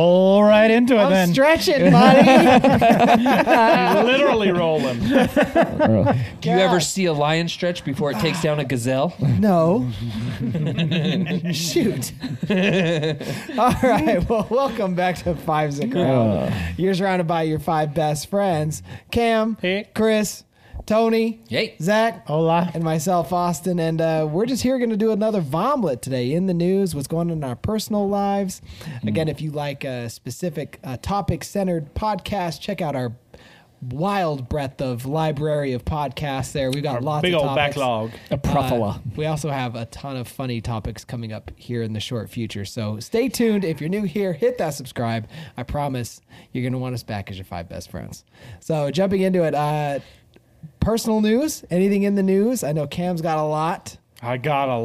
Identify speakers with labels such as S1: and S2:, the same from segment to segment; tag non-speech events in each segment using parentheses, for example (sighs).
S1: right into
S2: Oh,
S1: it then.
S2: (laughs) stretching, buddy.
S3: Literally roll them.
S4: Do you ever see a lion stretch before it takes down a gazelle?
S2: no. (laughs) Shoot. All right. Well, welcome back to Five's a Crowd. You're surrounded by your five best friends Cam,
S3: Hey.
S2: Chris, Tony,
S4: Yay.
S2: Zach,
S1: Hola.
S2: and myself, Austin. And uh, we're just here going to do another Vomlet today in the news, what's going on in our personal lives.
S3: Mm-hmm.
S2: Again, if you like a specific uh, topic centered podcast, check out our wild breadth of library of podcasts there. We've got lots
S3: Big
S2: of
S3: old
S2: topics.
S3: backlog.
S1: A
S2: Uh, we also have a ton of funny topics coming up here in the short future. So stay tuned. If you're new here, hit that subscribe. I promise you're going to want us back as your five best friends. So jumping into it, uh, personal news, anything in the news? I know Cam's got a lot.
S3: I got a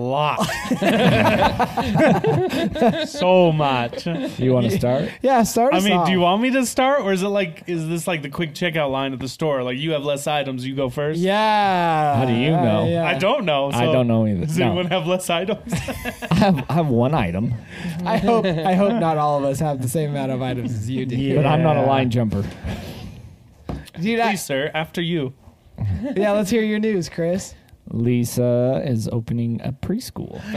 S2: (laughs)
S3: lot. so much. I
S1: you want to start?
S2: Yeah, start us
S3: mean, do you want
S2: off.
S3: me to start or is it like is this like the quick checkout line at the store? Like you have less items, you go first?
S2: Yeah.
S1: How do you know?
S3: I don't know.
S1: I
S3: so-
S1: don't know either.
S3: Does
S1: No.
S3: anyone have less items?
S1: I have, I have one item,
S2: I hope I hope not all of us have the same amount of items as you do.
S1: but I'm not a
S3: Yeah.
S1: line jumper.
S2: (laughs) Dude, I-
S3: Please, sir, after you.
S2: yeah, let's hear your news, Chris.
S1: Lisa is opening a preschool.
S2: I, I saw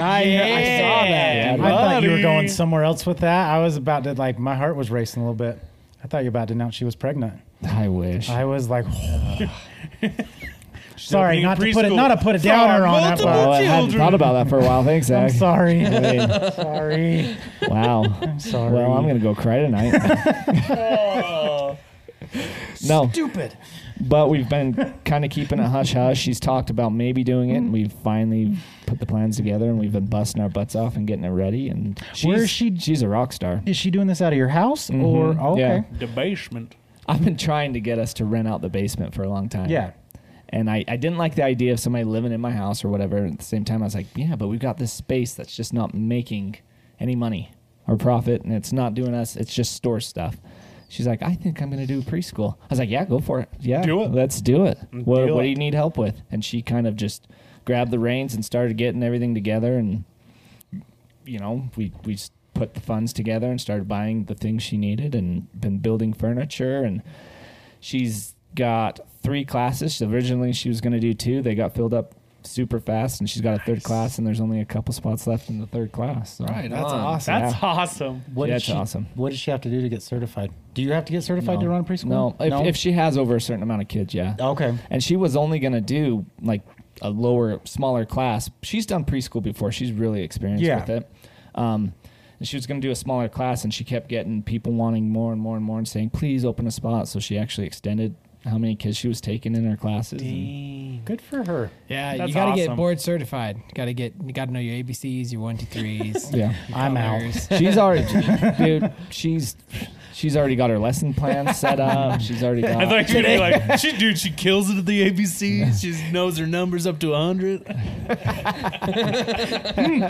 S2: that.
S3: Yeah,
S2: dude.
S5: I thought you were
S3: buddy.
S5: going somewhere else with that. I was about to like my heart was racing a little bit. I thought you were about to announce she was pregnant.
S1: I wish.
S5: I was like, (sighs)
S3: opening
S5: sorry, not
S3: a
S5: to put it,
S3: preschool
S5: not to put a
S3: for
S5: downer on that.
S3: multiple
S1: well,
S5: But
S1: I hadn't
S3: children.
S1: thought about that for a
S5: (laughs)
S1: while. Thanks,
S5: I'm
S1: Zach.
S5: sorry,
S1: Hey,
S5: sorry,
S1: wow.
S5: sorry.
S1: Well, I'm gonna go cry tonight. no,
S2: Stupid.
S1: but we've been kind of keeping it hush hush. She's talked about maybe doing it, and we've finally put the plans together, and we've been busting our butts off and getting it ready. And she's,
S5: Where is she-
S1: She's a rock star.
S5: Is she doing this out of your house or
S1: Mhm,
S5: oh, okay?
S1: yeah.
S3: The basement.
S1: I've been trying to get us to rent out the basement for a long time.
S5: Yeah.
S1: And I, I didn't like the idea of somebody living in my house or whatever. At the same time, I was like, yeah, but we've got this space that's just not making any money or profit, and it's not doing us. It's just store stuff. She's like, I think I'm going to do preschool. I was like, yeah, go for it. Yeah,
S3: Do it. Mm,
S1: Let's do it. What,
S3: Do
S1: what
S3: it.
S1: do you need help with? And she kind of just grabbed the reins and started getting everything together. And, you know, we, we s- put the funds together and started buying the things she needed and been building furniture and she's got three classes. Originally, she was going to do two. They got filled up super fast, and she's got a third class, and there's only a couple spots left in the third class. So.
S4: Right
S2: That's
S4: on.
S2: awesome.
S3: That's awesome.
S5: What
S1: Yeah,
S5: did
S1: it's
S5: she,
S1: awesome.
S5: What does she have to do to get certified? Do you have to get certified
S1: No.
S5: to run preschool?
S1: No. If, if she has over a certain amount of kids, yeah.
S5: okay.
S1: And she was only going to do like a lower, smaller class. She's done preschool before. She's really experienced
S5: Yeah.
S1: with it. Um, and she was going to do a smaller class, and she kept getting people wanting more and more and more and saying, please open a spot. So she actually extended how many kids she was taking in her classes. and-
S5: Good for her.
S2: Yeah,
S3: That's
S2: you got to get
S3: awesome.
S2: board certified. Got to get you got to know your ABCs, your one two
S1: (laughs)
S2: threes.
S1: yeah.
S5: I'm out.
S1: She's already, dude. She's she's already got her lesson plan set up. She's already got.
S3: I thought you were gonna be like, she, dude, she kills it at the ABC. She knows her numbers up to 100.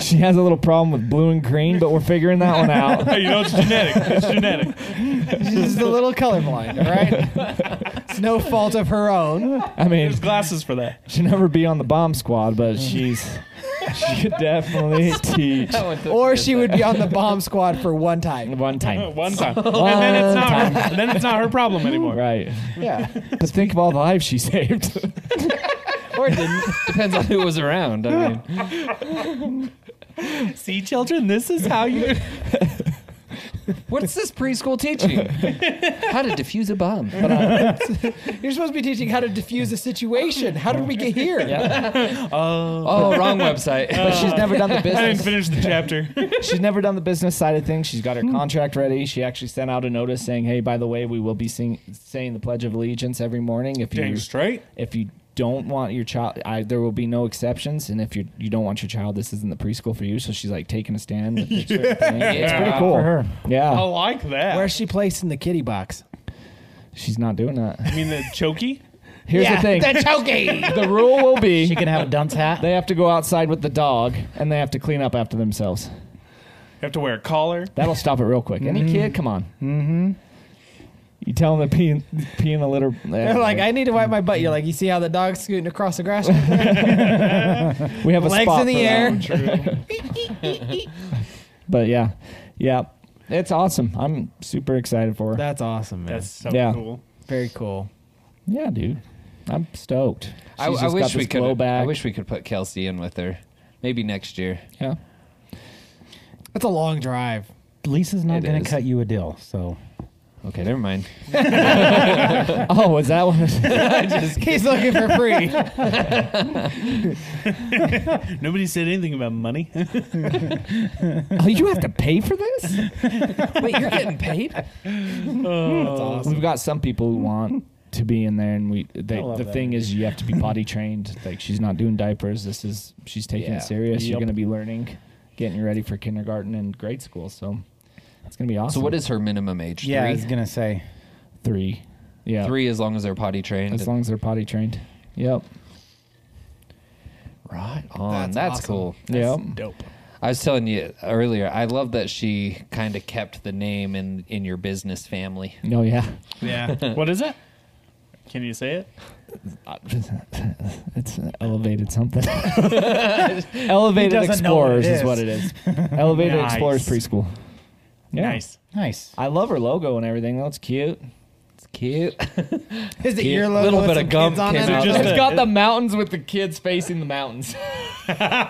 S1: she has a little problem with blue and green, but we're figuring that one out.
S3: (laughs) Hey, you know, it's genetic. It's genetic.
S2: (laughs) She's just a little colorblind, all right? it's no fault of her own.
S1: I mean,
S3: There's glasses for that.
S1: she'll never be on the bomb squad, but she's she could definitely
S4: (laughs)
S1: teach
S4: That one took
S2: (laughs)
S4: me
S2: Or
S4: a
S2: she would be on the bomb squad for one time.
S1: one time.
S3: Oh, One time. And then it's not her, then it's not her problem anymore.
S1: Right,
S2: Yeah.
S1: but think of all the lives she saved.
S4: sec. Or it didn't. Depends on who was around. I mean, (laughs)
S3: See, children, this is how you
S4: what's this preschool teaching? How to defuse a bomb.
S2: You're supposed to be teaching how to diffuse a situation. How did we get here?
S4: Oh, wrong (laughs) website.
S1: But she's never done the
S3: I didn't
S1: business.
S3: finish the chapter.
S1: She's never done the business side of things. She's got her contract ready. She actually sent out a notice saying, "Hey, by the way, we will be sing- saying the Pledge of Allegiance every morning. If
S3: (laughs) Dang
S1: you
S3: straight.
S1: if you don't want your child I, there will be no exceptions and if you you don't want your child this isn't the preschool for you so she's like taking a stand with yeah. it's pretty
S4: Yeah.
S1: cool
S5: For her.
S1: yeah
S3: I like that.
S2: Where's she placed in the kitty box?
S1: she's not doing
S3: (laughs)
S1: that
S3: I mean, the chokey?
S1: here's
S2: yeah,
S1: the thing
S2: That's okay.
S1: (laughs) the rule will
S5: She
S1: be
S5: can have a dunce hat.
S1: they have to go outside with the dog and they have to clean up after themselves
S3: You have to wear a collar.
S1: that'll stop it real quick any kid come on mm-hmm you tell them they're peeing, peeing a litter.
S2: They're like, I need to wipe my butt. You're like, you see how the dog's scooting across the grass? with
S1: we have a
S2: Legs
S1: spot
S2: in the
S1: for that.
S2: air.
S3: True.
S1: But yeah, yeah. it's awesome. I'm super excited for her.
S2: That's awesome, man.
S3: That's so
S1: Yeah.
S3: cool.
S2: very cool.
S1: yeah, dude. I'm stoked.
S4: I,
S1: She's
S4: I
S1: just got
S4: wish we
S1: this
S4: could.
S1: glow
S4: I
S1: back.
S4: wish we could put Kelsey in with her. Maybe next year.
S1: Yeah.
S2: That's a long drive.
S5: Lisa's not
S4: It
S5: going
S4: is.
S5: to cut you a deal, so
S4: Okay, never mind.
S1: Oh, was that one?
S2: He's looking for free.
S3: Nobody said anything about money. (laughs)
S1: oh, you have to pay for this?
S4: (laughs) Wait, you're getting paid?
S1: We've got some people who want to be in there, and we they,
S5: I love
S1: the
S5: that
S1: thing is you have to be potty trained. Like she's not doing diapers. This is she's taking
S4: Yeah.
S1: it serious. You're
S3: Yep.
S1: going to be learning, getting you ready for kindergarten and grade school. So it's going to be awesome.
S4: So what is her minimum age?
S5: yeah, I
S4: three.
S5: was going to say.
S1: three? Yeah,
S4: Three, as long as they're potty trained.
S1: As long as they're potty trained. Yep.
S4: right on.
S2: That's
S4: That's,
S2: awesome.
S4: cool.
S1: yep.
S3: Dope.
S4: I was telling you earlier. I love that she kind of kept the name in in your business family.
S1: No. Oh, Yeah.
S3: Yeah. what is it? Can you say it?
S1: (laughs) It's elevated something. (laughs) elevated
S5: doesn't know what it
S1: explorers is
S5: is.
S1: what it is. elevated
S3: Nice.
S1: explorers preschool. Yeah.
S3: Nice.
S5: (laughs) Nice.
S1: I love her logo and everything. That's cute.
S4: It's cute.
S2: Is it
S4: Cute.
S2: your logo
S4: Little
S2: with
S4: bit
S2: some
S4: of gum
S2: kids on
S4: came
S2: it?
S4: out.
S1: It's
S3: Just a-
S1: got the mountains with the kids facing the mountains.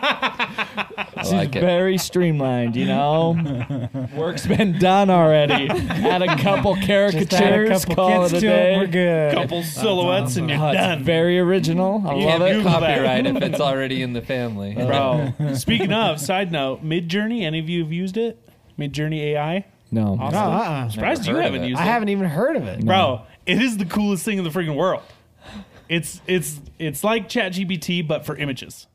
S4: I like it.
S1: Very streamlined, you know. Work's been done already. Had a couple
S5: Just add a
S1: caricatures.
S5: couple
S1: Call
S5: kids
S1: it a
S5: to it. We're
S1: day.
S3: (laughs)
S5: good.
S3: Couple silhouettes and you're
S1: Oh, it's
S3: done.
S1: very original. I
S3: You
S1: love
S3: can't
S1: it.
S3: do
S4: Copyright if
S3: (laughs)
S4: it's already in the family.
S3: Bro, Oh. speaking of, side note, Midjourney, any of you have used it? Midjourney AI?
S1: No,
S3: Awesome.
S2: No, uh-uh.
S3: Surprised you
S4: heard of
S3: haven't
S4: it.
S3: used
S2: I
S3: it.
S2: haven't even heard of it.
S3: Bro, it is the coolest thing in the freaking world. It's it's it's like ChatGPT but for images.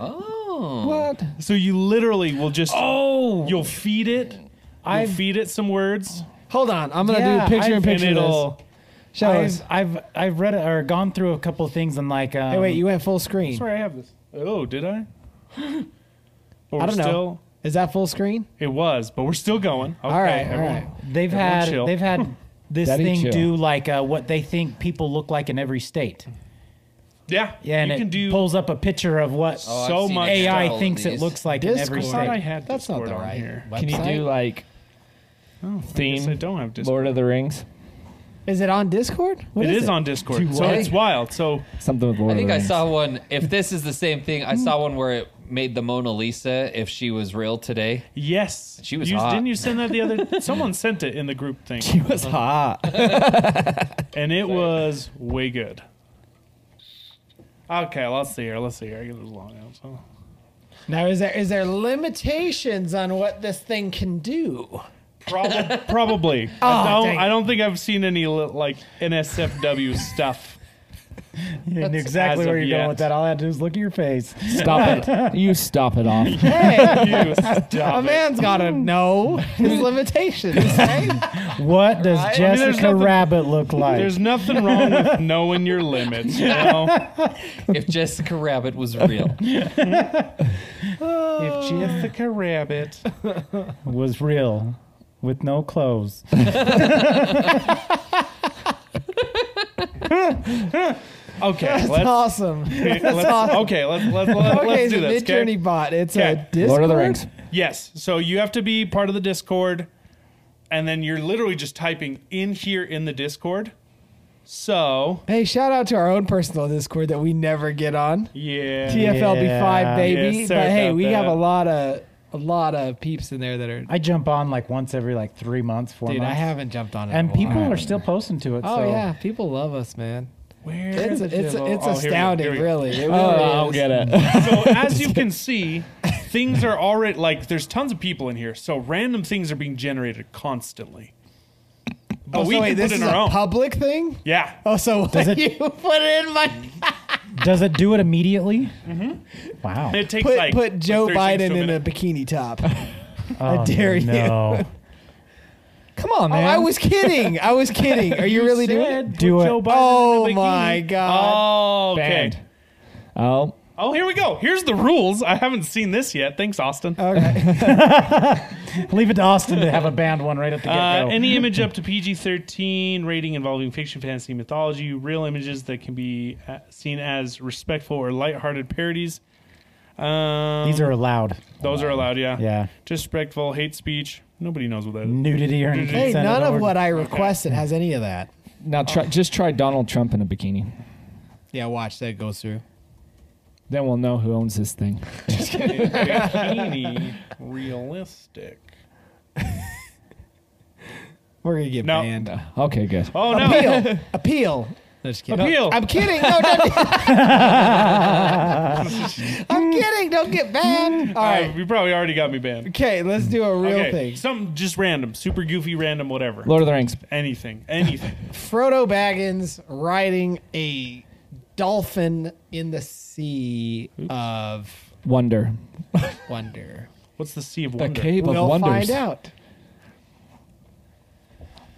S4: Oh.
S1: what?
S3: So you literally will just oh you'll feed it. I feed it some words
S2: Hold on, I'm gonna
S5: Yeah,
S2: do picture in
S5: I've-
S3: and
S2: picture. This.
S3: it'll
S2: Show us.
S5: I've, I've I've read or gone through a couple things and like um,
S2: Hey, wait, you went full screen.
S3: Sorry, I have this. Oh, did I? But
S2: I
S3: we're
S2: don't know.
S3: still-
S2: Is that full screen?
S3: It was, but we're still going. Okay,
S2: all right, all
S3: everyone.
S2: right.
S5: they've
S3: Everyone
S5: had
S3: chill.
S5: they've (laughs) had this
S1: Daddy
S5: thing
S1: chill.
S5: do like uh, what they think people look like in every state.
S3: Yeah,
S5: Yeah, and
S3: you
S5: it
S3: can do.
S5: pulls up a picture of what
S4: Oh, I've
S3: So
S4: seen
S3: much
S5: AI
S4: all of
S5: thinks it
S4: these.
S5: looks like in every
S3: I thought I
S5: state.
S3: had
S2: That's not
S3: Discord
S2: the
S3: on
S2: right
S3: here.
S1: Can you
S2: website.
S1: do like
S3: Oh, I guess
S1: theme?
S3: I don't have Discord.
S1: Lord of the Rings?
S2: Is it on Discord? What
S3: it is,
S2: it?
S3: on Discord,
S5: Do
S3: so
S4: what?
S3: it's wild. So
S1: Something with Lord
S4: I
S1: of
S4: think
S1: the
S4: I
S1: Rings. (laughs)
S4: saw one. If this is the same thing, I
S3: Mm.
S4: saw one where it made the Mona Lisa if she was real today.
S3: yes,
S4: She was
S3: You-
S4: hot.
S3: Didn't you send that the
S2: (laughs)
S3: other? someone sent it in the group thing,
S1: She was hot.
S3: and it was way good. Okay, let's see here. Let's see here. I get this long. out, so-
S2: Now, is there is there limitations on what this
S3: (laughs)
S2: thing can do?
S3: Probably.
S2: (laughs)
S3: probably. I,
S2: Oh, dang.
S3: don't, I don't think I've seen any li- like
S2: (laughs)
S3: NSFW stuff.
S5: You knew exactly
S3: as
S5: where
S3: of
S5: you're
S3: yet.
S5: going with that. All I had to do is look at your face.
S1: Stop it. You stop it off.
S2: Hey,
S3: You
S2: a
S3: stop it.
S2: man's
S5: (laughs)
S2: gotta know his limitations. right?
S5: What does
S2: I mean,
S3: there's
S5: Jessica
S3: nothing-
S5: Rabbit look like?
S3: There's nothing wrong
S2: (laughs)
S3: with knowing your limits. You know?
S4: If Jessica Rabbit
S3: (laughs)
S4: was real,
S3: if Jessica Rabbit
S5: was real with no clothes.
S3: Okay,
S2: (laughs) That's
S3: let's, (laughs)
S2: awesome.
S3: let's-
S2: awesome.
S3: okay, let's let's let's,
S2: okay,
S3: let's
S2: it's
S3: do
S2: a
S3: this.
S2: Mid Journey
S3: Okay?
S2: bot. It's a
S3: Okay.
S2: Discord.
S1: Lord of the Rings.
S3: Yes. So you have to be part of the Discord, and then you're literally just typing in here in the Discord. So
S2: Hey, shout out to our own personal Discord that we never get on.
S3: yeah,
S2: TFLB5
S5: Yeah.
S2: baby.
S3: Yes, sorry
S2: but hey,
S3: about
S2: we have
S3: that.
S2: a lot of a lot of peeps in there that are.
S5: I jump on like once every like three months, four
S2: Dude,
S5: months.
S2: I haven't jumped on it. in a
S5: and
S2: while.
S5: people are still posting to it.
S2: Oh
S5: so
S2: yeah, people love us, man.
S3: Where?
S2: It's
S3: Oh,
S2: it's it's
S3: here we go,
S2: astounding,
S3: here we go.
S2: really. It really
S1: I'll
S2: is.
S3: (laughs)
S1: get it.
S3: So as you
S2: (laughs)
S3: can see, things are already like there's tons of people in here. So random things are being generated constantly. But
S2: Oh,
S3: we
S2: so wait,
S3: can
S2: this
S3: put in
S2: is a
S3: our own.
S2: public (laughs) thing.
S3: yeah.
S2: Oh, so
S5: Does it-
S2: you put it in my
S5: Does it do it immediately? Wow.
S3: It takes
S2: put
S3: like
S2: put Joe
S3: 30 seconds
S2: Biden
S3: to
S2: in a
S3: minute.
S2: bikini (laughs) top. (laughs)
S5: Oh,
S2: dare you.
S5: no.
S1: Come on,
S2: Oh,
S1: man.
S2: I was kidding. I was kidding. (laughs) Are you, really doing
S5: said-
S2: it?
S5: Do
S3: Put
S5: it.
S3: Joe Biden
S2: Oh
S3: in a bikini.
S2: my god.
S3: Oh, okay.
S1: Banned. Oh,
S3: Oh, here we go. Here's the rules. I haven't seen this yet. Thanks, Austin.
S2: Okay.
S5: (laughs) Leave it to Austin to have a banned one right at the get
S3: Uh,
S5: go.
S3: any image up to PG 13 rating involving fiction, fantasy, mythology, real images that can be uh, seen as respectful or lighthearted parodies. Um,
S5: These are allowed.
S3: those are allowed, yeah.
S5: Yeah.
S3: Disrespectful, hate speech. Nobody knows what that is.
S5: Nudity or
S3: Hey,
S5: any
S2: (laughs) Hey,
S5: consent
S2: none of
S5: or-
S2: what I requested has any of that.
S1: Now try just try Donald Trump in a bikini.
S2: Yeah, watch that goes through.
S1: Then we'll know who owns this thing.
S3: Bikini realistic.
S2: We're gonna get
S3: No.
S2: banned.
S1: Okay, good.
S3: Oh (laughs) no!
S2: (laughs) Appeal, appeal. No, just kidding.
S3: Appeal.
S2: I'm kidding. No, (laughs) don't. I'm kidding. Don't get (laughs) banned. All
S3: All
S2: right.
S3: right, you probably already got me banned.
S2: Okay, let's do a real
S3: okay,
S2: thing.
S3: something just random, super goofy, random, whatever.
S1: Lord of the Rings.
S3: Anything, anything.
S2: Frodo Baggins riding a dolphin in the sea of
S1: Wonder.
S2: wonder.
S3: What's the sea of
S1: The
S3: wonder?
S1: Cave
S2: we'll
S1: of Wonders.
S2: find out.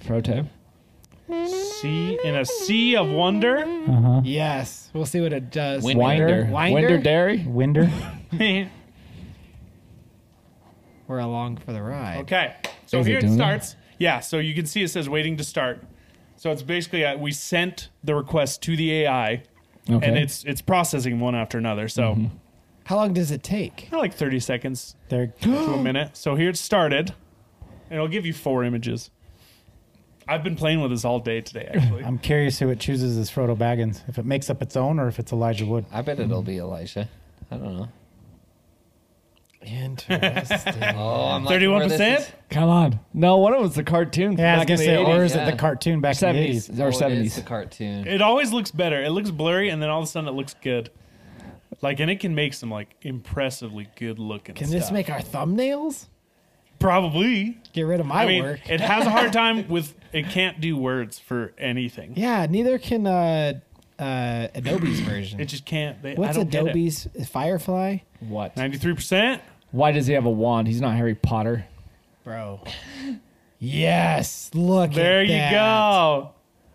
S1: Pro tip.
S3: Sea in a sea of wonder.
S2: Yes, we'll see what it does.
S4: Win-
S1: Winder.
S4: Winder.
S2: Winder?
S1: Winder Dairy.
S2: (laughs)
S5: Winder.
S2: We're along for the ride.
S3: Okay. So
S1: Is it
S3: here it
S1: doing
S3: starts. Yeah. So you can see it says waiting to start. So it's basically uh, we sent the request to the AI,
S1: Okay. Mm-hmm.
S3: and it's it's processing one after another. So
S2: How long does it take?
S3: kinda like thirty seconds
S5: There.
S3: to a minute. So here it started, and it'll give you four images. I've been playing with this all day today. Actually,
S1: (laughs)
S5: I'm curious who it chooses as Frodo Baggins. If it makes up its own or if it's Elijah
S2: (laughs)
S5: Wood.
S4: I bet it'll be Elijah. I don't know.
S2: Interesting.
S4: Oh, I'm liking
S3: thirty-one
S4: where this
S3: percent.
S1: Come on. No, one of them was the cartoon.
S5: Yeah, I was
S1: back
S5: gonna
S1: in the
S5: say, or
S1: 80s.
S5: is it
S4: yeah.
S5: the cartoon back in the
S1: 70s
S5: eighties?
S1: or
S4: is. Oh, it is
S1: 70s.
S4: the cartoon.
S3: It always looks better. It looks blurry, and then all of a sudden it looks good. Like, and it can make some like impressively good looking.
S2: Can this make our thumbnails?
S3: probably?
S2: Get rid of my
S3: I mean,
S2: work.
S3: it has a hard time with it can't do words for anything.
S2: Yeah, neither can uh, uh,
S3: (clears throat)
S2: Adobe's version.
S3: It just can't. They,
S2: What's
S3: I don't
S2: Adobe's Firefly?
S1: What?
S3: Ninety-three percent.
S1: Why does he have a wand? He's not Harry Potter.
S2: Bro. Yes, look.
S3: There
S2: at
S3: you
S2: that.
S3: go.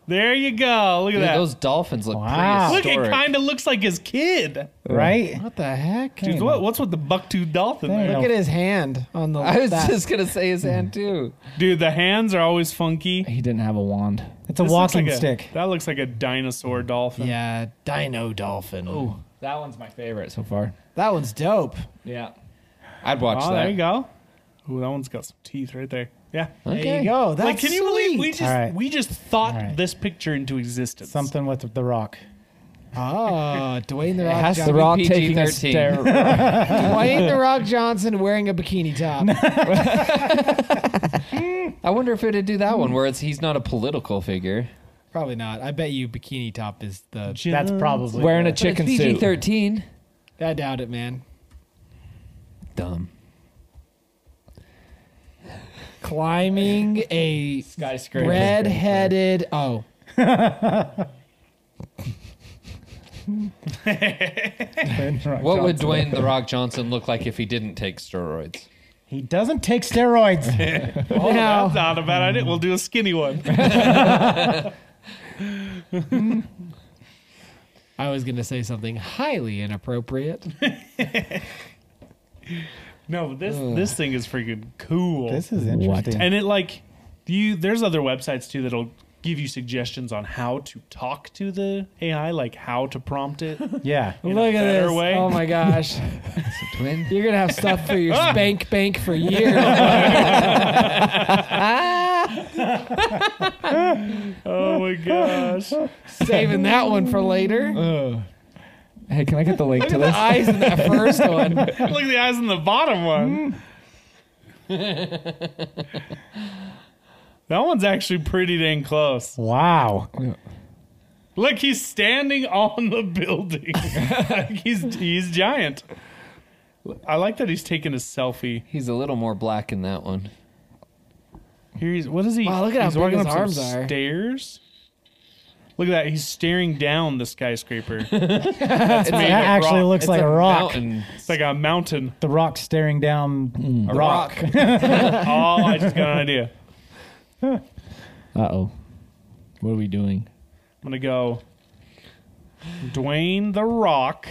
S3: There you go. Look at
S4: Dude,
S3: that.
S4: those dolphins look
S5: Wow.
S3: Look,
S4: prehistoric.
S3: it kind of looks like his kid.
S5: Right?
S2: What the heck?
S3: Dude, what, what's with the bucktooth dolphin?
S5: There you
S3: There?
S5: go.
S2: Look at his hand on the.
S4: I was
S2: that-
S4: just gonna say his hand too.
S3: Dude, the hands are always funky.
S1: He didn't have a wand.
S5: It's a
S3: This looks
S5: walking
S3: like a-
S5: stick.
S3: that looks like a dinosaur dolphin.
S2: Yeah, Dino Dolphin. Oh,
S1: That one's my favorite so far.
S2: that one's dope.
S1: Yeah.
S4: I'd watch
S3: Oh,
S4: that.
S3: there you go. Ooh, that one's got some teeth right there. Yeah.
S2: There
S4: Okay.
S2: you go. That's
S3: like,
S2: (laughs)
S3: can you believe we just
S5: All right.
S3: we just thought
S5: All right.
S3: this picture into existence?
S5: Something with the rock.
S2: Oh, Dwayne the Rock.
S1: Has the
S2: Johnson.
S1: rock
S4: PG-13.
S1: taking a stare.
S4: (laughs)
S2: Dwayne the Rock Johnson wearing a bikini top.
S4: I wonder if it'd do that one where it's he's not a political figure.
S2: Probably not. I bet you bikini top is the.
S5: That's probably
S1: wearing a
S5: the-
S1: chicken
S4: PG
S1: suit.
S4: thirteen.
S2: I doubt it, man.
S4: Dumb.
S2: Climbing a
S1: Skyscraper.
S2: red-headed. Oh,
S4: What would Dwayne the Rock Johnson look like if he didn't take steroids?
S5: He doesn't
S2: (laughs)
S5: take steroids.
S3: Oh,
S2: Now-
S3: that's not a bad idea. We'll do a skinny one.
S2: I was gonna say something highly inappropriate.
S3: no, but this this thing is freaking cool.
S5: this is interesting.
S3: and it like you there's other websites too that'll give you suggestions on how to talk to the AI, like how to prompt
S5: (laughs)
S3: it.
S5: Yeah.
S3: in a
S2: Look at
S3: better
S2: this.
S3: way.
S2: Oh my (laughs) gosh.
S4: Dwayne.
S2: You're gonna have stuff
S3: (laughs)
S2: for your spank bank for years.
S3: Oh my gosh.
S2: Saving that one for
S3: Uh.
S2: later.
S1: Hey, can I get the link to this?
S2: Eyes in that first one.
S3: Look at the eyes in the bottom
S5: Hmm.
S3: one. that one's actually pretty dang close.
S5: Wow.
S3: Look, he's standing on the building. (laughs) he's he's giant. I like that he's taking a selfie.
S4: He's a little more black in that one.
S3: Here he's what is he?
S2: Wow, look at how
S3: he's
S2: big
S3: walking
S2: his
S3: up some
S2: arms are.
S3: Stairs. Look at that. He's staring down the
S2: (laughs)
S3: skyscraper. That's made
S5: That
S3: of
S5: actually
S3: rock.
S5: looks like a, rock.
S4: Mountain.
S3: It's like a mountain.
S5: The rock staring down a rock.
S3: Oh, I just got an idea.
S1: Uh oh. What are we doing?
S3: I'm gonna go. Dwayne the Rock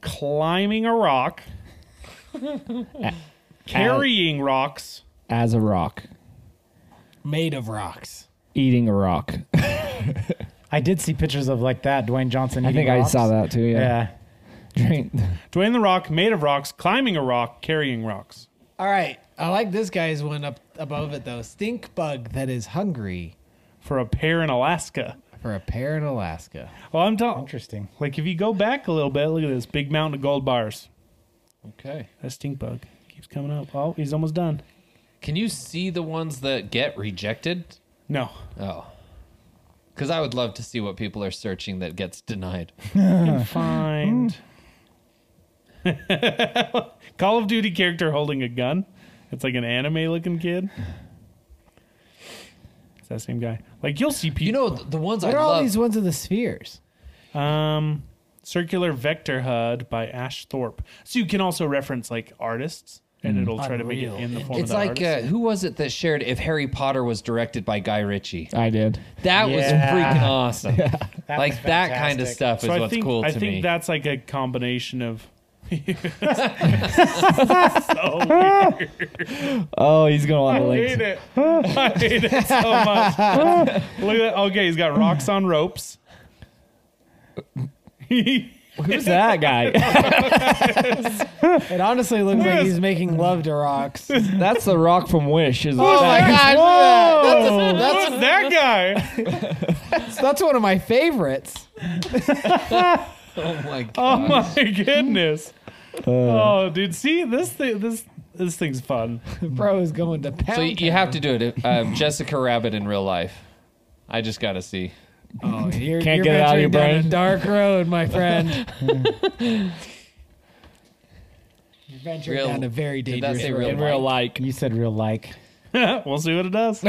S3: climbing a
S2: (laughs)
S3: rock, carrying rocks.
S1: As a rock.
S2: Made of rocks.
S1: Eating a rock. (laughs)
S5: I did see pictures of like that Dwayne Johnson.
S1: I
S5: eating
S1: think I
S5: rocks.
S1: saw that too. Yeah.
S5: Yeah.
S1: (laughs) Drink.
S3: Dwayne the Rock made of rocks, climbing a rock, carrying rocks.
S2: All right. I like this guy's one up above it though. Stink bug that is hungry
S3: for a pair in Alaska.
S2: for a pair in Alaska.
S3: Well, I'm talking.
S5: Interesting.
S3: Like if you go back a little bit, look at this big mountain of gold bars.
S4: Okay.
S3: That stink bug keeps coming up. Oh, he's almost done.
S4: Can you see the ones that get rejected?
S3: No,
S4: Oh. Because I would love to see what people are searching that gets denied.
S3: find (laughs) Call of Duty character holding a gun. It's like an anime looking kid. It's that same guy. Like you'll see people.
S4: You know, th- the ones
S2: What
S4: I
S2: are all
S4: love.
S2: these ones of the spheres?
S3: Um, Circular Vector HUD by Ash Thorpe. So you can also reference like artists, and
S4: Mm.
S3: it'll try to make it in the form of
S4: It's
S3: the
S4: like uh,
S3: artist.
S4: who was it that shared if Harry Potter was directed by Guy Ritchie?
S1: I did.
S4: That
S3: Yeah.
S4: was (laughs) freaking awesome. like
S5: was
S4: that kind of
S5: fantastic.
S4: stuff is
S3: so I
S4: what's
S3: think
S4: cool to
S3: I think
S4: me.
S3: that's like a combination of.
S1: Oh, he's gonna want to
S3: I (laughs)
S1: link.
S3: hate it. I hate it so much. Look at that. Okay, he's got rocks on ropes. (laughs)
S1: Who's that guy?
S2: It honestly looks like he's making love to
S3: (laughs)
S2: rocks. oh
S1: (laughs) That's the Rock from Wish. Is that-
S2: gosh,
S3: Whoa!
S2: that's-
S3: Who's that guy?
S2: that's one of my favorites.
S4: oh my god.
S3: Oh my goodness! Oh, dude, see this thing. This this thing's fun. (laughs)
S2: Bro is going to pound.
S4: So you, you have to do it. Um, Jessica Rabbit in real life. I just gotta see.
S2: Oh, you're,
S1: Can't
S2: you're
S1: get it out of your
S2: venturing down a dark
S1: brain.
S2: road, my friend.
S1: (laughs)
S2: you're venturing
S4: Real-
S2: down a very
S4: did that
S2: dangerous
S4: say
S2: road.
S4: real
S1: in real like.
S5: You said real like.
S3: we'll see what it does.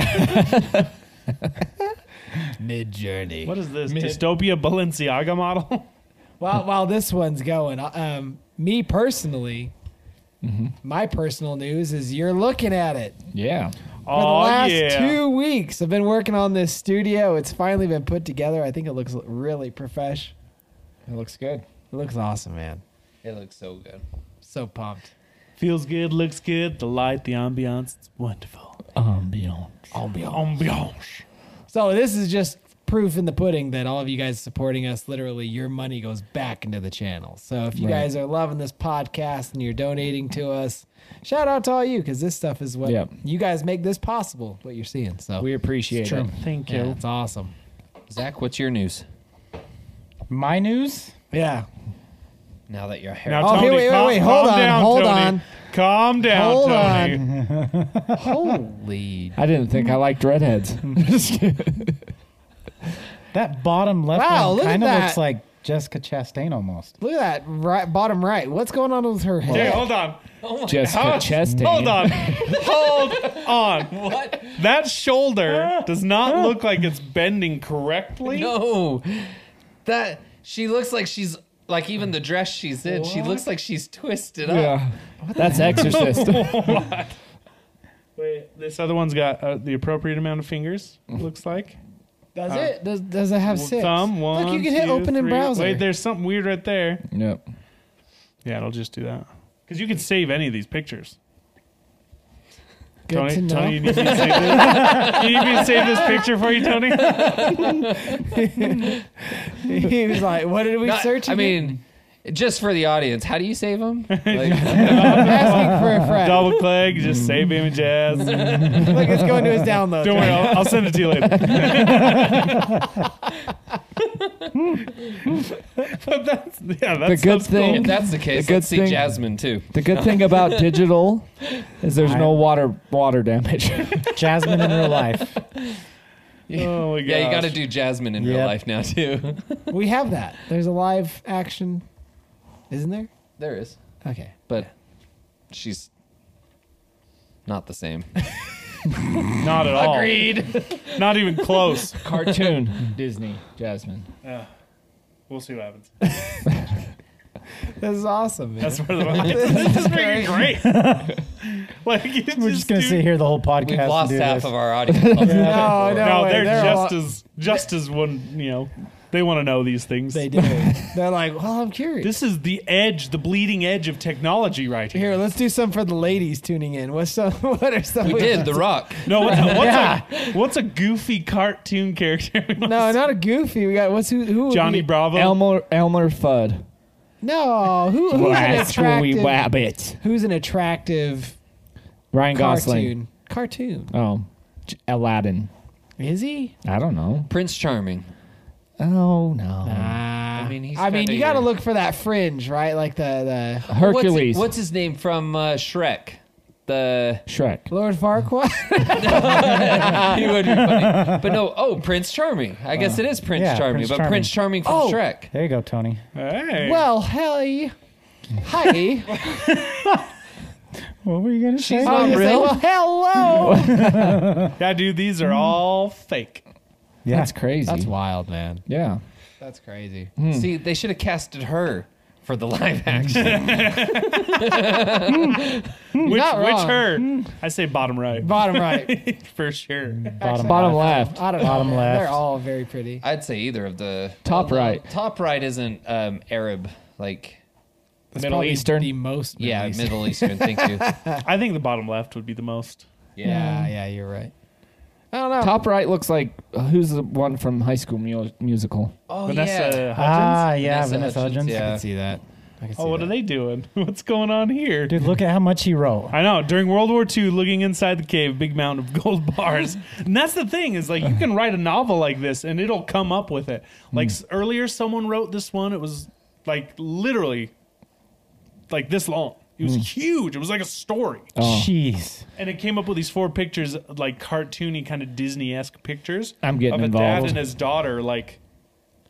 S2: Mid journey.
S3: What is this dystopia Balenciaga model? (laughs)
S2: While while this one's going, I- um, me personally,
S1: Mm-hmm.
S2: my personal news is you're looking at it.
S1: Yeah.
S3: Oh
S2: For the last
S3: yeah.
S2: two weeks, I've been working on this studio. It's finally been put together. I think it looks really profesh.
S1: It looks good.
S2: It looks awesome, man.
S4: It looks so good.
S2: So pumped.
S3: Feels good, looks good. The light, the ambiance, it's wonderful.
S1: Ambiance.
S3: Ambiance.
S2: So this is just proof in the pudding that all of you guys supporting us, literally your money goes back into the channel. So if you
S1: Right.
S2: guys are loving this podcast and you're donating to us, shout out to all you because this stuff is what
S1: Yep.
S2: you guys make this possible. What you're seeing, so
S1: We appreciate it.
S3: Thank
S2: yeah,
S3: you.
S2: it's awesome.
S4: Zach, what's your news?
S5: My news?
S2: Yeah,
S4: Now that your hair.
S3: Now,
S2: Oh,
S3: Tony,
S2: here, wait, wait,
S3: calm,
S2: wait, hold
S3: calm
S2: on,
S3: down,
S2: hold
S3: Tony. (laughs)
S2: on.
S3: Calm down,
S2: Hold
S3: Tony.
S2: holy.
S1: I didn't think I liked redheads. (laughs) Just kidding.
S5: That bottom left
S2: Wow,
S5: one
S2: look at
S5: kind of
S2: that.
S5: looks like Jessica Chastain almost.
S2: Look at that right bottom right. What's going on with her
S3: Hey,
S2: head?
S3: hold on.
S1: Jessica
S3: How-
S1: Chastain.
S3: Hold on.
S2: (laughs)
S3: hold on.
S4: What? Ah.
S3: That shoulder does not look like it's bending correctly.
S4: No. That she looks like she's like even the dress she's in. She looks like she's twisted up.
S1: Yeah. That's Exorcist. (laughs)
S3: Wait, this other one's got uh, the appropriate amount of fingers, looks like.
S2: Does it? Does, does it have six?
S3: Thumb, one.
S2: Look, you can hit
S3: two,
S2: open in
S3: three.
S2: browser.
S3: Wait, there's something weird right there.
S1: yep.
S3: Yeah, it'll just do that. Because you can save any of these pictures.
S2: Good
S3: Tony,
S2: to know.
S3: Tony, you need me to save this.
S2: (laughs)
S3: you need me to save this picture for you, Tony.
S2: (laughs) he was like, "What did we
S4: Not-
S2: search?"
S4: I
S2: again?"
S4: mean, just for the audience, how do you save them?
S2: asking for a friend.
S3: Double click, just save image as. Don't
S2: Look, it's going to his
S3: (laughs)
S2: downloads.
S3: worry, I'll, I'll send it to you later. (laughs) but that's yeah, that's
S1: The good
S3: that's
S1: thing.
S4: if that's the case,
S1: The good
S4: let's see
S1: thing-
S4: Jasmine too.
S1: The good thing about digital is there's no water water damage. (laughs)
S5: Jasmine in real life.
S3: Cool. Oh my god.
S4: Yeah, you got to do Jasmine in real
S5: Yep.
S4: life now too. (laughs)
S2: We have that. There's a live action, isn't there?
S4: there is,
S2: Okay.
S4: but she's not the same.
S3: not at all.
S4: Agreed.
S3: Not even close.
S1: Cartoon (laughs) Disney Jasmine.
S3: We'll see what happens.
S2: This is awesome, man.
S3: That's where the this is freaking great. (laughs) like you
S5: We're just going to
S3: do-
S5: sit here the whole podcast.
S4: We've
S5: and
S4: lost
S5: do
S4: half
S5: this.
S4: of our
S5: (laughs)
S4: audience.
S2: no, no,
S3: No,
S2: way.
S3: they're, just
S2: all-
S3: as just as one. You know, they want to know these things. (laughs)
S2: They do. they're like, well, I'm curious.
S3: This is the edge, the bleeding edge of technology, right here.
S2: Here, let's do some for the ladies tuning in. What's some? (laughs) What are some?
S4: we did The Rock.
S3: No, what's a, what's, a, what's a goofy cartoon character? (laughs)
S2: No, not a goofy. We got what's who? who would
S3: Johnny
S2: be-
S3: Bravo.
S1: Elmer Elmer Fudd.
S2: No, who? Who's an
S1: Last wee
S2: attractive?
S1: rabbit.
S2: Who's an attractive
S1: Ryan Gosling.
S2: Cartoon. Cartoon.
S1: Oh, J- Aladdin.
S2: Is he?
S1: I don't know.
S4: Prince Charming.
S1: Oh no.
S2: I
S4: mean, he's
S2: I mean,
S4: kinda
S2: you got to
S4: your-
S2: look for that fringe, right? Like the
S1: Hercules.
S4: What's, what's his name from uh, Shrek? The
S2: the
S1: Shrek?
S3: (laughs)
S2: Lord Farquaad.
S4: (laughs) he would be funny. But no, oh, Prince Charming. I guess it is Prince
S5: yeah,
S4: Charming,
S5: Prince
S4: but
S5: Charming.
S4: Prince Charming from
S2: Oh.
S4: Shrek.
S5: There you go, Tony.
S3: Hey.
S2: well, hey, hi.
S5: What were you gonna say?
S2: I was gonna say, well, hello.
S3: yeah, dude, these are all fake.
S5: yeah,
S1: That's
S2: (laughs)
S1: crazy.
S2: That's wild, man.
S1: yeah.
S2: That's crazy.
S4: See, they should have casted her for the (laughs) live action.
S3: Which,
S2: not
S3: which
S2: wrong.
S3: her? I say bottom right.
S2: Bottom right,
S3: For sure.
S5: bottom,
S1: Bottom left.
S2: I don't know.
S5: Bottom
S2: man.
S5: left.
S2: They're all very pretty.
S4: I'd say either of the
S1: Top
S4: no,
S1: right.
S4: Top right isn't um, Arab, like
S1: Middle Eastern.
S2: the most. Middle
S4: yeah,
S2: Eastern.
S4: Middle Eastern. Thank you.
S3: I think the bottom left would be the most.
S2: yeah, yeah. You're right. I don't know.
S1: Top right looks like uh, who's the one from High School Mu- Musical?
S4: Oh
S3: Vanessa
S4: yeah.
S3: Hudgens.
S5: Ah, yeah,
S4: Vanessa
S5: Vanessa
S4: Hudgens,
S5: Hudgens.
S2: I
S4: yeah.
S2: can see that. I can see
S3: oh, what
S2: that.
S3: are they doing? (laughs) What's going on here?
S5: Dude, look at how much he wrote.
S3: I know. During World War II, looking inside the cave, big mountain of (laughs) gold bars. and that's the thing is like you can write a novel like this and it'll come up with it. Like s earlier, someone wrote this one. It was like literally like this long. It was huge. It was like a story.
S1: Oh.
S5: Jeez.
S3: And it came up with these four pictures, like cartoony, kind of Disney esque pictures.
S1: I'm getting
S3: of a dad
S1: involved.
S3: and his daughter, like,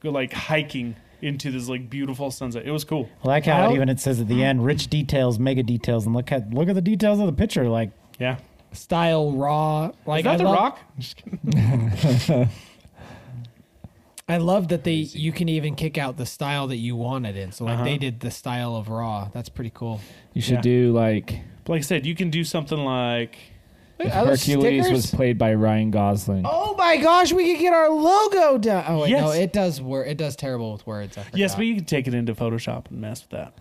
S3: go, like hiking into this like beautiful sunset. It was cool.
S5: I like how
S2: Well-
S5: it even it says at the end, rich details, mega details, and look at look at the details of the picture. Like
S3: Yeah,
S2: Style raw.
S3: is
S2: Like
S3: that
S2: I
S3: the
S2: love-
S3: Rock? Just kidding.
S2: I love that they you can even kick out the style that you want it in. So like they did the style of raw. That's pretty cool.
S1: You should
S3: Yeah.
S1: do like
S3: Like I said, you can do something like
S1: if
S2: are those
S1: Hercules was
S2: stickers?
S1: played by Ryan Gosling.
S2: Oh my gosh, we could get our logo done. Oh wait, no,
S3: Yes.
S2: it does work. It does terrible with words. I
S3: yes,
S2: forgot.
S3: but you can take it into Photoshop and mess with that.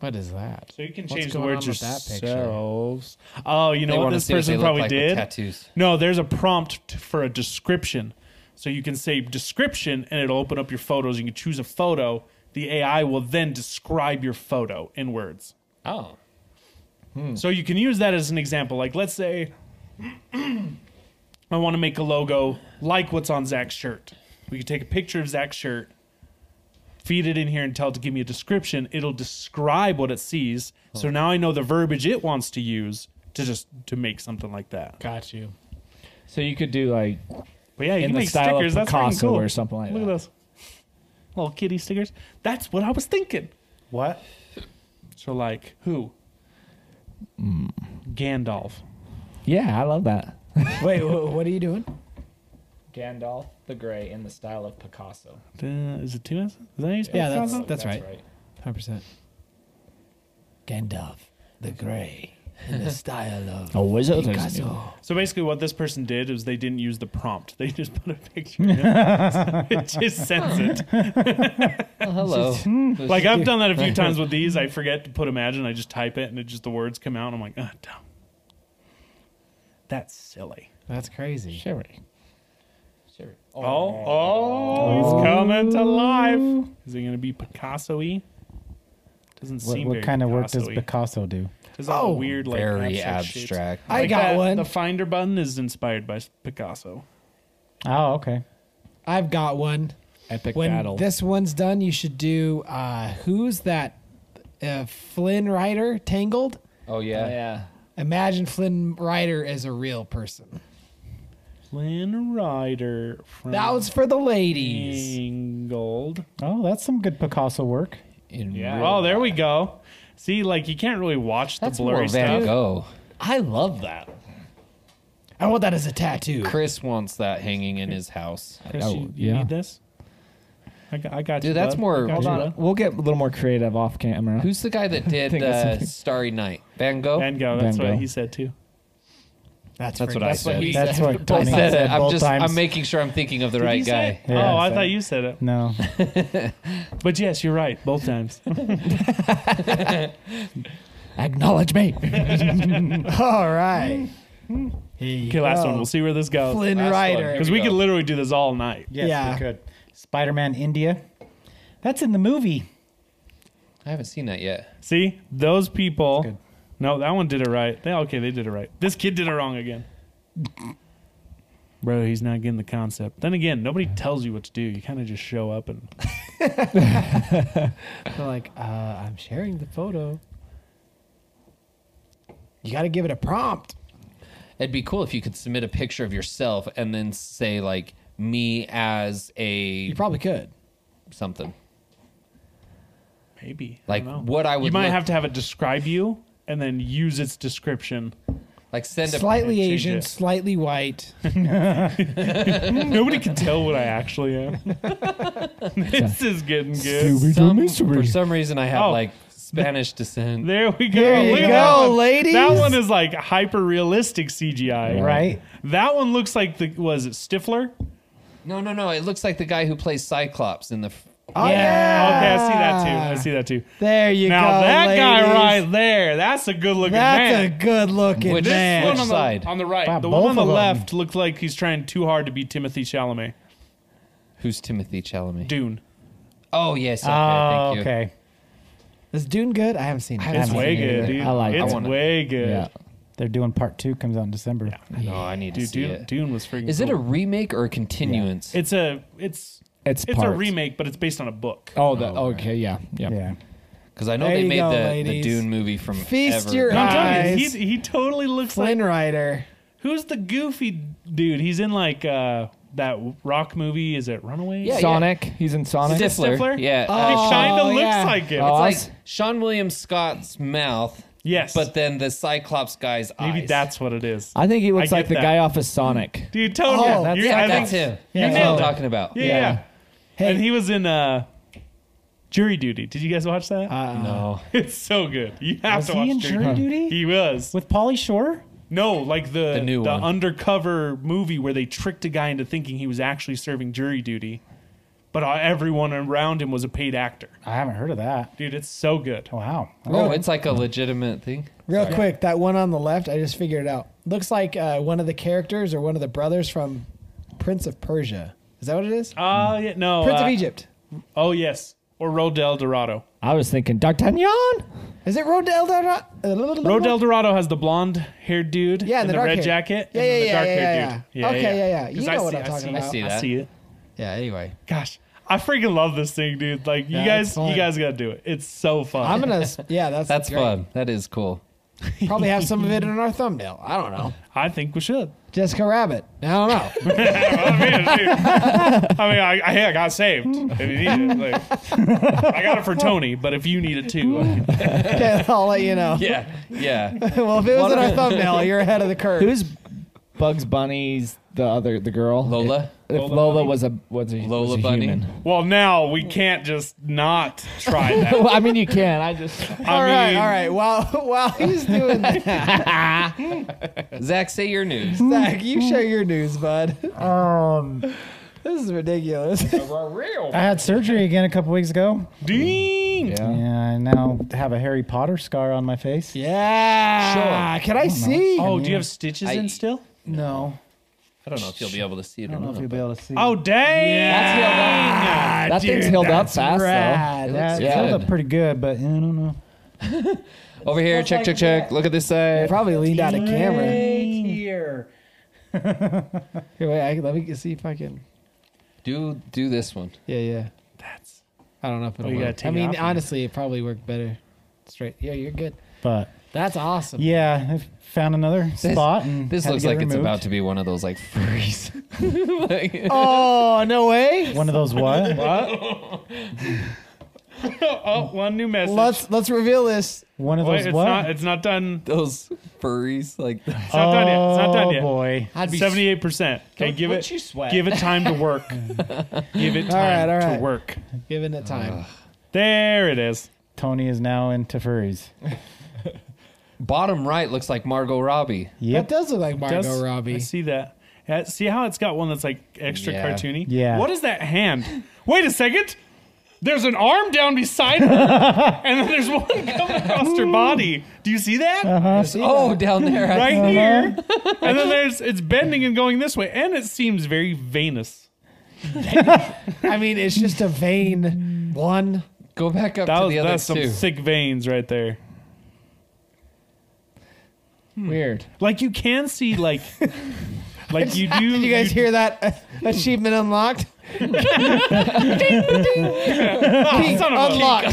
S2: what is that?
S3: So you can
S2: What's
S3: change the
S2: going
S3: words
S2: on with that picture?
S3: yourselves. Oh, you know
S4: They
S3: what
S4: want to
S3: this
S4: see what they
S3: person
S4: look
S3: probably
S4: like with
S3: did.
S4: tattoos.
S3: No, there's a prompt t- for a description. So you can say description and it'll open up your photos. You can choose a photo. The AI will then describe your photo in words.
S4: Oh,
S3: So you can use that as an example. Like, let's say (clears throat) I want to make a logo like what's on Zach's shirt. We could take a picture of Zach's shirt, feed it in here, and tell it to give me a description. It'll describe what it sees. So now I know the verbiage it wants to use to just to make something like that.
S2: Got you.
S1: So you could do like
S3: But yeah, you
S1: in
S3: can
S1: the
S3: make
S1: style
S3: stickers.
S1: of
S3: That's freaking
S1: Picasso
S3: cool.
S1: or something like
S3: Look at
S1: that.
S3: those little kitty stickers. That's what I was thinking.
S5: what?
S3: So like who?
S1: Hmm.
S3: Gandalf.
S1: Yeah, I love that.
S2: Wait, wh- what are you doing?
S1: Gandalf the Grey in the style of Picasso.
S3: Uh, is it two S's? Is that how you spell
S2: Yeah,
S3: it?
S2: that's-
S3: Picasso?
S2: that's right. Hundred percent. Gandalf the Grey in
S4: (laughs)
S2: the style of
S1: A wizard.
S2: Picasso.
S3: So basically, what this person did is they didn't use the prompt; they just put a picture.
S1: (laughs)
S3: in it. it just sends it.
S4: (laughs) oh hello.
S3: Like I've done that a few times with these. I forget to put imagine. I just type it, and it just the words come out. And I'm like, ah, dumb. That's silly.
S2: That's crazy.
S1: Sherry. Sherry.
S3: Oh, oh, he's coming to life. Is it going to be Picasso-y? Doesn't
S5: What,
S3: seem
S5: what
S3: very
S5: kind of work does
S3: Picasso-y.
S5: Picasso do?
S3: It's all
S2: Oh,
S3: weird, like
S4: very
S3: abstract. shapes.
S4: abstract.
S2: I
S3: Like
S2: got
S3: that-
S2: one.
S3: The Finder button is inspired by Picasso.
S5: Oh, okay.
S2: I've got one.
S1: Epic
S2: when
S1: battle.
S2: this one's done, you should do uh, who's that uh, Flynn Rider Tangled?
S4: Oh yeah.
S1: yeah.
S2: Imagine Flynn Rider as a real person.
S3: Lynn Ryder from
S2: That was for the ladies.
S3: Gold.
S5: Oh, that's some good Picasso work.
S4: In
S3: Yeah.
S4: real-
S3: Oh, there we go. See, like you can't really watch the
S4: That's more
S3: blurry
S4: Van
S3: stuff.
S4: Gogh.
S2: I love that. I want that as a tattoo.
S4: Chris wants that hanging in his house.
S3: Chris,
S1: Oh,
S3: you, you
S1: yeah.
S3: need this? I got, I got you.
S4: Dude, that's
S3: bud.
S4: more-
S3: I got
S4: hold
S3: you,
S4: on.
S3: bud.
S1: We'll get a little more creative off camera.
S4: Who's the guy that did
S1: think that's
S4: uh,
S1: something.
S4: Starry Night? Van Gogh.
S3: Van Gogh. That's
S1: Van
S3: what
S1: Gogh.
S3: he said too.
S2: That's,
S4: That's
S2: pretty-
S4: what I
S2: what
S4: said.
S2: he
S5: That's what
S4: I
S5: Tony
S4: said it. I'm
S5: both
S4: just.
S5: times.
S4: I'm making sure I'm thinking of the
S3: Did
S4: right
S3: you say
S4: guy.
S3: it?
S5: Yeah,
S3: oh, I
S5: so-
S3: thought you said it.
S5: No,
S3: But yes, you're right. Both (laughs) times.
S1: Acknowledge me.
S2: All right.
S3: Okay, last one. We'll see where this goes.
S2: Flynn
S4: Last
S2: Rider.
S4: one.
S3: Because
S4: Here
S3: we
S4: we
S3: could
S4: go.
S3: literally do this all night.
S5: yes,
S2: Yeah.
S5: we could. Spider-Man India. That's in the movie.
S4: I haven't seen that yet.
S3: See, those people
S5: good.
S3: No, that one did it right. They okay, they did it right. This kid did it wrong again. Bro, he's not getting the concept. Then again, nobody tells you what to do. You kind of just show up and
S2: (laughs) They're like, uh, I'm sharing the photo. You got to give it a prompt.
S4: It'd be cool if you could submit a picture of yourself and then say like me as a
S2: You probably could.
S4: something.
S3: maybe I
S4: Like
S3: don't know.
S4: what I would
S3: you might
S4: look-
S3: have to have it describe you and then use its
S4: (laughs)
S3: description.
S4: like send a
S2: Slightly
S3: change
S2: Asian,
S3: it.
S2: slightly white.
S3: Nobody can tell what I actually
S4: (laughs)
S3: am. (laughs) this is getting good.
S4: some, for some reason I have
S3: Oh.
S4: like Spanish descent.
S3: There we go.
S2: There you
S3: Look at
S2: go,
S3: that one.
S2: ladies.
S3: That one is like hyper realistic CGI,
S5: Right?
S3: That one looks like the was it Stifler?
S4: No, no, no. It looks like the guy who plays Cyclops in the f-
S2: Oh,
S3: Okay, I see that too. I see that too.
S2: Ah. There you go.
S3: Now that guy
S2: ladies.
S3: right there, that's a good looking
S2: That's
S3: man.
S2: a good looking
S4: Which-
S2: man.
S4: Which
S3: one on
S4: side?
S3: the, on the right,
S5: Wow,
S3: the one on
S5: both
S3: the
S5: of 'em.
S3: left looked like he's trying too hard to be Timothy Chalamet.
S4: who's Timothy Chalamet.
S3: Dune.
S4: Oh yes, okay,
S3: Ah,
S4: thank
S5: Oh,
S4: you.
S5: okay.
S2: Is Dune good? I haven't seen it.
S4: haven't
S3: It's
S4: seen
S3: way
S4: it either.
S3: good, dude.
S1: I like it.
S3: It's
S4: I wanna-
S3: way good.
S1: Yeah.
S5: They're doing part two, comes out in December.
S4: No, I need
S3: Dude,
S4: to see
S3: Dune,
S4: it.
S3: Dune was freaking.
S4: Is it a
S3: cool.
S4: remake or a continuance?
S3: It's a. It's.
S1: It's
S3: It's a
S1: parts.
S3: remake, but it's based on a book.
S1: Oh, the, okay, yeah, yeah.
S5: Yeah.
S4: Because I know
S2: There
S4: they
S2: you
S4: made
S2: go,
S4: the, the
S2: ladies.
S4: Dune movie from
S2: Feast
S4: ever.
S2: your
S3: No, I'm telling you,
S2: Oh, Guys.
S3: he, he totally looks
S2: Flynn
S3: like.
S2: Rider.
S3: Who's the goofy dude? He's in like uh that rock movie. Is it Runaway?
S4: Yeah,
S1: Sonic. He's in Sonic.
S3: Stiff-
S4: Stifler.
S3: Stifler?
S4: Yeah.
S3: He
S4: uh,
S2: Oh,
S3: kind of looks
S2: yeah.
S3: like it.
S1: Oh, I
S4: it's
S1: s-
S4: like Sean William Scott's mouth.
S3: Yes.
S4: But then the Cyclops guy's
S3: Maybe
S4: eyes.
S3: that's what it is.
S1: I think he looks
S3: I
S1: like
S3: get
S1: the
S3: that.
S1: guy off of Sonic.
S3: Dude, totally.
S2: Oh, that's-
S3: You're-
S4: yeah,
S3: I
S4: that's
S3: think-
S4: him.
S3: You
S4: That's what
S3: nailed
S4: I'm
S3: it.
S4: talking about.
S3: Yeah,
S4: Yeah.
S3: yeah.
S2: Yeah. Hey.
S3: And he was in uh, Jury Duty. Did you guys watch that?
S4: No.
S3: (laughs) it's so good. You have
S5: Was
S3: to
S5: he
S3: watch
S5: in
S3: Jury,
S5: Jury Duty?
S3: He was.
S5: With Pauly Shore?
S3: No, like the
S4: The new one.
S3: undercover movie where they tricked a guy into thinking he was actually serving jury duty, but uh, everyone around him was a paid actor.
S5: I haven't heard of that.
S3: Dude, it's so good.
S5: Wow.
S4: Oh, it's like a legitimate thing.
S2: Real quick, that one on the left, I just figured it out. Looks like uh, one of the characters or one of the brothers from Prince of Persia. Is that what it is?
S3: Oh yeah, no.
S2: Prince
S3: uh,
S2: of Egypt.
S3: Oh yes, or Road Del Dorado.
S1: I was thinking D'Artagnan.
S2: Is it Rodel? Dara- uh, la- la- la-
S3: Road
S2: la-
S3: Del Dorado has the blonde haired dude. in
S2: Yeah, and the
S3: the,
S2: dark
S3: red
S2: hair.
S3: jacket.
S2: Yeah,
S3: and
S2: yeah,
S3: the
S2: yeah,
S3: dark haired
S2: yeah,
S3: dude.
S2: yeah. Okay, yeah, yeah. You
S3: 'Cause
S2: know what I'm
S3: I
S2: talking
S3: see,
S2: about.
S4: I see
S3: I
S4: that.
S3: see it.
S2: Yeah, anyway.
S3: Gosh, I freaking love this thing, dude. Like you
S2: Yeah, it's
S3: guys,
S2: fun.
S3: you guys gotta do it. It's so fun.
S2: I'm going to, yeah, that's
S4: That's
S2: great.
S4: fun. That is cool.
S2: Probably have some of it in our thumbnail. I don't know.
S3: I think we (laughs) should.
S2: Jessica Rabbit. I don't know. (laughs)
S3: Oh, I mean, I, I, hey, I got saved. If you need it, like, I got it for Tony, but if you need it too, (laughs) I-
S2: Okay, I'll let you know.
S4: Yeah. Yeah.
S2: Well, if it was in our thumbnail, you're ahead of the curve.
S1: Who's Bugs Bunny's the other the girl?
S4: Lola.
S1: If
S3: Lola
S1: Lola,
S3: Bunny?
S1: was a was a
S4: Lola
S1: was a
S4: Bunny?
S1: Human.
S3: (laughs) well, now we can't just not try that.
S1: Well, I mean, you can. I just
S3: I
S2: All right,
S3: mean,
S2: all right. While while he's doing that,
S4: Zach, say your
S5: (laughs)
S4: news.
S2: Zach, you share your news, bud. (laughs)
S5: Um,
S2: This is ridiculous.
S5: I had surgery again a couple weeks ago.
S3: Ding.
S1: yeah.
S5: Yeah, I now have a Harry Potter scar on my face.
S3: Ah,
S2: Yeah. Sure. Can I, see?
S3: Oh, do you have stitches in
S4: I-
S3: still?
S5: No.
S4: I don't know if you'll be able to see it or
S5: I don't know if you'll
S4: not.
S5: be able to see.
S3: Oh, dang.
S1: That thing's healed up fast
S5: rad. That
S1: looks
S5: held
S4: good.
S5: up pretty good, but I don't know.
S4: Over here, check, check, check. Look at this side.
S2: probably leaned out a camera.
S5: here.
S2: Here, wait, I, let me see if I can.
S4: Do do this one.
S2: Yeah, yeah.
S3: That's
S2: I don't know if it'll
S3: Oh, you gotta
S2: work.
S3: take
S2: I
S3: it
S2: mean,
S3: off and-
S2: honestly, it probably worked better straight. Yeah, you're good.
S5: But
S2: That's awesome.
S5: yeah, I found another spot. And
S4: This
S5: had to
S4: looks
S5: get it
S4: like it's
S5: removed.
S4: about to be one of those like (laughs) furries. Like-
S2: Oh, no way.
S5: One of those what?
S3: oh, (laughs) oh, one new message.
S2: Let's let's reveal this.
S5: One of
S3: Wait,
S5: those
S3: it's
S5: what?
S3: not. It's not done.
S4: those furries
S5: (laughs)
S4: like
S3: It's not done yet. It's not done
S5: Oh
S3: yet.
S5: boy.
S2: I'd be
S3: Seventy-eight percent. Okay, give it.
S1: you sweat.
S3: Give it time to work. give it time
S2: right, all right.
S3: to work.
S2: giving it time.
S3: There it is.
S5: Tony is now into furries.
S4: bottom right looks like Margot Robbie.
S2: That
S5: Yep.
S2: does look like Margot
S3: Does- I
S2: Robbie.
S3: see that. Yeah, see how it's got one that's like extra
S4: Yeah.
S3: cartoony?
S5: Yeah.
S3: What is that hand? Wait a second. There's an arm down beside her, and then there's one coming across her body. Do you see that?
S4: Oh, down
S5: (laughs)
S4: there. I-
S3: Right here. And then there's it's bending and going this way, and it seems very venous.
S2: I mean, it's just a vein one.
S4: Go back up
S3: That
S4: to
S3: was,
S4: the other
S3: that's some
S4: two.
S3: thick veins right there. Hmm.
S1: Weird.
S3: Like you can see like like you do.
S2: Did you guys hear that? (laughs) Achievement unlocked.
S3: (laughs)
S2: (laughs) Peak
S3: son of a-
S2: unlocked.
S5: (laughs)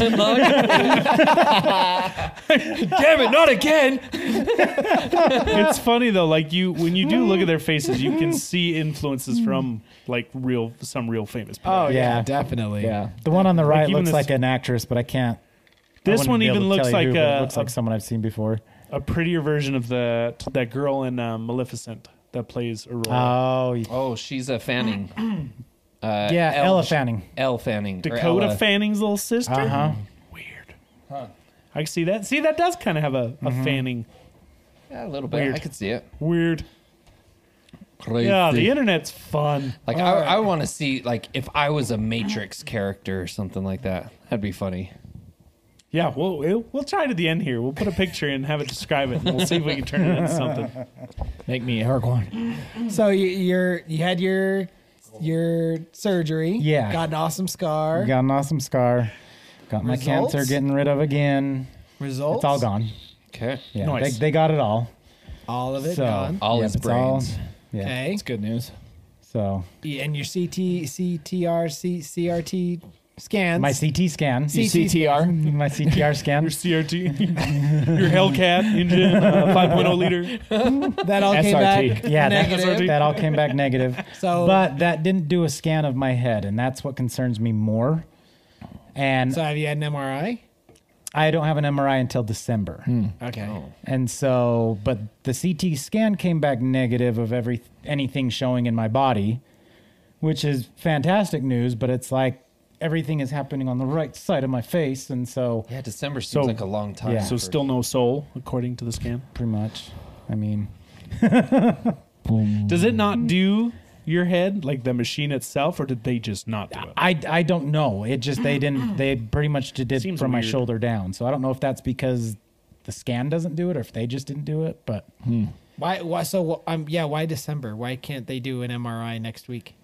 S4: Damn it, not again.
S3: It's funny though. Like you when you do look at their faces, you can see influences from like real some real famous people.
S2: Oh
S5: yeah.
S2: definitely.
S1: Yeah.
S5: The one on the right
S3: even
S5: looks
S3: this-
S5: like an actress, but I can't. I
S3: this
S5: wouldn't
S3: one
S5: be able
S3: even
S5: to
S3: looks
S5: tell
S3: like
S5: you who, but
S3: a,
S5: it looks like someone I've seen before.
S3: a prettier version of the that girl in uh, Maleficent that plays Aurora.
S5: Oh, y-
S4: Oh, she's a Fanning. Uh,
S5: (clears throat) yeah,
S4: Elle-
S5: Ella Fanning.
S4: Elle Fanning. or
S3: Dakota
S4: Ella.
S3: Fanning's little sister.
S5: Uh huh.
S3: Weird. I can see that. See that does kind of have a, a
S5: Mm-hmm.
S3: Fanning.
S4: Yeah, a little bit.
S3: Weird.
S4: I could see it.
S3: Weird. Yeah, the internet's fun.
S4: Like I, I want to see like if I was a Matrix character or something like that. That'd be funny.
S3: Yeah, we'll we'll- we'll try to the end here. We'll put a picture in, have it describe it, and we'll see if we can turn it into
S5: (laughs)
S3: something.
S1: Make me a Aragorn.
S2: So you, you're you had your your surgery.
S5: Yeah.
S2: Got an awesome scar.
S5: Got an awesome scar. Got my
S2: Results?
S5: cancer getting rid of again.
S2: results.
S5: It's all gone.
S4: Okay.
S5: Yeah,
S3: Nice.
S5: they, they got it all.
S2: All of it
S5: So-
S2: gone.
S4: All
S5: Yep,
S4: his
S5: it's all-
S4: brains.
S5: yeah.
S2: Okay.
S1: It's good news.
S5: So
S2: Yeah, And your CT CTR C- CRT scans.
S5: my CT scan.
S2: C-
S1: CTR.
S2: (laughs)
S5: my CTR scan.
S3: Your CRT, your Hellcat engine, uh, 5.0 liter.
S2: that all came
S1: SRT.
S2: back
S5: Yeah, that,
S2: negative.
S5: that all came back negative.
S2: (laughs) So-
S5: but that didn't do a scan of my head, and that's what concerns me more. And
S2: So have you had an MRI?
S5: I don't have an MRI until December,
S2: Okay.
S5: and so but the CT scan came back negative of every anything showing in my body, which is fantastic news. But it's like everything is happening on the right side of my face, and so
S4: Yeah, December
S3: So-
S4: seems like a long time.
S5: yeah.
S4: for-
S3: So still no soul, according to the scan.
S5: pretty much, I mean,
S3: Does it not do your head like the machine itself, or did they just not do (laughs) it?
S5: I, I don't know. It just they didn't. They pretty much did it
S3: Seems
S5: from my
S3: weird.
S5: shoulder down. So I don't know if that's because the scan doesn't do it or if they just didn't do it. But
S2: Why? Why? So wh- um, yeah. Why December? Why can't they do an MRI next week?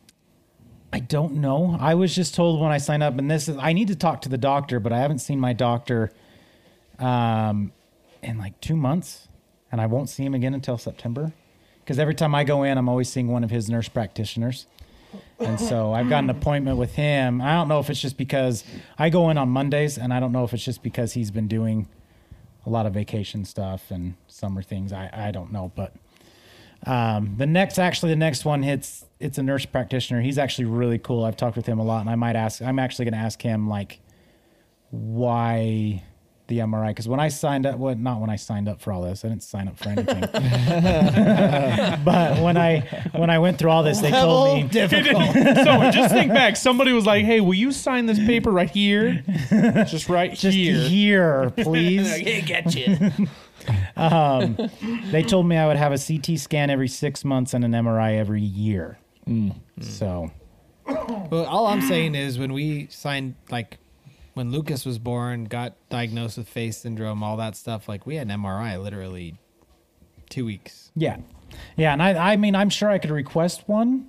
S5: I don't know. I was just told when I signed up, and this is I need to talk to the doctor, but I haven't seen my doctor, um, in like two months, and I won't see him again until September, because every time I go in, I'm always seeing one of his nurse practitioners. And so I've got an appointment with him. I don't know if it's just because I go in on Mondays, and I don't know if it's just because he's been doing a lot of vacation stuff and summer things. I, I don't know, but um, the next actually the next one hits it's a nurse practitioner. He's actually really cool. I've talked with him a lot, and I might ask. I'm actually going to ask him like why the MRI because when I signed up, well, not when I signed up for all this, I didn't sign up for anything. (laughs) but when I when I went through all this, they told me
S3: so just think back. Somebody was like, "Hey, will you sign this paper right (laughs) here? Just right
S5: just
S3: here." (laughs)
S5: here, please. Um,
S3: get you.
S5: (laughs) They told me I would have a CT scan every six months and an MRI every year.
S3: Hmm.
S5: So
S2: Well, all I'm saying is when we signed, like when Lucas was born, got diagnosed with face syndrome, all that stuff. Like we had an MRI literally two weeks.
S5: yeah, yeah, and I I mean I'm sure I could request one,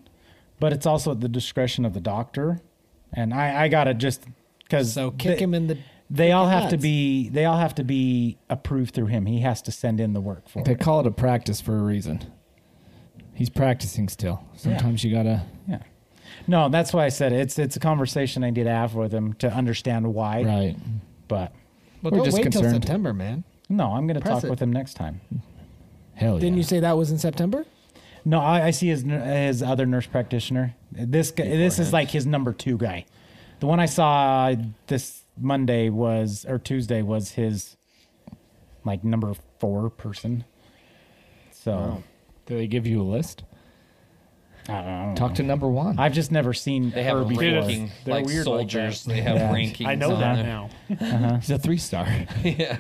S5: but it's also at the discretion of the doctor, and I I got to just because
S2: So kick him in the.
S5: They all have to
S2: nuts.
S5: be they all have to be approved through him. He has to send in the work for
S1: They
S5: it.
S1: call it a practice for a reason. He's practicing still. Sometimes you gotta.
S5: Yeah. No, that's why I said it's it's a conversation I need to have with him to understand why.
S1: Right.
S5: But
S2: Well,
S1: We're
S2: don't
S1: just
S2: wait till
S1: concerned.
S2: September, man.
S5: no, I'm going to
S2: Press
S5: talk
S2: it.
S5: with him next time.
S1: Hell yeah.
S2: Didn't you say that was in September?
S5: No, I, I see his n- his other nurse practitioner. This guy, this is like his number two guy. The one I saw this Monday was or Tuesday was his like number four person. So
S1: Do they give you a list?
S5: I don't know.
S1: Talk to number one.
S5: I've just never seen
S4: they have
S5: her before.
S4: ranking
S3: They're
S4: like
S3: weird like
S4: soldiers. they have
S5: Yeah.
S4: rankings.
S3: I know
S4: on
S3: that
S4: them.
S3: now.
S1: He's a three star.
S4: yeah.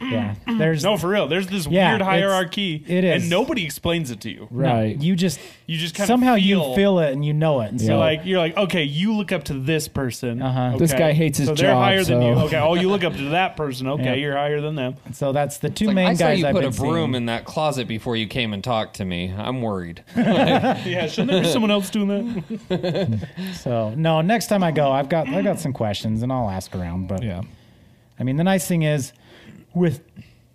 S5: Yeah, there's
S3: Mm. No, for real. There's this
S5: Yeah,
S3: weird
S5: it's-
S3: hierarchy,
S5: it is.
S3: and nobody explains it to you.
S5: no,
S1: right.
S5: You just
S3: You just kind
S5: somehow
S3: of
S5: you feel it and you know it. And
S1: Yeah.
S5: so
S3: like you're like okay, you look up to this person.
S5: Uh-huh.
S1: This guy hates his
S3: so they're
S1: job,
S3: higher than you.
S1: so-
S3: Okay, oh, you look up to that person. Okay,
S5: Yeah.
S3: you're higher than (laughs) them.
S5: so that's the two
S4: Like,
S5: main
S4: I saw
S5: guys
S4: you
S5: I've
S4: put
S5: been
S4: a broom
S5: seeing.
S4: in that closet before you came and talked to me. I'm
S5: (laughs)
S4: worried.
S3: Yeah, shouldn't there be someone else doing that?
S5: So no, next time I go, I've got I've got some questions and I'll ask around. But
S1: yeah.
S5: I mean, the nice thing is with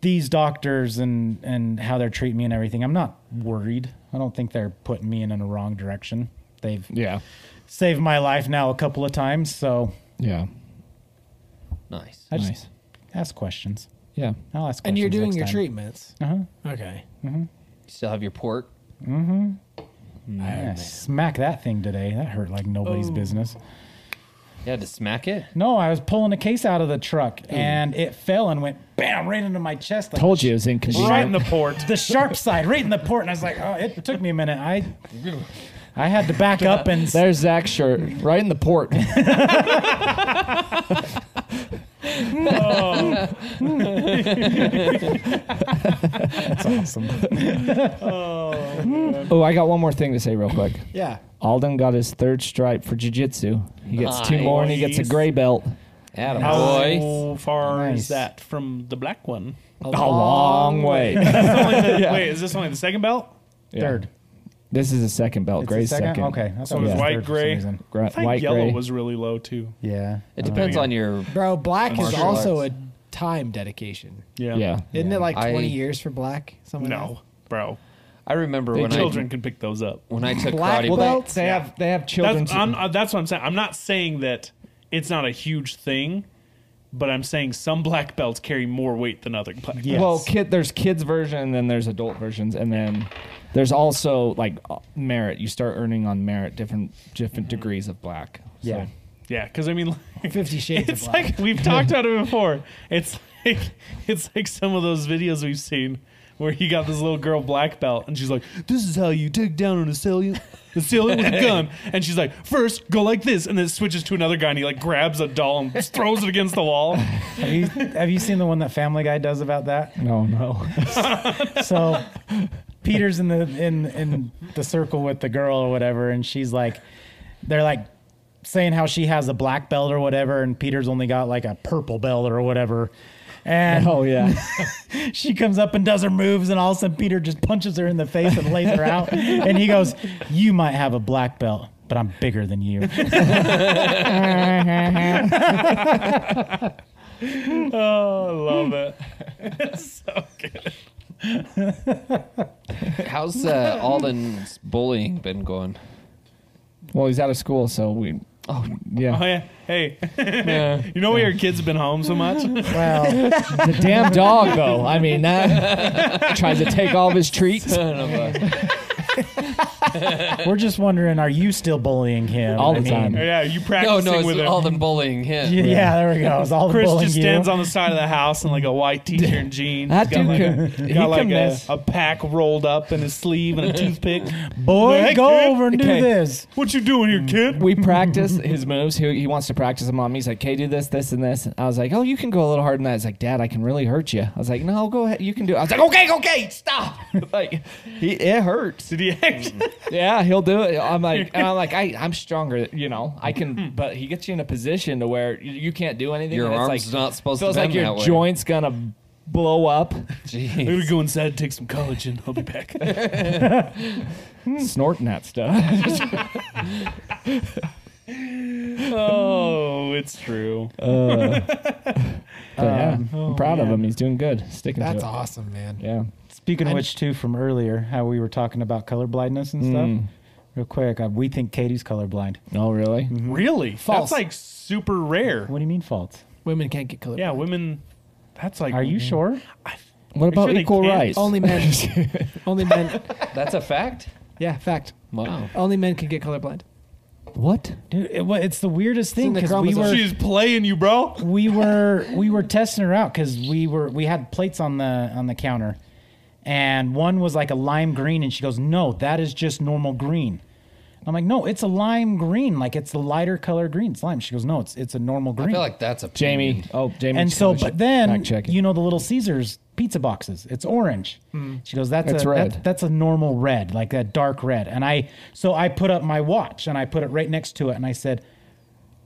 S5: these doctors and and how they're treating me and everything, I'm not worried. I don't think they're putting me in, in a wrong direction. They've
S1: Yeah.
S5: saved my life now a couple of times, so
S1: Yeah.
S4: Nice.
S5: I just
S1: Nice.
S5: ask questions.
S1: Yeah.
S5: I'll ask questions.
S2: And you're doing
S5: next
S2: your
S5: time.
S2: treatments.
S5: Uh-huh.
S2: Okay.
S4: You still have your port?
S5: Yeah, smack that thing today. That hurt like nobody's
S2: Oh.
S5: business.
S4: You had to smack it?
S5: No, I was pulling a case out of the truck and it fell and went bam right into my chest. Like
S1: Told you it was
S3: right in
S1: inconvenient.
S3: the port.
S5: the sharp side, right in the port, and I was like, oh, it took me a
S1: (laughs)
S5: minute. I I had to back up and s-
S1: There's Zach's shirt. Right in the port. Oh, I got one more thing to say real quick.
S2: Yeah.
S1: Alden got his third stripe for jiu-jitsu. He gets two
S4: Nice.
S1: more and he gets a gray belt.
S4: Adam, boy.
S3: How far
S5: Nice.
S3: is that from the black (laughs) one?
S1: A long way. (laughs)
S3: It's only the- Wait, is this only the second belt?
S5: third.
S1: This is a second belt.
S5: It's the
S1: Gray's second.
S5: Okay, that's
S3: So it was white, gray.
S1: Gra-
S3: I think
S1: white
S3: yellow
S1: gray.
S3: was really low too.
S5: Yeah,
S4: It depends on your.
S2: Bro, black is
S4: Martial
S2: also a time dedication.
S3: Yeah.
S1: yeah.
S2: Isn't it like
S4: I-
S2: 20 years for black? Something like
S3: No, bro.
S4: I remember
S3: The
S4: when
S3: children can pick those up.
S4: I when I took
S2: Black
S4: karate.
S2: belt?
S1: Well,
S2: Belts,
S1: they, they have they have children.
S3: That's, I'm, uh, that's what I'm saying. I'm not saying that it's not a huge thing, but I'm saying some black belts carry more weight than other black belts.
S5: Yeah.
S1: Well,
S5: Yes.
S1: kid, there's kids version, and then there's adult versions, and then there's also like uh, merit. You start earning on merit, different different
S3: Mm-hmm.
S1: degrees of black. So-
S5: yeah.
S3: Yeah, because I mean, (laughs) like,
S2: 50 Shades
S3: It's
S2: of Black.
S3: like we've talked about it before. It's like it's like some of those videos we've seen where he got this little girl black belt and she's like, "This is how you take down an assailant." Assailant
S1: (laughs)
S3: with a gun, and she's like, first go like this, and then it switches to another guy, and he like grabs a doll and just throws it against the
S1: (laughs)
S3: wall.
S5: Have you have you seen the one that Family Guy does about that?
S3: (laughs)
S1: No, no.
S5: So Peter's in the in in the circle with the girl or whatever, and she's like, they're like saying how she has a black belt or whatever, and Peter's only got like a purple belt or whatever. And
S1: oh yeah.
S5: (laughs) she comes up and does her moves, and all of a sudden Peter just punches her in the face and lays her out. And he goes, "You might have a black belt, but I'm bigger than you."
S3: Oh, I love it.
S4: How's uh, Alden's bullying been going?
S1: Well, he's out of school, so we. Oh
S3: Oh (laughs)
S1: yeah.
S3: yeah, hey, you know why your kids have been home so
S1: (laughs)
S3: much?
S5: Well,
S1: The damn dog, though. I mean,
S3: (laughs)
S1: that tries to take all of
S4: (laughs)
S1: his treats.
S4: uh,
S5: we're just wondering, are you still bullying him
S1: All the time.
S3: yeah, you
S4: No,
S3: practicing
S4: no, it's
S3: with him.
S4: Alden bullying him.
S5: (laughs) Yeah, there we go. It's all the
S3: Chris
S5: bullying
S3: just
S5: you.
S3: stands on the side of the house in like a
S1: (laughs)
S3: white t-shirt and jeans.
S1: That
S3: He's got
S1: dude
S3: like,
S1: can-
S3: a,
S1: he
S3: got like
S1: can
S3: a,
S1: miss.
S3: a pack rolled up in his sleeve and a
S1: (laughs)
S3: toothpick.
S5: Boy,
S3: Hey,
S5: go
S3: kid.
S5: over and do
S1: Okay.
S5: this.
S3: What you doing here, kid?
S1: we practice his moves. He, he wants to practice them on me. He's like, "Okay, do this, this, and this." I was like, "Oh, you can go a little harder than that." He's like, "Dad, I can really hurt you." I was like, "No, go ahead, you can do." it. I was like, "Okay, okay, stop." (laughs) like, he, it hurts.
S3: Did he (laughs) actually?
S1: Yeah, he'll do it. I'm like, and I'm like, I, I'm stronger. You know, I can. But he gets you in a position to where you, you can't do anything.
S4: Your
S1: and it's
S4: arm's
S1: like,
S4: not supposed to
S1: feels
S4: bend
S1: like your
S4: that way.
S1: joints gonna blow up.
S3: I'm
S4: Jeez.
S3: gonna go inside and take some collagen. I'll be back.
S1: (laughs) snorting that stuff.
S3: (laughs) oh, it's true.
S1: But yeah,
S5: oh,
S1: I'm proud of
S5: man.
S1: him. He's doing good. Sticking
S2: That's
S1: to it.
S2: awesome, man.
S1: Yeah.
S5: Speaking of which, too, from earlier, how we were talking about color blindness and stuff. Real quick, uh, we think Katie's colorblind.
S1: Oh, really?
S3: Mm-hmm. Really?
S2: False.
S3: That's like super rare.
S5: What do you mean false?
S2: Women can't get color.
S3: Yeah, women. That's like.
S5: Are you sure?
S1: What about
S3: sure they
S1: equal
S3: can.
S1: rights?
S2: Only (laughs) men. only men.
S4: (laughs) That's a fact?
S2: Yeah, fact.
S4: Wow.
S2: Only men can get colorblind.
S1: what?
S5: Dude, it, wa- it's the weirdest thing
S2: in the
S5: because we
S2: chromosome.
S5: were
S3: She's playing you, bro.
S5: we were we were testing her out because we were we had plates on the on the counter, and one was like a lime green, and she goes, "No, that is just normal green." I'm like, "No, it's a lime green, like it's the lighter color green, it's lime." She goes, "No, it's it's a normal green."
S4: I feel like that's a.
S1: Jamie. Oh, Jamie.
S5: and so,
S1: Chilich.
S5: but then
S1: Fact check it.
S5: you know the little Caesars pizza boxes. It's orange.
S4: Hmm.
S5: She goes, "That's
S1: It's
S5: a
S1: red.
S5: That, that's a normal red, like a dark red." And I so I put up my watch and I put it right next to it and I said,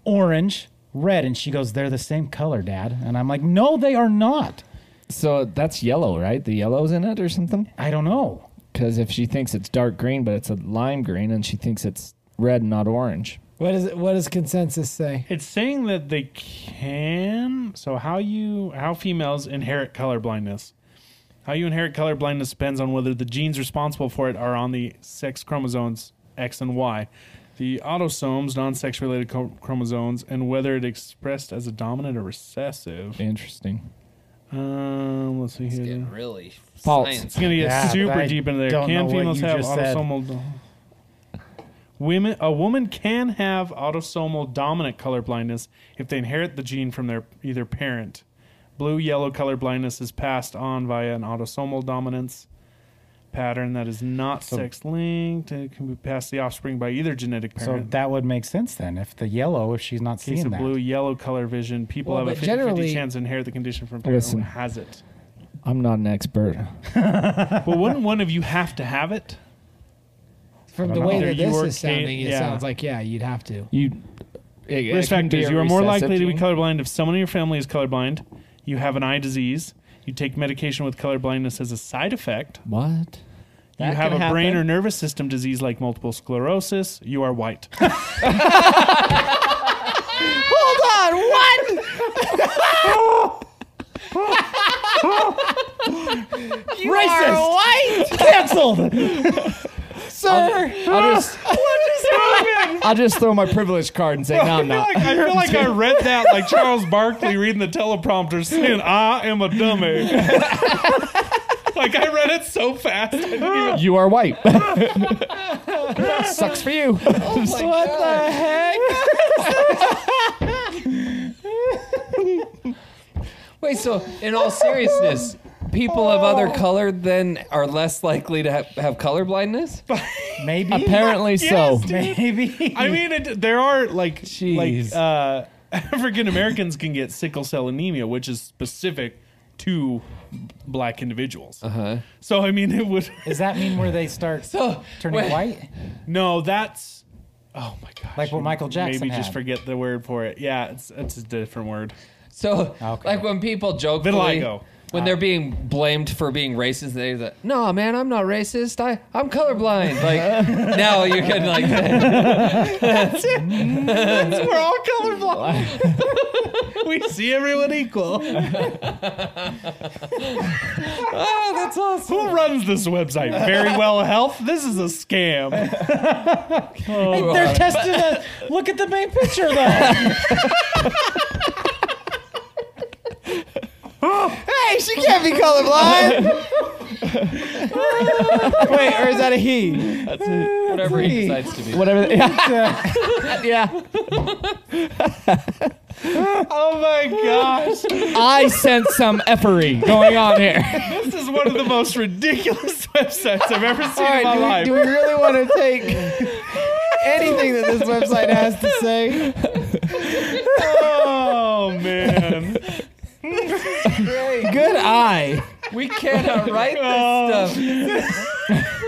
S5: "Orange, red," and she goes, "They're the same color, Dad." And I'm like, "No, they are not.
S1: So that's yellow, right? The yellow's in it or something?
S5: I don't know."
S1: Because if she thinks it's dark green, but it's a lime green, and she thinks it's red, not orange.
S2: What is it? What does consensus say?
S3: It's saying that they can. So how you how females inherit color blindness? How you inherit color blindness depends on whether the genes responsible for it are on the sex chromosomes X and Y, the autosomes, non-sex related co- chromosomes, and whether it expressed as a dominant or recessive.
S1: Interesting.
S3: Um, let's see
S4: It's
S3: here.
S4: getting really
S1: False.
S4: science.
S3: It's gonna get
S5: Yeah, but
S3: super
S5: I
S3: deep into there.
S5: don't know
S3: Can
S5: what
S3: females
S5: you
S3: have
S5: just said.
S3: autosomal? do- Women, a woman can have autosomal dominant color blindness if they inherit the gene from their either parent. Blue yellow color blindness is passed on via an autosomal dominance pattern that is not sex linked. It can be passed to the offspring by either genetic
S5: So
S3: parent.
S5: that would make sense then. If the yellow, if she's not
S3: In case
S5: seeing
S3: of
S5: that,
S3: blue yellow color vision, people
S2: Well,
S3: have a
S2: but
S3: 50 50
S2: generally-
S3: chance to inherit the condition from parent who
S1: Listen.
S3: has it.
S1: I'm not an expert.
S3: But wouldn't one of you have to have it?
S2: From
S5: I
S2: the
S5: don't
S2: way
S3: know.
S2: that
S3: Either you
S2: this
S3: or
S2: is sounding,
S3: Kate-
S2: it
S3: yeah.
S2: sounds like yeah, you'd have to.
S1: You. It, it
S3: Risk
S1: can be
S3: factors.
S1: a
S3: You are more
S1: recessive
S3: likely to be
S1: gene.
S3: colorblind if someone in your family is colorblind, you have an eye disease, you take medication with colorblindness as a side effect,
S1: What?
S3: you have a brain or nervous system disease like multiple sclerosis, you are white.
S2: Hold on, what? you Racist. are white,
S5: canceled.
S2: sir.
S1: I'll just, I'll just throw my privilege card and say, (laughs) no, I'm
S3: I,
S1: not.
S3: feel like, (laughs) I feel like I read that like Charles Barkley reading the teleprompter saying, I am a dummy. (laughs) like I read it so fast. I didn't even-
S1: (laughs) You are white. Sucks
S2: (laughs)
S1: for you.
S2: Oh what the heck?
S4: Wait, so in all seriousness, people of other color then are less likely to have, have color blindness?
S5: Maybe.
S1: Apparently
S3: Yes,
S1: so.
S3: dude.
S5: Maybe.
S3: I mean, it, there are like
S1: Jeez.
S3: like uh, (laughs) African Americans can get sickle cell anemia, which is specific to black individuals.
S4: Uh-huh.
S3: So I mean, it would
S5: Does that mean
S4: (laughs)
S5: where they start
S4: So
S5: turning
S4: wait,
S5: white?
S3: (laughs) no. That's oh my gosh,
S5: Like what Michael Jackson
S3: Maybe just
S5: had.
S3: forget the word for it. Yeah, it's it's a different word.
S4: So
S5: Okay.
S4: like when people joke
S3: Vitiligo.
S4: when they're being blamed for being racist, they like, no man, I'm not racist. I I'm (laughs) colorblind. Like now you can like (laughs)
S3: We're all colorblind. (laughs) we see everyone equal. (laughs)
S4: oh, that's awesome.
S3: Who runs this website? Very well health. This is a scam.
S5: They're testing us. Look at the main picture, though.
S2: Hey, she can't be colorblind. Wait, or is that a
S4: (laughs)
S2: he?
S4: Whatever he decides to be.
S1: Whatever. Yeah. yeah.
S3: Oh my gosh.
S1: I sense some effery going on here.
S3: This is one of the most ridiculous (laughs) websites I've ever seen
S2: (laughs) All
S3: in my
S2: right,
S3: life.
S2: do we, do we really want to
S4: (laughs)
S2: take anything that this website has to say?
S3: oh man.
S2: Good eye.
S4: We cannot write this (laughs)
S3: Oh.
S4: stuff.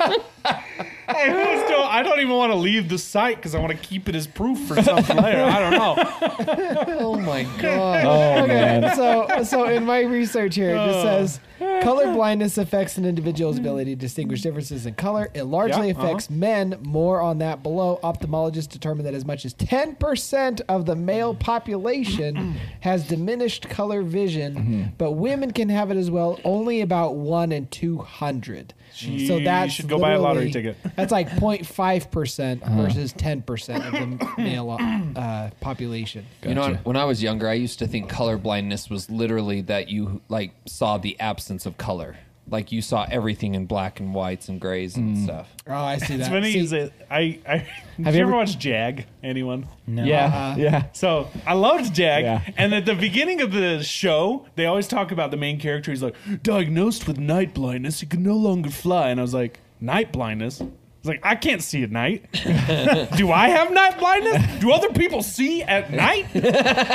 S3: I, almost don't, I don't even want to leave the site because I want to keep it as proof for something later. I don't know.
S4: Oh my god.
S1: Oh, man.
S2: So, so in my research here, it just
S3: Oh.
S2: says color blindness affects an individual's ability to distinguish differences in color. It largely
S3: Yeah, uh-huh.
S2: affects men. More on that below. Ophthalmologists determined that as much as 10% of the
S3: (clears throat)
S2: male population has diminished color vision,
S3: Mm-hmm.
S2: but women can have it as well. Only about one in 200.
S3: Gee,
S2: so
S3: you
S2: that's
S3: should go buy a lottery
S2: literally-
S3: ticket. Uh-huh.
S2: That's like 0.5% versus 10% of the male uh, population.
S4: You know, when I was younger, I used to think color blindness was literally that you like saw the absence of color. Like you saw everything in black and whites and grays and stuff.
S2: Oh, I see that. (laughs)
S3: It's funny.
S2: See-
S3: is it, I, I, did you,
S1: you
S3: ever
S1: ever-
S3: watch Jag? Anyone?
S1: Yeah.
S2: Uh,
S1: yeah.
S3: So I loved Jag,
S1: Yeah.
S3: and at the beginning of the show, they always talk about the main character. He's like diagnosed with night blindness; he can no longer fly. And I was like, night blindness. I was like, I can't see at night. (laughs) Do I have night blindness? Do other people see at night? (laughs)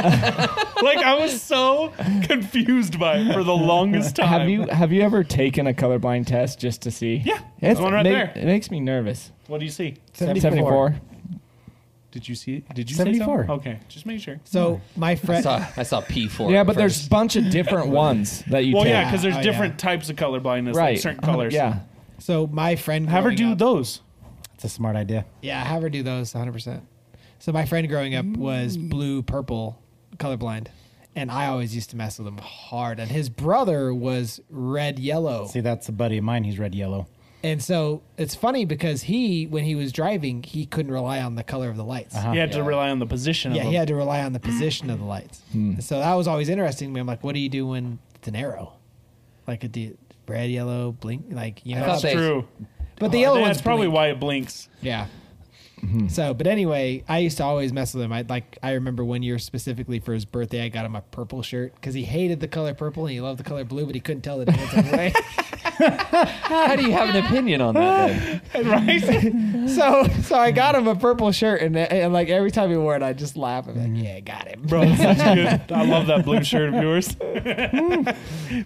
S3: like I was so confused by it for the longest time.
S1: Have you have you ever taken a colorblind test just to see?
S3: Yeah,
S1: It's,
S3: the one right
S1: ma-
S3: there.
S1: It makes me nervous.
S3: What do you see?
S1: 74.
S3: Did you see? Did you say
S5: 74.
S3: something? Okay, just make sure.
S2: So my
S4: I
S2: friend,
S4: saw, I saw P4.
S1: Yeah,
S4: at
S1: but there's a
S4: first.
S1: bunch of
S3: (laughs)
S1: different ones that you
S3: Well,
S1: take.
S3: yeah, because there's
S2: Oh, yeah.
S3: different types of colorblindness,
S1: right.
S3: like certain colors.
S1: Yeah.
S2: so my friend,
S3: Have her
S2: growing
S3: do
S2: up-
S3: those.
S5: That's a smart idea.
S2: Yeah, have
S3: Mm.
S2: her do those 100. percent So my friend growing up was blue purple colorblind, and I always used to mess with him hard. And his brother was red yellow.
S5: See, that's a buddy of mine. He's red yellow.
S2: And so it's funny because he, when he was driving, he couldn't rely on the color of the lights.
S3: You had to
S4: Yeah.
S3: rely on the position
S2: Yeah,
S3: of
S2: he had to rely on the position of the lights.
S3: Hmm.
S2: So that was always interesting to me. I'm like, what do you do when it's an arrow? Like a d- red, yellow, blink, like you know.
S4: thought
S3: That's
S4: they-
S3: true.
S2: but the yellow
S3: Oh, That's
S2: one's
S3: probably
S2: blink.
S3: why it blinks.
S2: Yeah. So, but anyway, I used to always mess with him. I like I remember one year specifically for his birthday, I got him a purple shirt because he hated the color purple and he loved the color blue, but he couldn't tell the difference anyway.
S4: (laughs) How do you have an opinion on that?
S2: (laughs)
S4: Then?
S2: so, so I got him a purple shirt, and, and like every time he wore it, I just laugh. I'm like, yeah, got
S3: (laughs)
S2: him.
S3: Bro, it's such good. I love that blue shirt of yours. (laughs)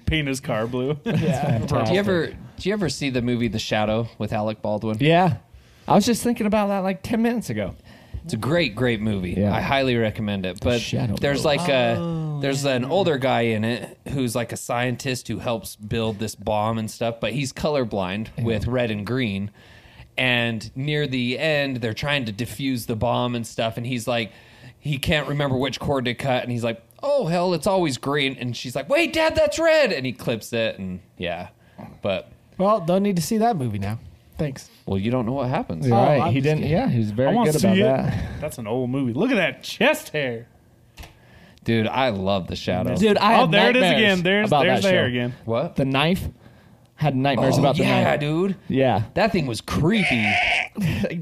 S3: Paint his car blue.
S4: Do you ever do you ever see the movie The Shadow with Alec Baldwin?
S1: Yeah. I was just thinking about that like 10 minutes ago.
S4: It's a great, great movie.
S1: Yeah.
S4: I highly recommend it. But
S1: Shadow
S4: there's like a there's an older guy in it who's like a scientist who helps build this bomb and stuff, but he's colorblind with red and green. And near the end, they're trying to defuse the bomb and stuff, and he's like, he can't remember which cord to cut, and he's like, oh hell, it's always green. And she's like, wait, Dad, that's red, and he clips it, and yeah, but
S2: Well, don't need to see that movie now. Thanks.
S4: well, you don't know what happens.
S1: You're
S3: Oh,
S1: right.
S2: I'm
S1: He
S2: just
S1: didn't.
S2: kidding.
S1: Yeah, he was
S3: I
S1: very
S3: want
S1: good
S3: to
S1: about
S3: see it.
S1: that.
S3: That's an old movie. Look at that chest hair.
S4: Dude, I love The Shadow.
S1: Dude, I
S3: Oh,
S1: had
S3: there it is
S1: nightmares
S3: again. There's
S1: about
S3: there's
S1: that
S3: the hair
S1: show. (laughs)
S3: again.
S4: what?
S1: The knife had nightmares
S4: Oh,
S1: about the
S4: yeah,
S1: knife.
S4: dude.
S1: Yeah.
S4: That thing was creepy.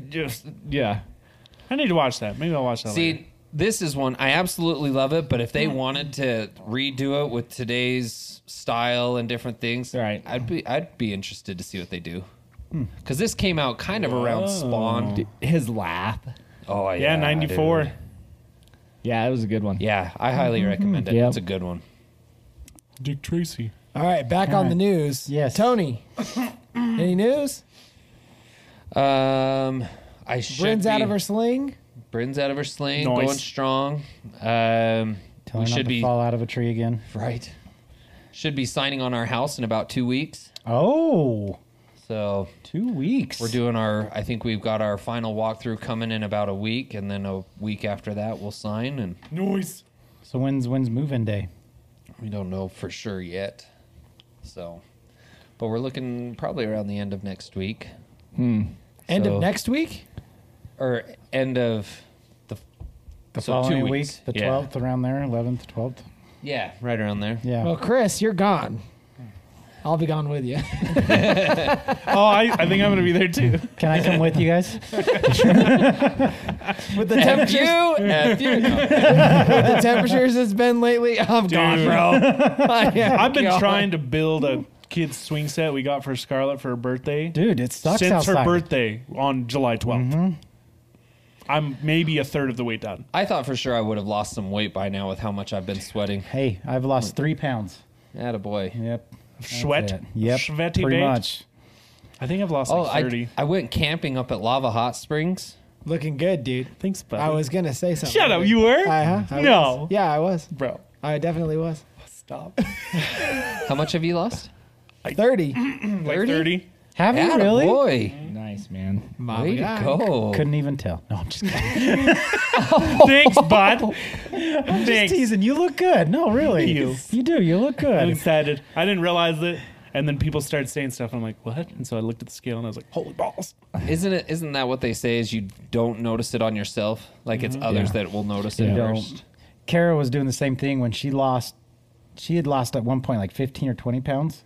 S1: Just yeah.
S3: I need to watch that. Maybe I'll watch that. later.
S4: See, this is one I absolutely love it, but if they wanted to redo it with today's style and different things,
S1: Right.
S4: I'd be I'd be interested to see what they do. Cuz this came out kind of around Spawn.
S1: His laugh.
S4: Oh yeah.
S3: Yeah, ninety four.
S4: dude.
S1: Yeah, it was a good one.
S4: Yeah, I highly recommend it.
S1: Yep.
S4: It's a good one.
S3: Dick Tracy.
S2: All right, back on the news.
S5: Yes.
S2: Tony. any news?
S4: Um I should
S2: Bryn's out
S4: be-
S2: of her sling.
S4: Bryn's out of her sling,
S3: Nice.
S4: going strong. Um
S5: Tell
S4: we
S5: her not
S4: should
S5: to
S4: be
S5: fall out of a tree again.
S4: right. Should be signing on our house in about 2 weeks.
S5: Oh,
S4: So
S5: two weeks.
S4: We're doing our. I think we've got our final walkthrough coming in about a week, and then a week after that we'll sign. And
S3: Noise.
S5: So when's when's move-in day?
S4: we don't know for sure yet. So, but we're looking probably around the end of next week
S5: Hmm.
S2: End
S4: So-
S2: of next week.
S4: or end of the. so
S5: The
S4: two
S5: following
S4: weeks.
S5: week, the
S4: Yeah.
S5: twelfth, around there, eleventh, twelfth.
S4: Yeah, right around there.
S5: Yeah.
S2: Well, Chris, you're gone. I'll be gone with you.
S3: Oh, I, I think I'm gonna be there
S1: (laughs)
S3: too.
S5: Can I come with
S4: (laughs)
S5: you guys?
S2: with the
S4: F
S2: temperatures,
S4: you, (laughs)
S5: (laughs)
S4: F you. No.
S2: with the temperatures it's been lately, I'm gone,
S3: Dude.
S2: bro. (laughs) I am
S3: I've been
S2: gone.
S3: trying to build a kid's swing set we got for Scarlett for her birthday.
S5: Dude, it sucks
S3: since
S5: outside.
S3: her birthday on July 12th.
S1: Mm-hmm.
S3: I'm maybe a third of the way done.
S4: I thought for sure I would have lost some weight by now with how much I've been sweating.
S5: Hey, I've lost three pounds.
S4: Attaboy.
S5: Yep. That's
S3: Sweat.
S5: it. Yep.
S3: Sweaty
S5: pretty
S3: bait.
S5: much.
S3: I think I've lost
S4: Oh,
S3: like 30.
S4: I, I went camping up at Lava Hot Springs.
S2: Looking good, dude.
S3: Thanks, buddy.
S2: I was gonna say something.
S3: Shut up. You were?
S2: Uh-huh, I
S3: No.
S2: was. Yeah, I was.
S3: Bro,
S2: I definitely was.
S3: (laughs) stop.
S4: How much have you lost?
S3: (clears throat)
S2: Thirty.
S3: like
S1: (laughs)
S3: 30?
S5: Have you really?
S4: Boy,
S1: Nice man.
S2: My
S4: way to
S2: God.
S4: go.
S5: Couldn't even tell. No, I'm
S4: (laughs)
S5: just kidding.
S3: Thanks, bud. Thanks.
S5: teasing. You look good. No, really.
S3: You.
S5: You do. You look
S3: I'm
S5: good.
S3: excited. I didn't realize it. And then people started saying stuff. And I'm like, what? And so I looked at the scale and I was like, holy balls.
S4: Isn't it? Isn't that what they say? Is you don't notice it on yourself, like it's others that will notice it
S5: You
S4: first.
S5: don't. Kara was doing the same thing when she lost. She had lost at one point like 15 or 20 pounds.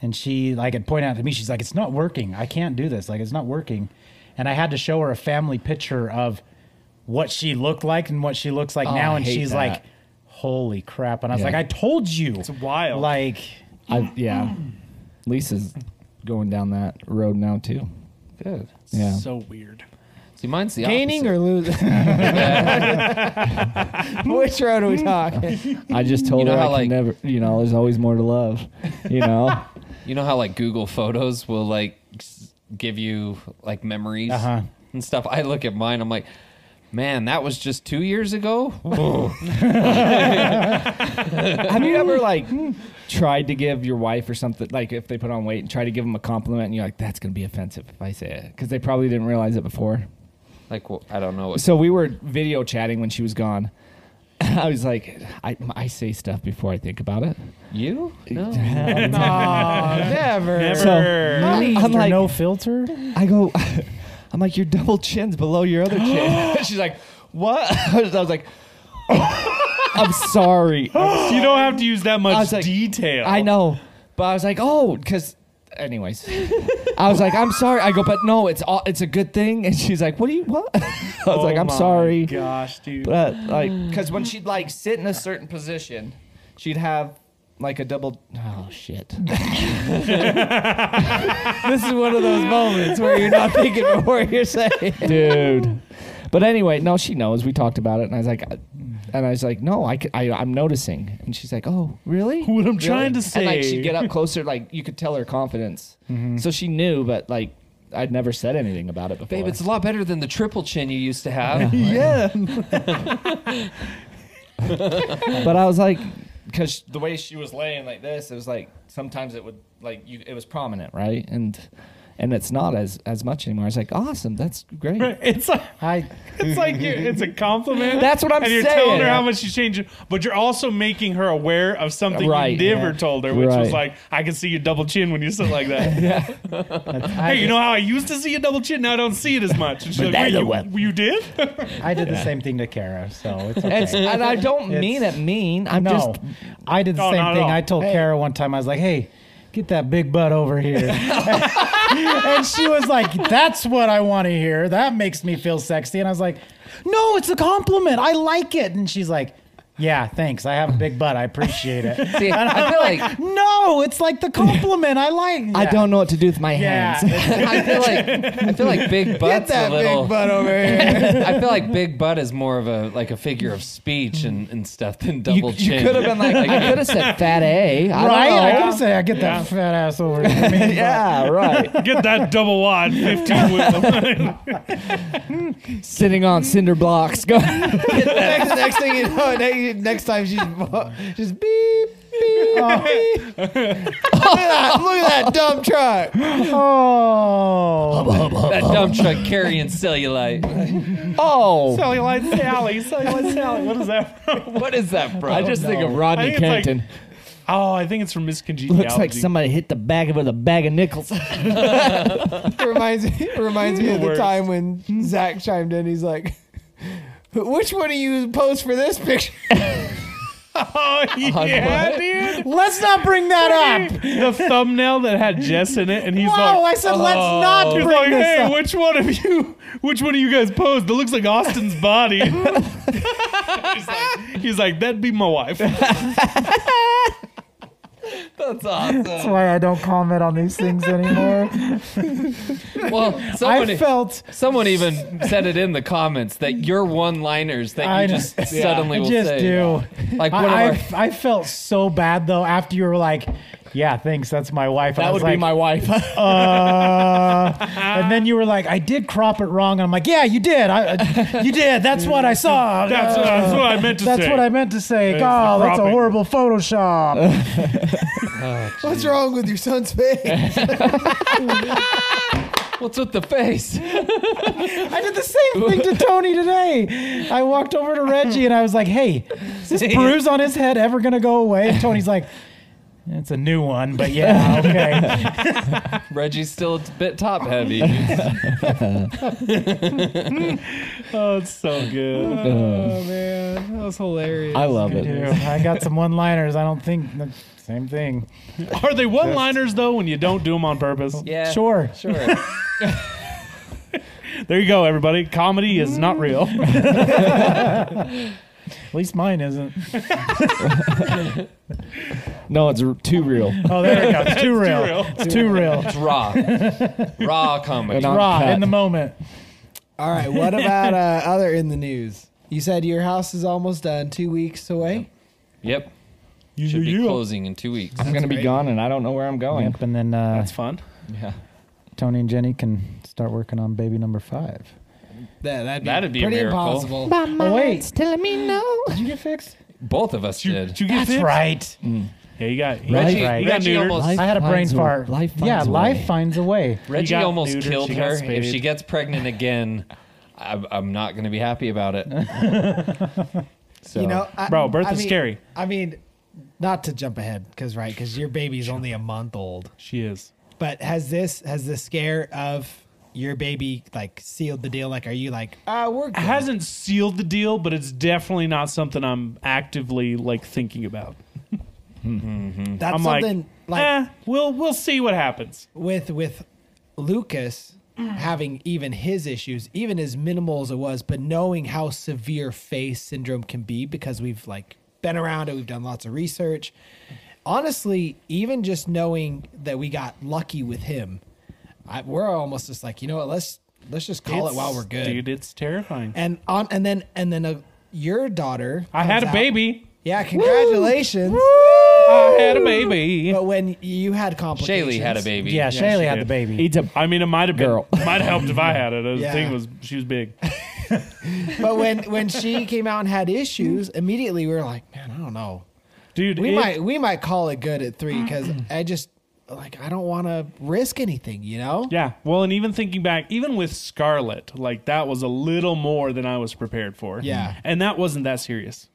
S5: And she like had pointed out to me, she's like, it's not working. I can't do this. Like, it's not working. And I had to show her a family picture of what she looked like and what she looks like now.
S1: Oh, I
S5: And
S1: hate
S5: she's
S1: that.
S5: like, holy crap. And I was
S1: Yeah.
S5: like, I told you. It's
S3: wild.
S5: Like,
S1: I yeah. Lisa's going down that road now too.
S4: Good.
S1: Yeah.
S3: So weird.
S4: See, mine's the
S2: Gaining
S4: opposite.
S2: or losing? (laughs) Which road are we talking?
S1: I just told
S4: You know
S1: her I
S4: how,
S1: can
S4: like-
S1: never. You know, there's always more to love. You
S4: (laughs)
S1: know.
S4: You know how like Google Photos will like s- give you like memories
S5: Uh-huh.
S4: and stuff. I look at mine. I'm like, man, that was just two years ago.
S1: Have you ever like tried to give your wife or something like if they put on weight and try to give them a compliment and you're like that's gonna be offensive if I say it because they probably didn't realize it before.
S5: (laughs)
S4: like, well, I don't know. What,
S1: So we were video chatting when she was gone, (laughs) I was like, I, I say stuff before I think about it.
S4: You?
S5: (laughs)
S4: No.
S2: never.
S3: Never.
S1: So-
S5: Honey,
S1: I'm
S5: Mr.
S1: like-
S5: no filter.
S1: (laughs) I go, (laughs) I'm like, your double chin's below your other chin. (laughs) She's like, what? (laughs) I was like, "Oh, I'm sorry.
S3: you don't have to use that
S1: I
S3: much
S1: was like-
S3: detail.
S1: I know, but I was like, oh, because. Anyways, I was like, I'm sorry. I go, but no, it's all, it's a good thing. And she's like, what do you what? (laughs) I was
S3: Oh
S1: like, I'm
S3: my
S1: sorry.
S3: Gosh, dude.
S1: But like, because when she'd like sit in a certain position, she'd have like a double. Oh shit! (laughs)
S2: This is one of those moments where you're not thinking before you're saying.
S1: dude. But anyway, no, she knows. We talked about it, and I was like, uh, and I was like, no, I, c- I am noticing, and she's like, oh, really?
S3: What I'm trying to
S1: And like,
S3: say.
S1: she'd get up closer, like you could tell her confidence. So she knew, but like, I'd never said anything about it before.
S4: Babe,
S1: (laughs)
S4: it's a lot better than the triple chin you used to
S5: (laughs)
S4: have.
S1: yeah. but I was like, because the way she was laying like this, it was like sometimes it would like you, it was prominent, right? And and it's not as as much anymore. I was like, awesome, that's great.
S3: (laughs) It's like
S5: I
S3: it's like you, it's a compliment.
S1: That's what I'm
S3: and you're
S1: saying.
S3: telling her how much you changed, but you're also making her aware of something
S1: Right,
S3: you never
S1: yeah.
S3: told her, which was
S1: Right.
S3: like, I can see your double chin when you sit like
S1: (laughs)
S3: that.
S5: I,
S3: hey, you know how I used to see your double chin? Now I don't see it as much. And she's like,
S1: that's
S3: Wait,
S1: the
S3: you,
S1: one."
S3: you did?
S5: I did the same thing to Kara, so
S1: (laughs)
S5: it's okay.
S1: It's, and I don't
S5: It's-
S1: mean it mean. I'm
S5: no,
S1: just
S5: I did the
S3: Oh,
S5: same
S3: not at
S5: thing.
S3: all.
S5: I told Kara one time, I was like, "Hey, get that big butt over here," and she was like, "That's what I want to hear. That makes me feel sexy." And I was like, "No, it's a compliment. I like it." And she's like. Yeah, thanks. I have a big butt. I appreciate it.
S4: See, I feel like
S5: no, it's like the compliment I like.
S1: I don't know what to do with my
S5: Yeah.
S1: hands.
S4: I feel like I feel like big butt's a little.
S2: over here.
S4: I feel like big butt is more of a like a figure of speech and, and stuff than double
S1: You,
S4: chin.
S1: could have been like, I could have said fat A. I
S5: Right?
S1: don't
S5: I
S1: know.
S5: gotta say, I get
S3: Yeah.
S5: that fat ass over here.
S1: (laughs)
S5: man.
S1: yeah, right.
S3: Get that double wide 15
S1: (laughs)
S3: wheel.
S1: Sitting on cinder blocks. (laughs) Go.
S2: next, next thing you know, (laughs) ne- next time
S3: (laughs)
S2: she's (laughs) just beep beep.
S3: Oh.
S1: (laughs)
S2: beep. look at that! Look at that dump truck.
S5: Oh,
S4: that dump truck carrying cellulite.
S1: Oh,
S3: cellulite Sally, cellulite Sally. What is that from?
S4: What is that, bro?
S1: I just think of Rodney
S3: I think it's
S1: Kenton.
S3: Oh, I think it's from Miss Congeniality.
S1: Looks like somebody hit the bag of it with a bag of nickels.
S2: (laughs) It reminds me. It reminds me
S3: The
S2: of the
S3: worst.
S2: time when Zach chimed in. He's like, "Which one of you posed for this picture?" (laughs)
S1: (laughs)
S3: Oh, yeah, dude.
S5: let's not bring that up.
S3: The thumbnail that had Jess in it, and he's
S5: Whoa!
S3: like, "Oh."
S5: I said, let's not
S3: He's
S5: bring
S3: like,
S5: this
S3: hey,
S5: up.
S3: which one of you, which one of you guys posed? It looks like Austin's body. (laughs) he's, like, he's like, that'd be my wife.
S4: That's awesome.
S5: That's why I don't comment on these things anymore.
S4: Well, someone
S5: I felt
S4: someone even said it in the comments that your one-liners that you
S5: I know.
S4: just suddenly
S5: I
S4: will
S5: just
S4: say.
S5: do.
S4: Like one
S5: I,
S4: of
S5: I, I felt so bad though after you were like, "Yeah, thanks, that's my wife." And I
S1: that
S5: was
S1: would be
S5: like,
S1: my wife.
S5: Uh, and then you were like, "I did crop it wrong." I'm like, "Yeah, you did. I, I- you did. That's what I saw.
S3: That's,
S5: Uh,
S3: that's what I meant to
S5: that's
S3: say.
S5: what I meant to say.
S3: It's
S5: God,
S3: the
S5: that's a
S3: cropping.
S5: horrible Photoshop."
S2: What's wrong with your son's face?
S4: What's with the face?
S5: I did the same thing to Tony today. I walked over to Reggie and I was like, "Hey, is this bruise on his head ever gonna go away?" And Tony's like, "It's a new one, but yeah, okay."
S4: Reggie's still a bit top heavy.
S5: (laughs)
S3: Oh, it's so good.
S2: Oh man, that was hilarious.
S1: (laughs) I love
S5: Dude,
S1: it.
S5: I got some one-liners. I don't think same thing.
S3: Are they one-liners though? When you don't do them on purpose?
S4: Yeah.
S5: Sure.
S4: Sure.
S3: There you go, everybody. Comedy is
S5: Mm.
S3: not
S5: (laughs)
S3: real.
S5: At least mine isn't.
S1: No, it's r-
S3: (laughs)
S1: too real.
S5: Oh, there we go. (laughs) It's too real.
S3: real.
S5: It's too real.
S4: It's raw. Raw comedy.
S1: And I'm
S5: Raw
S1: cut.
S5: in the moment.
S2: All right, what about uh, other in the news? You said your house is almost done, two weeks away.
S4: Yep. Should be closing in two weeks.
S1: I'm gonna be
S2: great.
S1: gone, and I don't know where I'm going.
S5: Yep, and then uh,
S3: That's fun.
S1: Yeah.
S5: Tony and Jenny can start working on baby number five.
S2: That, that'd be,
S4: That'd be a
S2: pretty
S4: miracle.
S2: impossible.
S6: My
S5: Oh, wait.
S6: mind's telling me no.
S5: Did you get fixed?
S4: Both of us
S3: Did you, did
S4: did.
S3: you get fixed?
S5: right.
S3: Yeah, you got. you
S5: Reggie-
S3: got-
S5: right.
S3: you got
S4: Reggie
S3: neutered.
S4: almost-
S5: I had a brain
S1: finds a-
S5: fart.
S1: life finds
S5: yeah,
S1: a
S5: life
S1: way.
S5: finds a (laughs) way.
S4: Reggie
S3: got
S4: almost
S3: neutered,
S4: killed
S3: she got
S4: her. If
S3: spaded.
S4: she (laughs) gets pregnant again, I'm, I'm not going to be happy about it.
S1: So
S2: you know, I,
S3: Bro, birth
S2: I
S3: is
S2: mean-
S3: scary.
S2: I mean, not to jump ahead, because right, because your baby's only a month old.
S3: She is.
S2: But has this has the scare of your baby like sealed the deal? Like, are you like, ah, we're good.
S3: Hasn't sealed the deal, but it's definitely not something I'm actively like thinking about.
S2: that's
S3: I'm like,
S2: something like,
S3: eh, we'll we'll see what happens.
S2: with with Lucas having even his issues, even as minimal as it was, but knowing how severe face syndrome can be because we've like been around it, we've done lots of research. Honestly, even just knowing that we got lucky with him, I, we're almost just like, you know what? Let's let's just call
S3: It's-
S2: it while we're good.
S3: dude. It's terrifying.
S2: And on and then and then uh your daughter.
S3: I had a
S2: comes out-
S3: baby.
S2: Yeah, congratulations.
S3: I had a baby.
S2: But when you had complications,
S4: Shaylee had a baby.
S5: Yeah,
S3: Yeah,
S5: Shaylee
S3: she
S5: had
S3: did.
S5: the baby.
S1: It's a
S3: I mean, it might have been,
S1: Girl.
S3: might have helped if I had it. The
S2: Yeah.
S3: thing was, she was big.
S2: but
S4: (laughs)
S2: when when she came out and had issues, immediately we were like, man, I don't know.
S3: Dude,
S2: We
S3: it-
S2: might we might call it good at
S3: (clears throat)
S2: three because I just like I don't want to risk anything, you know.
S3: Yeah. Well, and even thinking back, even with Scarlet, like that was a little more than I was prepared for.
S2: Yeah.
S3: And that wasn't that serious.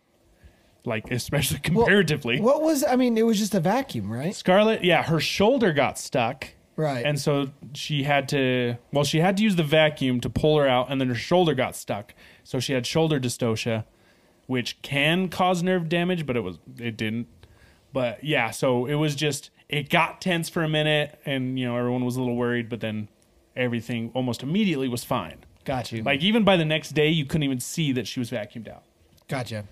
S3: Like, especially
S2: Well,
S3: comparatively.
S2: what was I mean? It was just a vacuum, right?
S3: Scarlet, yeah, her shoulder got stuck.
S2: Right.
S3: And so she had to, well, she had to use the vacuum to pull her out, and then her shoulder got stuck. So she had shoulder dystocia, which can cause nerve damage, but it was, it didn't. But yeah, so it was just, it got tense for a minute, and, you know, everyone was a little worried, but then everything almost immediately was fine.
S2: Got you.
S3: Like, even by the next day, you couldn't even see that she was vacuumed out.
S2: gotcha.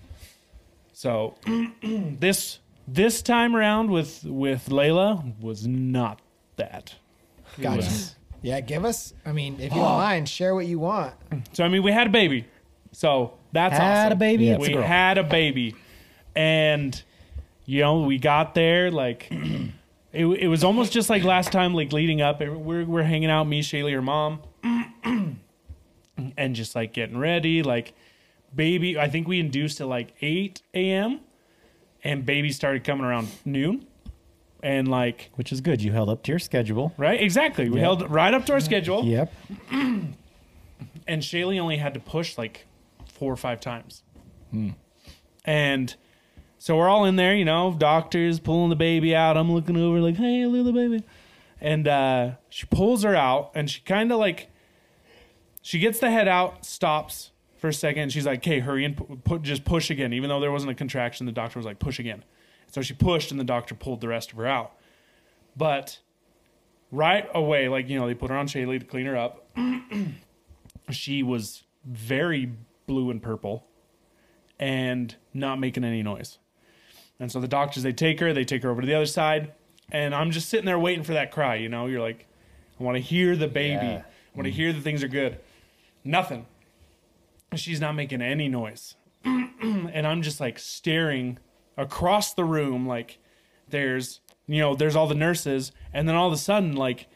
S3: So (clears throat) this this time around with with Layla was not that.
S2: Gotcha. Yeah, give us. I mean,
S3: (gasps)
S2: if you don't mind, share what you want.
S3: So I mean, we had a baby. So that's
S5: Had
S3: awesome.
S5: a baby?
S1: Yeah.
S5: It's a
S3: we
S5: girl.
S3: had a baby, and you know we got there like (clears throat) it, it was almost just like last time, like leading up. it- We're we're hanging out, me, Shaylee, her mom, (clears throat) and just like getting ready. Like baby, I think we induced at like eight a.m. and baby started coming around noon, and like
S5: which is good. You held up to your schedule.
S3: right exactly we held right up to our schedule.
S5: Yep.
S3: and Shaylee only had to push like four or five times. And so we're all in there, you know, doctors pulling the baby out. I'm looking over like, hey, little baby. And uh, she pulls her out and she kind of like, she gets the head out, stops for a second. She's like, okay, hurry and pu- pu- just push again. Even though there wasn't a contraction, the doctor was like, push again. So she pushed and the doctor pulled the rest of her out. But right away, like, you know, they put her on Shaylee to clean her up she was very blue and purple and not making any noise. And so the doctors, they take her, they take her over to the other side. And I'm just sitting there waiting for that cry, you know? You're like, I want to hear the baby.
S5: Yeah.
S3: I want to hear that things are good. Nothing. She's not making any noise. and I'm just like staring across the room, like, there's, you know, there's all the nurses. And then all of a sudden, like,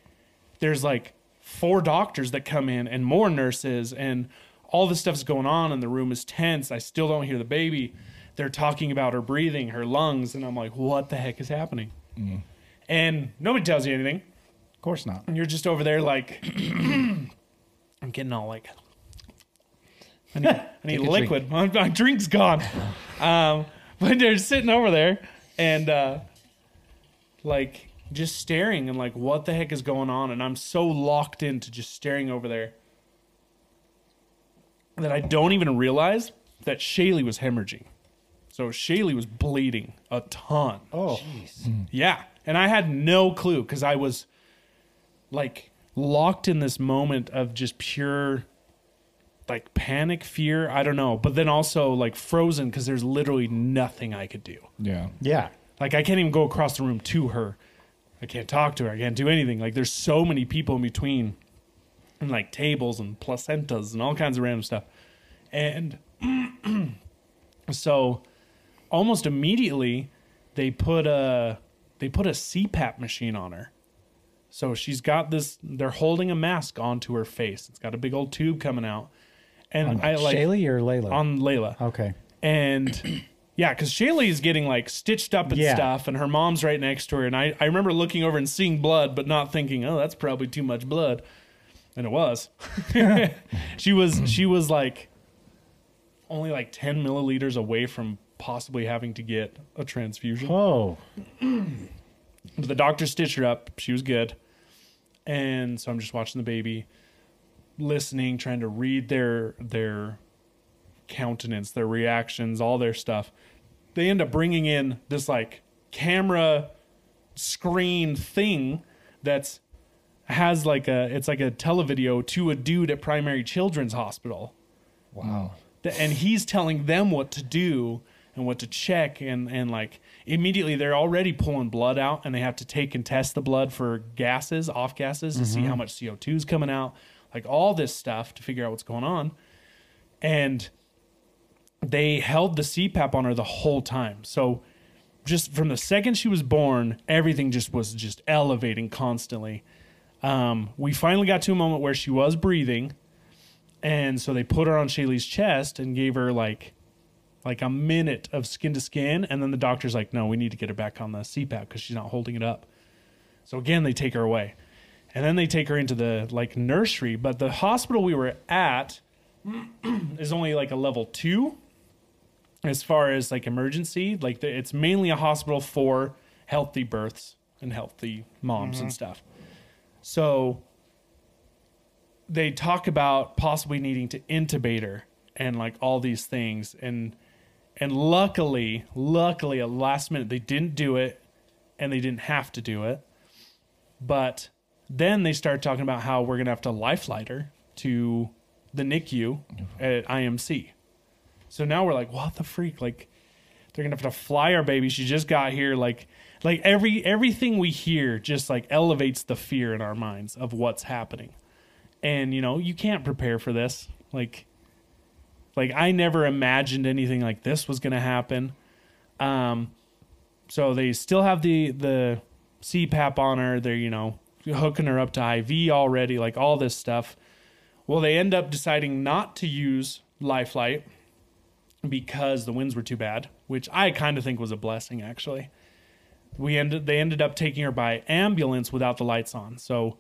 S3: there's like four doctors that come in and more nurses and all this stuff's going on and the room is tense. I still don't hear the baby. They're talking about her breathing, her lungs, and I'm like, what the heck is happening? And nobody tells you anything.
S5: Of course not.
S3: And you're just over there like (clears throat) I'm getting all like I need, I need
S4: a
S3: liquid. My, my drink's gone. Um, but they're sitting over there and uh, like just staring and like what the heck is going on and I'm so locked into just staring over there that I don't even realize that Shaylee was hemorrhaging. So Shaylee was bleeding a ton.
S5: Oh,
S3: Yeah. And I had no clue because I was like locked in this moment of just pure like panic, fear. I don't know. But then also like frozen because there's literally nothing I could do.
S1: yeah.
S5: yeah.
S3: Like I can't even go across the room to her. I can't talk to her. I can't do anything. Like there's so many people in between and like tables and placentas and all kinds of random stuff. And (clears throat) so almost immediately they put a they put a CPAP machine on her. So she's got this they're holding a mask onto her face. It's got a big old tube coming out. And I like
S5: Shaylee or Layla?
S3: on Layla
S5: okay.
S3: and (clears throat) yeah, because Shaylee is getting like stitched up and
S5: Yeah.
S3: stuff, and her mom's right next to her. And I, I remember looking over and seeing blood, but not thinking, oh, that's probably too much (laughs) blood. And it was. she was she was like only like 10 milliliters away from possibly having to get a transfusion.
S5: Whoa.
S3: But the doctor stitched her up. She was good. And so I'm just watching the baby, listening, trying to read their their countenance, their reactions, all their stuff. They end up bringing in this like camera screen thing that's has like a it's like a televideo to a dude at Primary Children's Hospital.
S2: Wow.
S3: Th- and he's telling them what to do and what to check and and like immediately they're already pulling blood out and they have to take and test the blood for gases off gases to see how much co2 is coming out like all this stuff to figure out what's going on and they held the cpap on her the whole time so just from the second she was born everything just was just elevating constantly um, we finally got to a moment where she was breathing and so they put her on Shaylee's chest and gave her like like a minute of skin to skin and then the doctor's like no we need to get her back on the CPAP because she's not holding it up so again they take her away and then they take her into the like nursery but the hospital we were at (clears throat) is only like a level two as far as like emergency like the, it's mainly a hospital for healthy births and healthy moms and stuff so they talk about possibly needing to intubate her and like all these things and and luckily luckily at last minute they didn't do it and they didn't have to do it but then they start talking about how we're gonna have to lifelight her to the NICU at IMC. So now we're like, what the freak? Like, they're gonna have to fly our baby. She just got here. Like, like every everything we hear just like elevates the fear in our minds of what's happening. And you know, you can't prepare for this. Like, like I never imagined anything like this was gonna happen. Um, so they still have the the CPAP on her. They're you know hooking her up to IV already. Like all this stuff. Well, they end up deciding not to use Lifelight because the winds were too bad, which I kind of think was a blessing actually. We ended they ended up taking her by ambulance without the lights on. So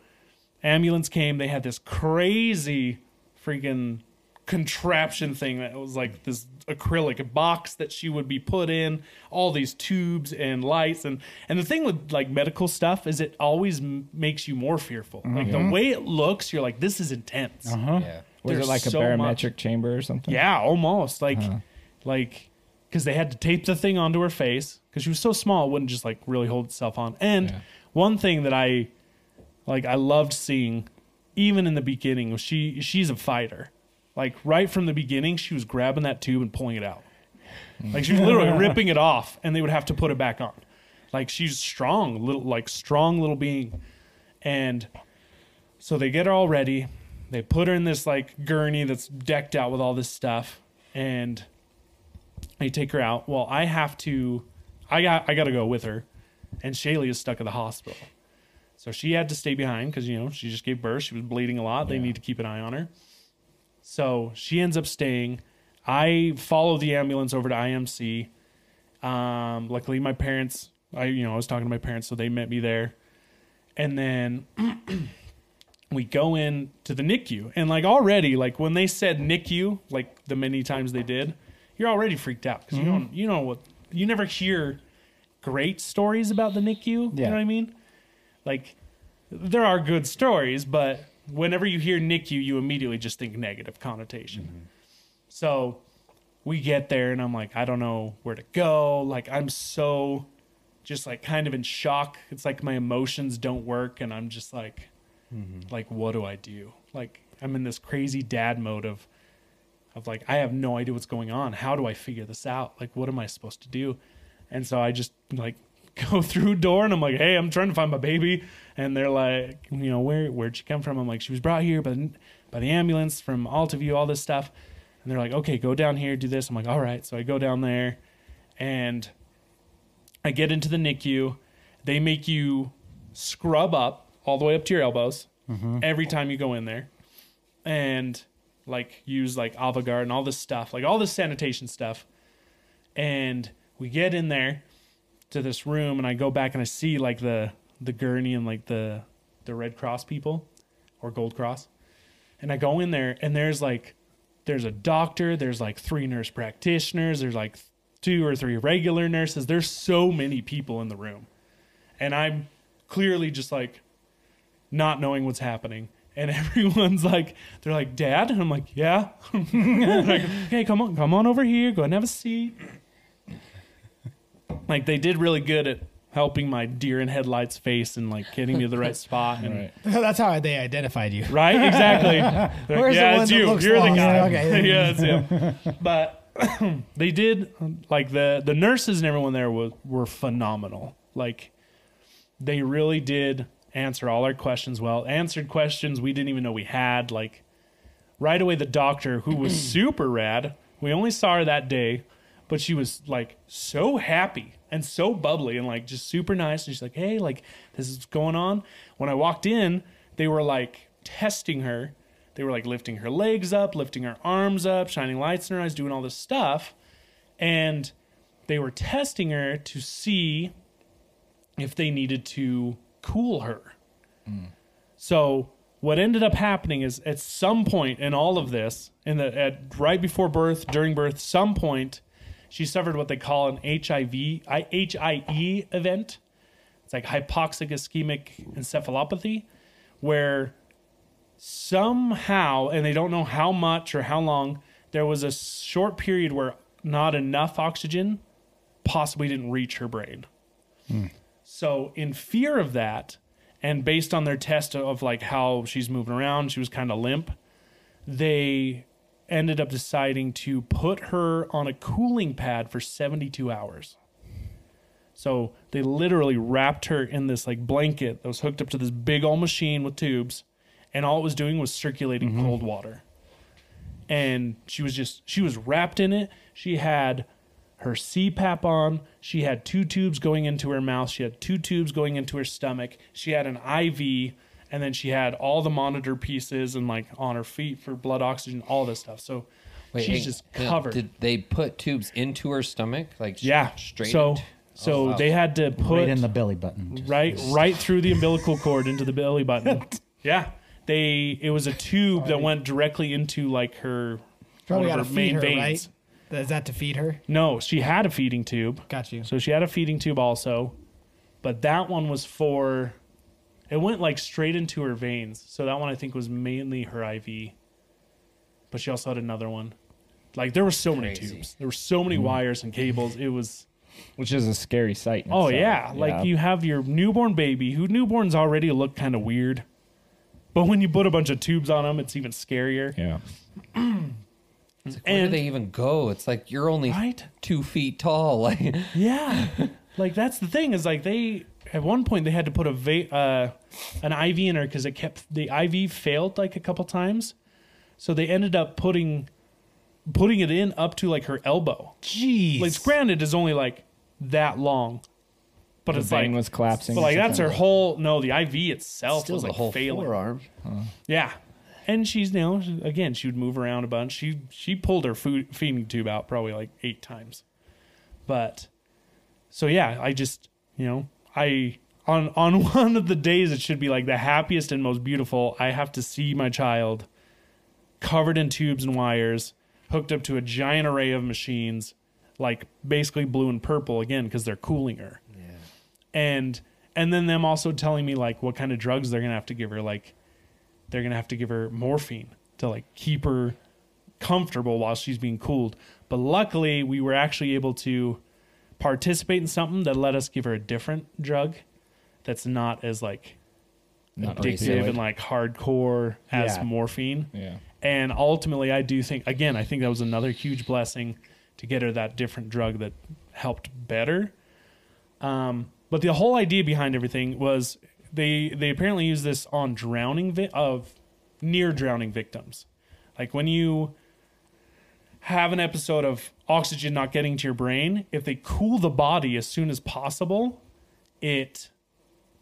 S3: ambulance came, they had this crazy freaking contraption thing that was like this acrylic box that she would be put in, all these tubes and lights and and the thing with like medical stuff is it always m- makes you more fearful. Like the way it looks, you're like this is intense.
S2: Yeah.
S5: Uh-huh.
S1: Mm-hmm. Was
S3: There's
S1: it like a
S3: so much-
S1: barometric chamber or something?
S3: yeah, almost like like because they had to tape the thing onto her face because she was so small it wouldn't just like really hold itself on. And
S2: Yeah.
S3: one thing that I like I loved seeing even in the beginning was she she's a fighter. Like right from the beginning, she was grabbing that tube and pulling it out. Like she was literally ripping it off, and they would have to put it back on. Like she's strong, little like strong little being, and so they get her all ready. They put her in this like gurney that's decked out with all this stuff, and they take her out. Well, I have to, I got I got to go with her, and Shaylee is stuck at the hospital, so she had to stay behind because you know she just gave birth. She was bleeding a lot. They need to keep an eye on her. So she ends up staying. I follow the ambulance over to IMC. Um, luckily, my parents, I you know, I was talking to my parents, so they met me there. And then (clears throat) we go in to the NICU, and like already, like when they said NICU, like the many times they did, you're already freaked out because you don't, you know what, you never hear great stories about the NICU. You
S5: Yeah.
S3: know what I mean? Like there are good stories, but whenever you hear NICU, you immediately just think negative connotation. So we get there, and I'm like, I don't know where to go. Like, I'm so just like kind of in shock. It's like my emotions don't work, and I'm just like, like, what do I do? Like, I'm in this crazy dad mode of, of like, I have no idea what's going on. How do I figure this out? Like, what am I supposed to do? And so I just like (laughs) go through a door and I'm like, hey, I'm trying to find my baby. And they're like, you know, where where'd she come from? I'm like, she was brought here by the, by the ambulance from Altaview, all this stuff. And they're like, okay, go down here, do this. I'm like, all right. So I go down there, and I get into the NICU. They make you scrub up all the way up to your elbows every time you go in there and like use like Avogard and all this stuff, like all this sanitation stuff. And we get in there to this room and I go back and I see like the the gurney and like the the Red Cross people or Gold Cross. And I go in there and there's like there's a doctor, there's like three nurse practitioners, there's like two or three regular nurses. There's so many people in the room. And I'm clearly just like not knowing what's happening. And (laughs) everyone's like, they're like, Dad? And I'm like, yeah. (laughs) like, okay, come on, come on over here. Go ahead and have a seat. Like they did really good at helping my deer in headlights face and like getting me to the right spot. And
S1: Right.
S2: (laughs) That's how they identified you.
S3: Right?
S2: (laughs)
S3: Exactly. They're like,
S2: Where's the
S3: yeah,
S2: one
S3: it's
S2: that
S3: you.
S2: looks
S3: You're the
S2: lost?"
S3: guy.
S2: Okay.
S3: (laughs) yeah, it's him. But (clears throat) they did like the the nurses and everyone there was were phenomenal. Like they really did answer all our questions well. Answered questions we didn't even know we had. Like right away, the doctor who was super rad. We only saw her that day, but she was like so happy and so bubbly and like just super nice. And she's like, "Hey, like this is what's going on." When I walked in, they were like testing her. They were like lifting her legs up, lifting her arms up, shining lights in her eyes, doing all this stuff, and they were testing her to see if they needed to cool her. So what ended up happening is at some point in all of this, in the at right before birth, during birth, some point, she suffered what they call an HIV I, HIE event. It's like hypoxic ischemic encephalopathy, where somehow, and they don't know how much or how long, there was a short period where not enough oxygen possibly didn't reach her brain. So, in fear of that, and based on their test of like how she's moving around, she was kind of limp. They ended up deciding to put her on a cooling pad for 72 hours. So they literally wrapped her in this like blanket that was hooked up to this big old machine with tubes, and all it was doing was circulating cold water. And she was just she was wrapped in it. She had her CPAP on. She had two tubes going into her mouth. She had two tubes going into her stomach. She had an IV, and then she had all the monitor pieces and like on her feet for blood oxygen, all this stuff. So she's
S4: hang-
S3: just
S4: hang on.
S3: covered.
S4: Did they put tubes into her stomach? Like
S3: yeah,
S4: straight.
S3: So
S4: into-
S3: so
S4: wow.
S3: they had to put
S5: right in the belly button.
S3: right right through the umbilical cord into the belly button. Yeah. They it was a tube that went directly into like her
S2: Probably
S3: one
S2: got
S3: of
S2: to
S3: her
S2: feed
S3: main
S2: her,
S3: veins.
S2: right? Is that to feed her?
S3: No, she had a feeding tube.
S2: Got you.
S3: So she had a feeding tube also, but that one was for it went like straight into her veins. So that one I think was mainly her IV. But she also had another one. Like there were so many
S4: Crazy.
S3: tubes. There were so many wires and cables. It was
S1: Which is a scary sight. in
S3: Oh
S1: itself.
S3: yeah, like
S1: Yeah.
S3: you have your newborn baby, who newborns already look kind of weird, but when you put a bunch of tubes on them, it's even scarier.
S1: Yeah.
S4: Where
S3: and-
S4: do they even go? It's like you're only
S3: Right?
S4: two feet tall. (laughs) Like
S3: Yeah, (laughs) like that's the thing is like they at one point they had to put a va- uh, an IV in her because it kept the IV failed like a couple times, so they ended up putting putting it in up to like her elbow.
S5: Jeez.
S3: Like granted, is only like that long, but
S1: The
S3: it's
S1: vein
S3: like
S1: was collapsing.
S3: but like
S1: It's
S3: that's her
S1: like-
S3: whole no the IV itself
S4: still
S3: was
S4: the
S3: like
S4: whole
S3: failing.
S4: forearm.
S3: Yeah. And she's you know she- again she would move around a bunch. She she pulled her food feeding tube out probably like eight times, but so yeah, I just you know I on on (laughs) one of the days it should be like the happiest and most beautiful. I have to see my child covered in tubes and wires, hooked up to a giant array of machines, like basically blue and purple again because they're cooling her and and then them also telling me like what kind of drugs they're gonna have to give her like they're gonna have to give her morphine to like keep her comfortable while she's being cooled but luckily we were actually able to participate in something that let us give her a different drug that's not as like
S1: Not
S3: addictive
S1: opioid.
S3: and like hardcore as
S5: Yeah.
S3: morphine
S1: Yeah.
S3: and ultimately i do think again i think that was another huge blessing to get her that different drug that helped better um, but the whole idea behind everything was they they apparently use this on drowning vi- of near drowning victims like when you have an episode of oxygen not getting to your brain if they cool the body as soon as possible it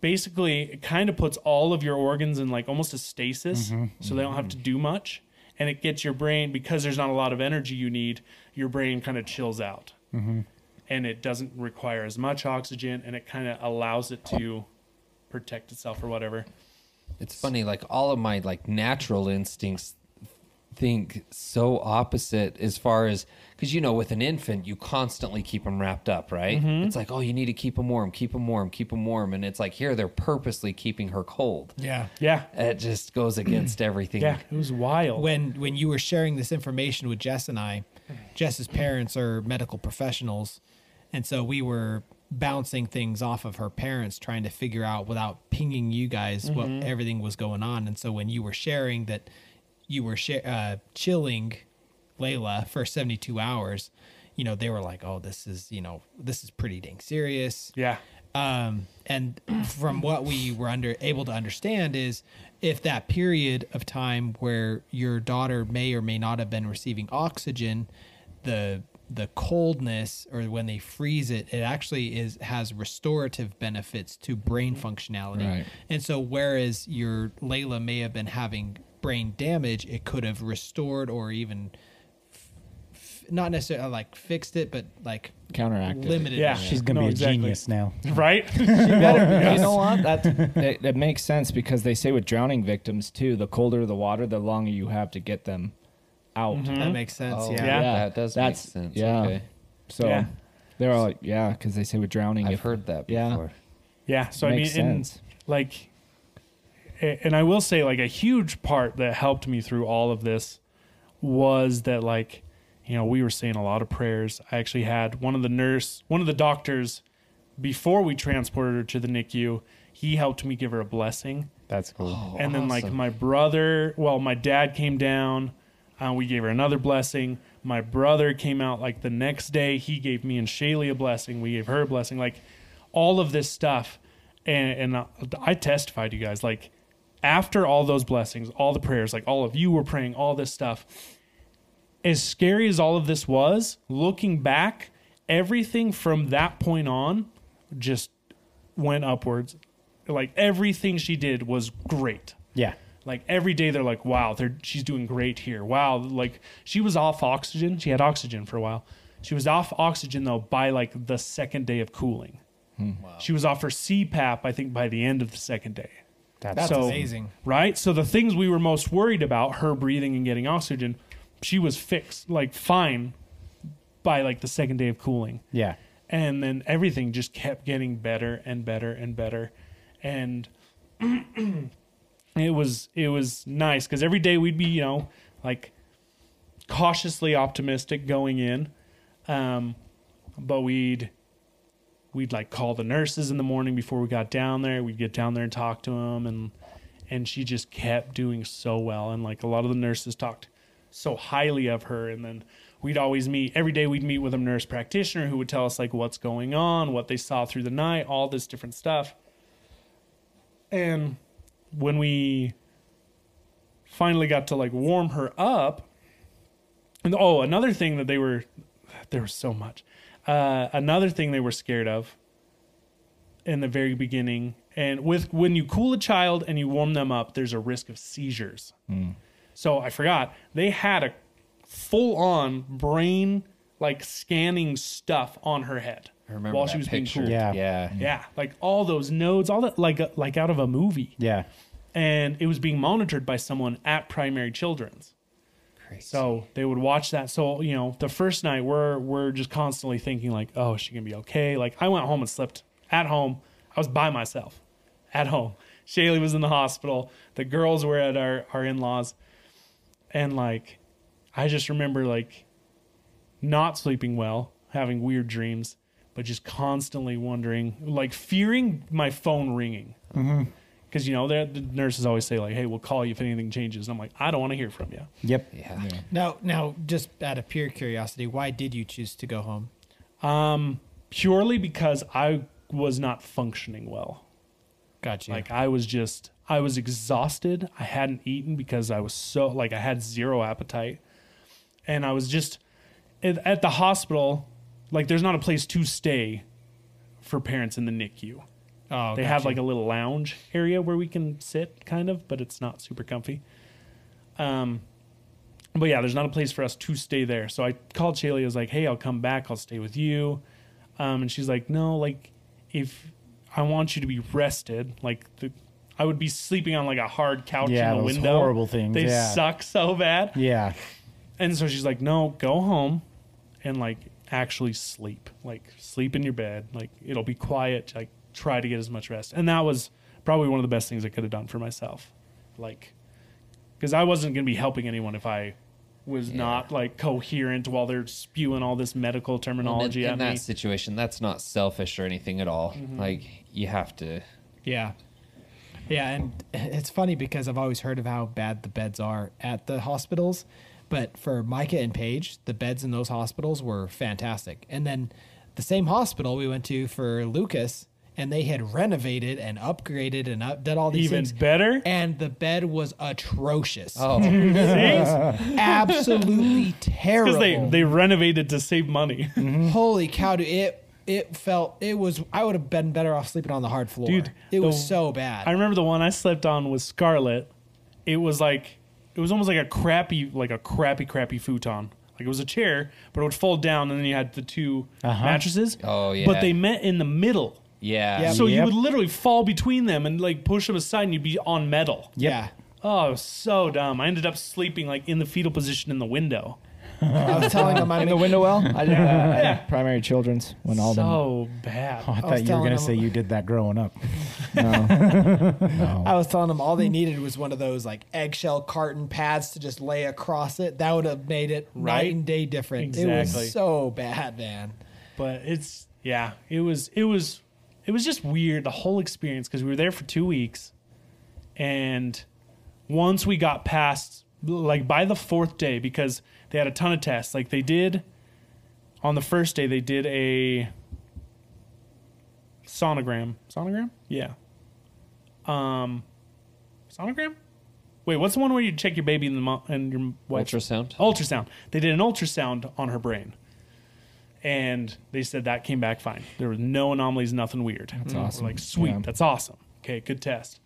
S3: basically it kind of puts all of your organs in like almost a stasis so they don't have to do much and it gets your brain because there's not a lot of energy you need your brain kind of chills out and it doesn't require as much oxygen and it kind of allows it to protect itself or whatever
S4: It's funny. Like all of my like natural instincts think so opposite as far as because you know with an infant you constantly keep them wrapped up right it's like oh you need to keep them warm keep them warm keep them warm and it's like here they're purposely keeping her cold
S2: Yeah.
S3: Yeah.
S4: it just goes against everything
S3: Yeah. It was wild.
S2: When when you were sharing this information with Jess and I, Jess's parents are medical professionals, and so we were bouncing things off of her parents, trying to figure out without pinging you guys what
S4: Mm-hmm.
S2: everything was going on. And so when you were sharing that you were sha- uh, chilling Layla for seventy two hours, you know they were like, "Oh, this is you know this is pretty dang serious."
S3: yeah.
S2: um, and from what we were under able to understand is if that period of time where your daughter may or may not have been receiving oxygen the the coldness or when they freeze it it actually is has restorative benefits to brain functionality
S1: Right.
S2: and so whereas your layla may have been having brain damage it could have restored or even f- not necessarily like fixed it but like
S1: Counteracted it.
S2: limited
S3: Yeah.
S2: it.
S5: She's
S3: No,
S5: gonna be a
S3: exactly.
S5: genius now.
S3: Right?
S1: (laughs) You know what? That, that that makes sense because they say with drowning victims too, the colder the water, the longer you have to get them out.
S3: Mm-hmm.
S2: that makes sense
S4: Oh,
S2: yeah
S3: Yeah.
S4: that does make sense
S1: Yeah.
S4: okay
S1: So
S3: Yeah.
S1: they're all like, yeah, because they say with drowning,
S4: i've
S1: if-
S4: heard that
S1: Yeah.
S4: before
S3: Yeah. So I mean,
S1: Makes
S3: and,
S1: sense.
S3: like, a- and I will say, like, a huge part that helped me through all of this was that, like, you know, we were saying a lot of prayers. I actually had one of the nurse, one of the doctors, before we transported her to the NICU, he helped me give her a blessing.
S5: That's cool.
S4: Oh,
S3: and then like
S4: awesome.
S3: my brother well my dad came down uh, we gave her another blessing my brother came out like the next day he gave me and shaylee a blessing we gave her a blessing like all of this stuff and, and I, I testified you guys like after all those blessings all the prayers like all of you were praying all this stuff as scary as all of this was looking back everything from that point on just went upwards like everything she did was great
S5: Yeah.
S3: like every day they're like wow they're, she's doing great here wow like she was off oxygen she had oxygen for a while she was off oxygen though by like the second day of cooling she was off her cpap i think by the end of the second day
S2: That's amazing.
S3: right so the things we were most worried about her breathing and getting oxygen she was fixed like fine by like the second day of cooling
S5: Yeah.
S3: and then everything just kept getting better and better and better and (clears throat) it was it was nice because every day we'd be you know like cautiously optimistic going in um, but we'd we'd like call the nurses in the morning before we got down there we'd get down there and talk to them and and she just kept doing so well and like a lot of the nurses talked so highly of her and then we'd always meet every day we'd meet with a nurse practitioner who would tell us like what's going on what they saw through the night all this different stuff and when we finally got to like warm her up and oh another thing that they were there was so much uh, another thing they were scared of in the very beginning and with when you cool a child and you warm them up there's a risk of seizures
S4: Hmm.
S3: so i forgot they had a full on brain like scanning stuff on her head
S4: I remember
S3: while
S4: that
S3: she was
S4: picture.
S3: being cooled
S5: Yeah.
S4: yeah
S3: yeah like all those nodes all that like like out of a movie
S5: Yeah.
S3: and it was being monitored by someone at primary children's so they would watch that so you know the first night we're we're just constantly thinking like oh is she gonna be okay like i went home and slept at home i was by myself at home (laughs) shaylee was in the hospital the girls were at our our in-laws and like i just remember like not sleeping well having weird dreams but just constantly wondering like fearing my phone ringing because you know they're- the nurses always say like hey we'll call you if anything changes and i'm like i don't want to hear from you
S5: Yep.
S4: yeah,
S2: Now, now, just out of pure curiosity, why did you choose to go home?
S3: purely because i was not functioning well
S2: Gotcha.
S3: like i was just i was exhausted i hadn't eaten because i was so like i had zero appetite and i was just at, at the hospital like there's not a place to stay for parents in the nicu
S2: oh,
S3: they
S2: gotcha.
S3: have like a little lounge area where we can sit kind of but it's not super comfy um but yeah there's not a place for us to stay there so i called shaylee i was like hey i'll come back i'll stay with you um and she's like no like if i want you to be rested like the I would be sleeping on like a hard couch
S5: Yeah,
S3: in the
S5: those
S3: window.
S5: horrible things,
S3: They
S5: yeah.
S3: suck so bad.
S5: Yeah.
S3: And so she's like, "No, go home and like actually sleep. Like sleep in your bed. Like it'll be quiet. Like try to get as much rest." And that was probably one of the best things I could have done for myself. Like cuz I wasn't going to be helping anyone if I was not like coherent while they're spewing all this medical terminology
S4: in, in
S3: at
S4: that
S3: me.
S4: situation, that's not selfish or anything at all. Like you have to.
S2: Yeah. Yeah, and it's funny because I've always heard of how bad the beds are at the hospitals, but for Micah and Paige, the beds in those hospitals were fantastic. And then the same hospital we went to for Lucas, and they had renovated and upgraded and up, did all these
S3: Even
S2: things.
S3: better?
S2: And the bed was atrocious.
S4: Oh,
S3: (laughs)
S2: Absolutely terrible.
S3: Cuz they they renovated to save money.
S2: Holy cow, dude! It it felt it was. I would have been better off sleeping on the hard floor.
S3: Dude, the-
S2: it was so bad.
S3: I remember the one I slept on was Scarlet. It was like it was almost like a crappy like a crappy crappy futon. Like it was a chair, but it would fold down and then you had the 2 mattresses.
S4: Oh, yeah.
S3: But they met in the middle.
S4: yeah.
S2: Yeah.
S3: So you
S5: Yep.
S3: would literally fall between them and like push them aside and you'd be on metal.
S2: yeah.
S3: Oh, it was so dumb. I ended up sleeping like in the fetal position in the window.
S2: I was
S3: (laughs)
S2: telling them I'm
S1: in the window well. I did that at primary children's when all
S3: so bad.
S5: Oh, I,
S2: was
S5: thought you were
S2: telling
S5: going
S2: him-
S5: to say you did that growing (laughs) up.
S2: I was telling them all they needed was one of those like eggshell carton pads to just lay across it. That would have made it night
S3: Right.
S2: and day different. It
S3: Exactly.
S2: was so bad, man.
S3: but it's yeah it was it was it was just weird the whole experience because we were there for two weeks and once we got past like by the fourth day because they had a ton of tests like they did on the first day they did a sonogram sonogram yeah um sonogram wait what's the one where you check your baby and, the mo- and your wife's
S4: Ultrasound.
S3: ultrasound they did an ultrasound on her brain and they said that came back fine. There was no anomalies, nothing weird. That's
S1: awesome.
S3: like, sweet,
S1: Yeah.
S3: that's awesome. Okay, good test.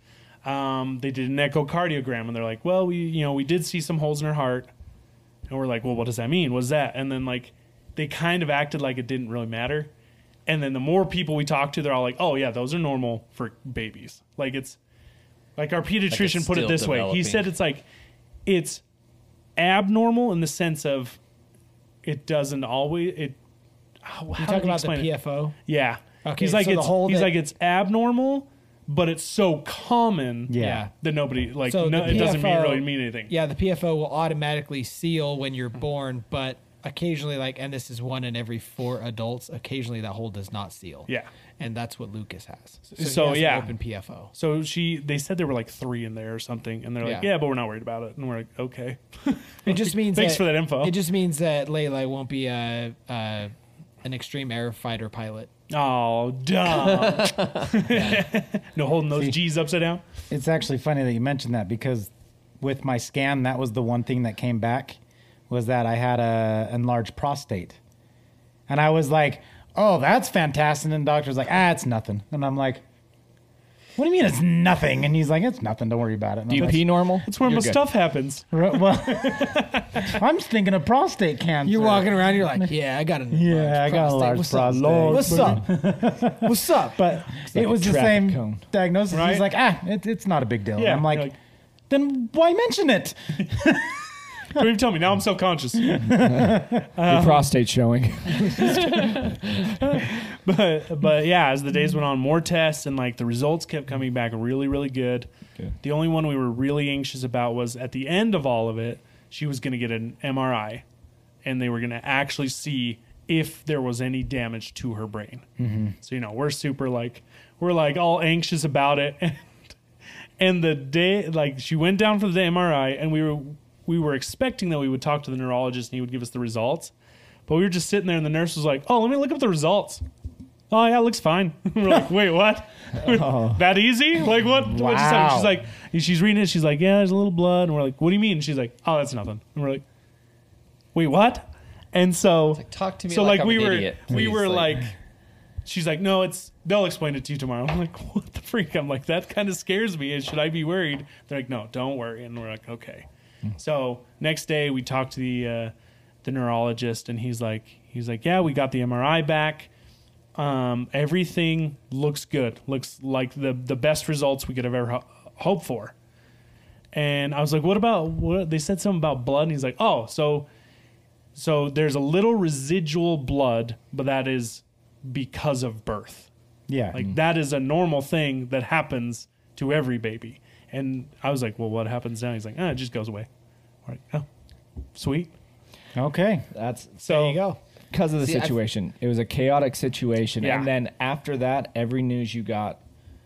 S3: Um, they did an echocardiogram, and they're like, well, we, you know, we did see some holes in her heart, and we're like, well, what does that mean? What's that? And then like, they kind of acted like it didn't really matter. And then the more people we talked to, they're all like, oh yeah, those are normal for babies. Like it's, like our pediatrician put it
S4: still
S3: this way. He
S4: developing.
S3: said it's like, it's abnormal in the sense of it doesn't always it. How,
S2: You
S3: how
S2: talk
S3: do you
S2: about the
S3: explain it?
S2: PFO.
S3: Yeah.
S2: Okay,
S3: He's like
S2: so the
S3: it's
S2: whole
S3: he's
S2: that-
S3: like it's abnormal, but it's so common.
S5: Yeah.
S3: That nobody like
S2: So
S3: no,
S2: the
S3: it doesn't mean,
S2: PFO
S3: really mean anything.
S2: Yeah, the PFO will automatically seal when you're born, but occasionally, like, and this is one in every four adults. Occasionally, that hole does not seal.
S3: Yeah.
S2: and that's what Lucas has. So, he
S3: So,
S2: has an
S3: yeah.
S2: open
S3: (laughs)
S2: PFO.
S3: So she they said there were like three in there or something, and they're like,
S2: Yeah.
S3: yeah, but we're not worried about it, and we're like, okay.
S2: It just means
S3: Thanks for that info.
S2: It just means that Layla won't be a, a an extreme air fighter pilot.
S3: Oh, dumb.
S2: (laughs)
S3: no holding those G's upside down.
S5: It's actually funny that you mentioned that because with my scan, that was the one thing that came back was that I had a enlarged prostate, and I was like, "Oh, that's fantastic!" And the doctor's like, "Ah, it's nothing," and I'm like, "What do you mean it's nothing?" And he's like, "It's nothing. Don't worry about it." And I'm
S1: the
S5: like,
S1: DP normal.
S3: That's where my stuff happens.
S5: "Ru- well, (laughs) I'm just thinking of prostate cancer.
S2: You're walking around, you're like, yeah, I got a
S5: Yeah, I got a large
S2: What's
S5: prostate.
S2: Up? What's up?
S3: (laughs)
S2: What's up?
S5: But
S1: like
S5: it
S1: a
S5: was the
S1: traffic
S5: same
S1: cone.
S5: diagnosis.
S3: Right?
S5: He's like, ah, it, it's not a big deal.
S3: Yeah,
S5: I'm like,
S3: you're like-
S5: then why mention it?
S3: Don't even tell me. Now I'm self conscious. Um,
S1: Your
S4: (laughs)
S1: prostate showing.
S3: (laughs) but but yeah, as the days went on, more tests and like the results kept coming back really really good.
S1: Good.
S3: The only one we were really anxious about was at the end of all of it, she was going to get an MRI, and they were going to actually see if there was any damage to her brain. So you know, we're super like we're like all anxious about it. (laughs) And, and the day like she went down for the MRI, and we were we were expecting that we would talk to the neurologist and he would give us the results. But we were just sitting there, and the nurse was like, "Oh, let me look up the results." oh yeah, it looks fine. (laughs) We're like, wait, what? (laughs) That easy? Like what? What just happened? She's
S5: Wow.
S3: like, and she's reading it. She's like, yeah, there's a little blood. And we're like, what do you mean? And she's like, oh, that's nothing. And we're like, wait, what? And so,
S4: talk to me
S3: so
S4: like
S3: like,
S4: I'm
S3: we
S4: an
S3: were,
S4: idiot,
S3: we
S4: please,
S3: were
S4: like-
S3: like, she's like, no, it's they'll explain it to you tomorrow. (laughs) I'm like, what the freak? I'm like, that kind of scares me. And should I be worried? They're like, no, don't worry. And we're like, okay.
S4: Hmm.
S3: So next day we talked to the uh, the neurologist, and he's like, he's like, yeah, we got the MRI back. Um, everything looks good. Looks like the the best results we could have ever ho- hope for. And I was like, what about what they said something about blood? And he's like, oh, so so there's a little residual blood, but that is because of birth.
S5: Yeah.
S2: Mm.
S3: Like that is a normal thing that happens to every baby. And I was like, well, what happens now? He's like, ah, it just goes away. I'm like, oh, sweet.
S5: okay.
S1: That's
S3: So
S2: There you go.
S1: because of the
S4: Oh. See, I-
S1: situation. it was a chaotic situation,
S3: Yeah.
S1: and then after that, every news you got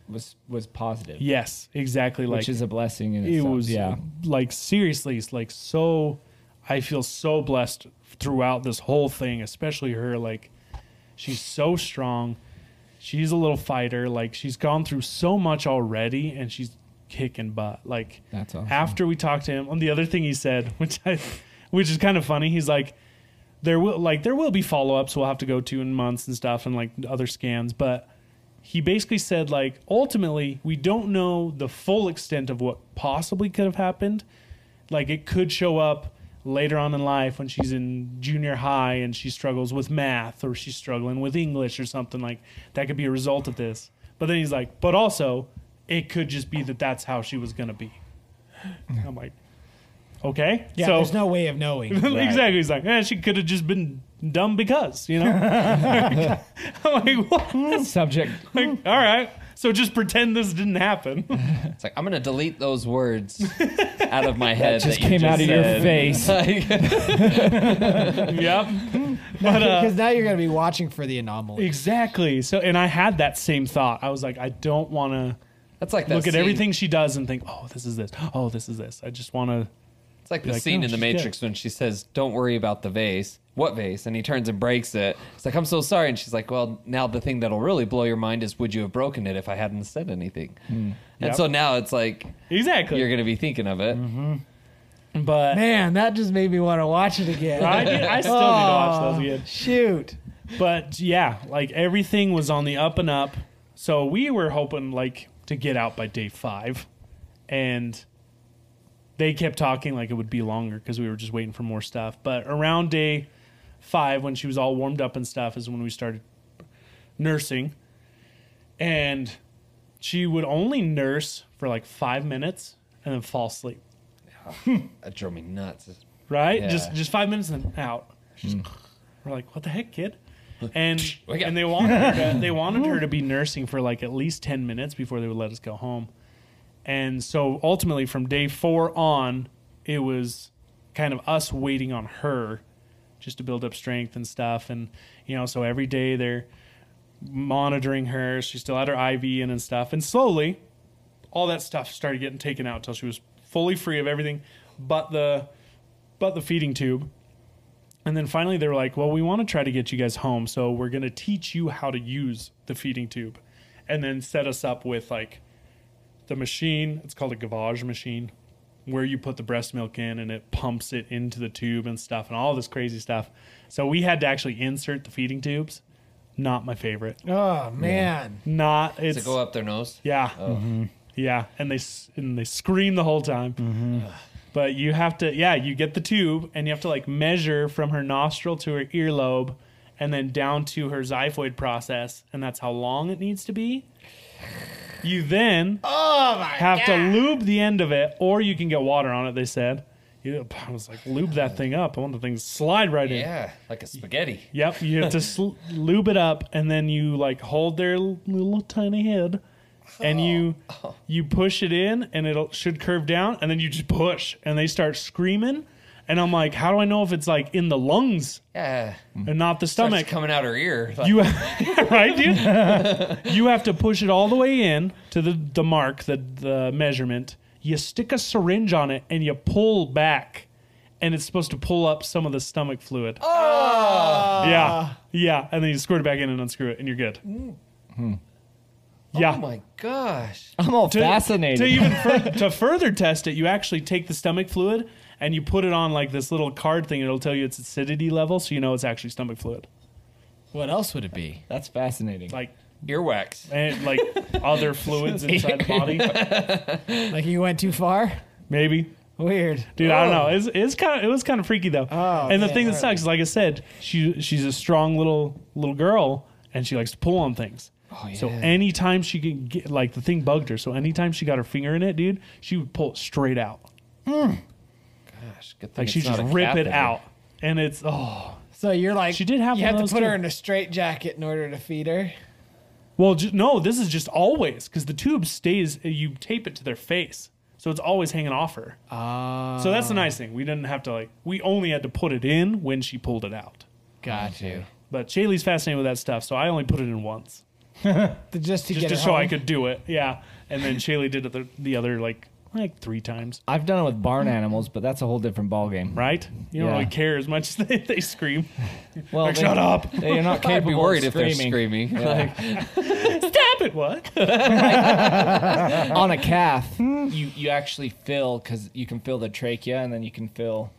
S1: was was positive,
S3: Yes, exactly. Like
S1: which is a blessing in
S3: it
S1: itself.
S3: was
S1: yeah.
S3: like seriously it's like so i feel so blessed throughout this whole thing especially her like she's so strong she's a little fighter like she's gone through so much already and she's kicking butt like
S1: That's awesome.
S3: after we talked to him on the other thing he said (laughs) which i which is kind of funny he's like there will like there will be follow-ups we'll have to go to in months and stuff and like other scans but he basically said like ultimately we don't know the full extent of what possibly could have happened like it could show up later on in life when she's in junior high and she struggles with math or she's struggling with english or something like that could be a result of this but then he's like but also it could just be that that's how she was going to be i'm like okay
S2: Yeah,
S3: so (laughs)
S2: there's no way of knowing.
S3: exactly. He's like, eh, she could have just been dumb because, you know?
S2: (laughs)
S3: (laughs) I'm like, what?
S1: Subject.
S5: (laughs)
S3: Like, all right. So just pretend this didn't happen. (laughs)
S4: It's like I'm gonna delete those words out of my head. That
S1: just
S4: you
S1: came out of your
S4: said. (laughs)
S1: face.
S4: Like, (laughs)
S3: yep. But
S2: (laughs)
S3: uh,
S2: Because now you're going to be watching for the anomaly.
S3: exactly. So, and I had that same thought. I was like, I don't want to
S4: that's like that
S3: look at
S4: scene-
S3: everything she does and think, oh, this is this. Oh, this is this. I just want to.
S4: It's like the
S3: like,
S4: scene
S3: "Oh,
S4: in The
S3: she's dead."
S4: Matrix when she says, "Don't worry about the vase." What vase? And he turns and breaks it. It's like I'm so sorry, and she's like, "Well, now the thing that'll really blow your mind is, would you have broken it if I hadn't said anything?" And
S3: Hmm. Yep. Mm-hmm.
S4: so now it's like
S3: Exactly.
S4: you're gonna be thinking of it.
S3: but
S2: Man, that just made me want to watch it again.
S3: I, did- I still need to watch those again.
S2: Shoot.
S3: But yeah, like everything was on the up and up. So we were hoping like to get out by day five, and they kept talking like it would be longer because we were just waiting for more stuff. But around day five, when she was all warmed up and stuff, is when we started nursing, and she would only nurse for like five minutes and then fall asleep.
S4: That drove me nuts.
S3: Right?
S4: Yeah.
S3: Just just five minutes and out. She's- We're like, what the heck, kid? And
S4: wake up.
S3: and they wanted her to, they wanted her to be nursing for like at least ten minutes before they would let us go home. And so ultimately, from day four on, it was kind of us waiting on her just to build up strength and stuff. And, you know, so every day they're monitoring her. She still had her IV in and stuff. And slowly, all that stuff started getting taken out till she was fully free of everything but the but the feeding tube. And then finally, they were like, well, we want to try to get you guys home. So we're going to teach you how to use the feeding tube and then set us up with like the machine. It's called a gavage machine where you put the breast milk in and it pumps it into the tube and stuff and all this crazy stuff. So we had to actually insert the feeding tubes. Not my favorite.
S2: Oh, man.
S3: Not,
S4: To
S3: it's,
S4: go up their nose.
S3: yeah. Mm-hmm. Yeah. And they, s- and they scream the whole time. But you have to, yeah, you get the tube and you have to like measure from her nostril to her earlobe and then down to her xiphoid process. And that's how long it needs to be. You then have to lube the end of it or you can get water on it, they said. You, I was like, lube that thing up. I want the thing to slide right in.
S4: Yeah, like a spaghetti.
S3: Yep, you have to sl- lube it up, and then you like hold their l- little tiny head, and you you push it in, and it will should curve down, and then you just push, and they start screaming, and I'm like, how do I know if it's like in the lungs
S4: Yeah,
S3: and not the
S4: starts
S3: stomach?
S4: coming out her ear. Like,
S3: You (laughs) right, dude. you have to push it all the way in to the the mark, the the measurement. You stick a syringe on it, and you pull back, and it's supposed to pull up some of the stomach fluid.
S1: Ah.
S3: Yeah, yeah, and then you squirt it back in and unscrew it, and you're good.
S1: Mm.
S3: Yeah. Uh-huh.
S4: oh my gosh!
S1: I'm all
S3: to
S1: fascinated.
S3: even fur-
S1: (laughs)
S3: to further test it, you actually take the stomach fluid and you put it on like this little card thing. It'll tell you its acidity level, so you know it's actually stomach fluid.
S2: What else would it be?
S1: That's fascinating.
S3: Like
S4: Earwax.
S3: and like other fluids inside the body.
S2: Like you went too far?
S3: Maybe.
S2: Weird.
S3: Dude, I don't know. It's, it's kind of it was kind of freaky though.
S2: Oh,
S3: and the
S2: man,
S3: thing that
S2: alright.
S3: sucks is, like I said, she she's a strong little little girl, and she likes to pull on things. So anytime she could get, like, the thing bugged her. So anytime she got her finger in it, dude, she would pull it straight out.
S4: Gosh, good thing
S3: Like,
S4: it's
S3: she
S4: not
S3: just
S4: a
S3: rip
S4: cat
S3: it
S4: there.
S3: out. And it's, oh.
S2: So you're like
S3: She did have
S2: you
S3: one
S2: have to
S3: of those
S2: put her
S3: too.
S2: in a straitjacket in order to feed her.
S3: Well, ju- no, this is just always because the tube stays, you tape it to their face. So it's always hanging off her.
S2: Ah,
S3: So that's the nice thing. We didn't have to, like, we only had to put it in when she pulled it out.
S2: got you.
S3: But Shaylee's fascinated with that stuff, so I only put it in once.
S2: To- Just to
S3: Just,
S2: get
S3: just
S2: her
S3: so
S2: home.
S3: I could do it. Yeah. And then Shaylee did it the, the other, like, like three times,
S1: I've done it with barn animals, but that's a whole different ballgame.
S3: right? You don't
S1: Yeah.
S3: really care as much (laughs) as they, they scream.
S1: Well,
S3: Like, shut up.
S1: They, are (laughs) not
S4: I'd
S1: capable
S4: be worried if
S1: of
S4: they're
S1: screaming. (laughs)
S4: screaming. Like,
S3: Stop it, what?
S1: On a calf, you, you actually fill because you can fill the trachea and then you can fill,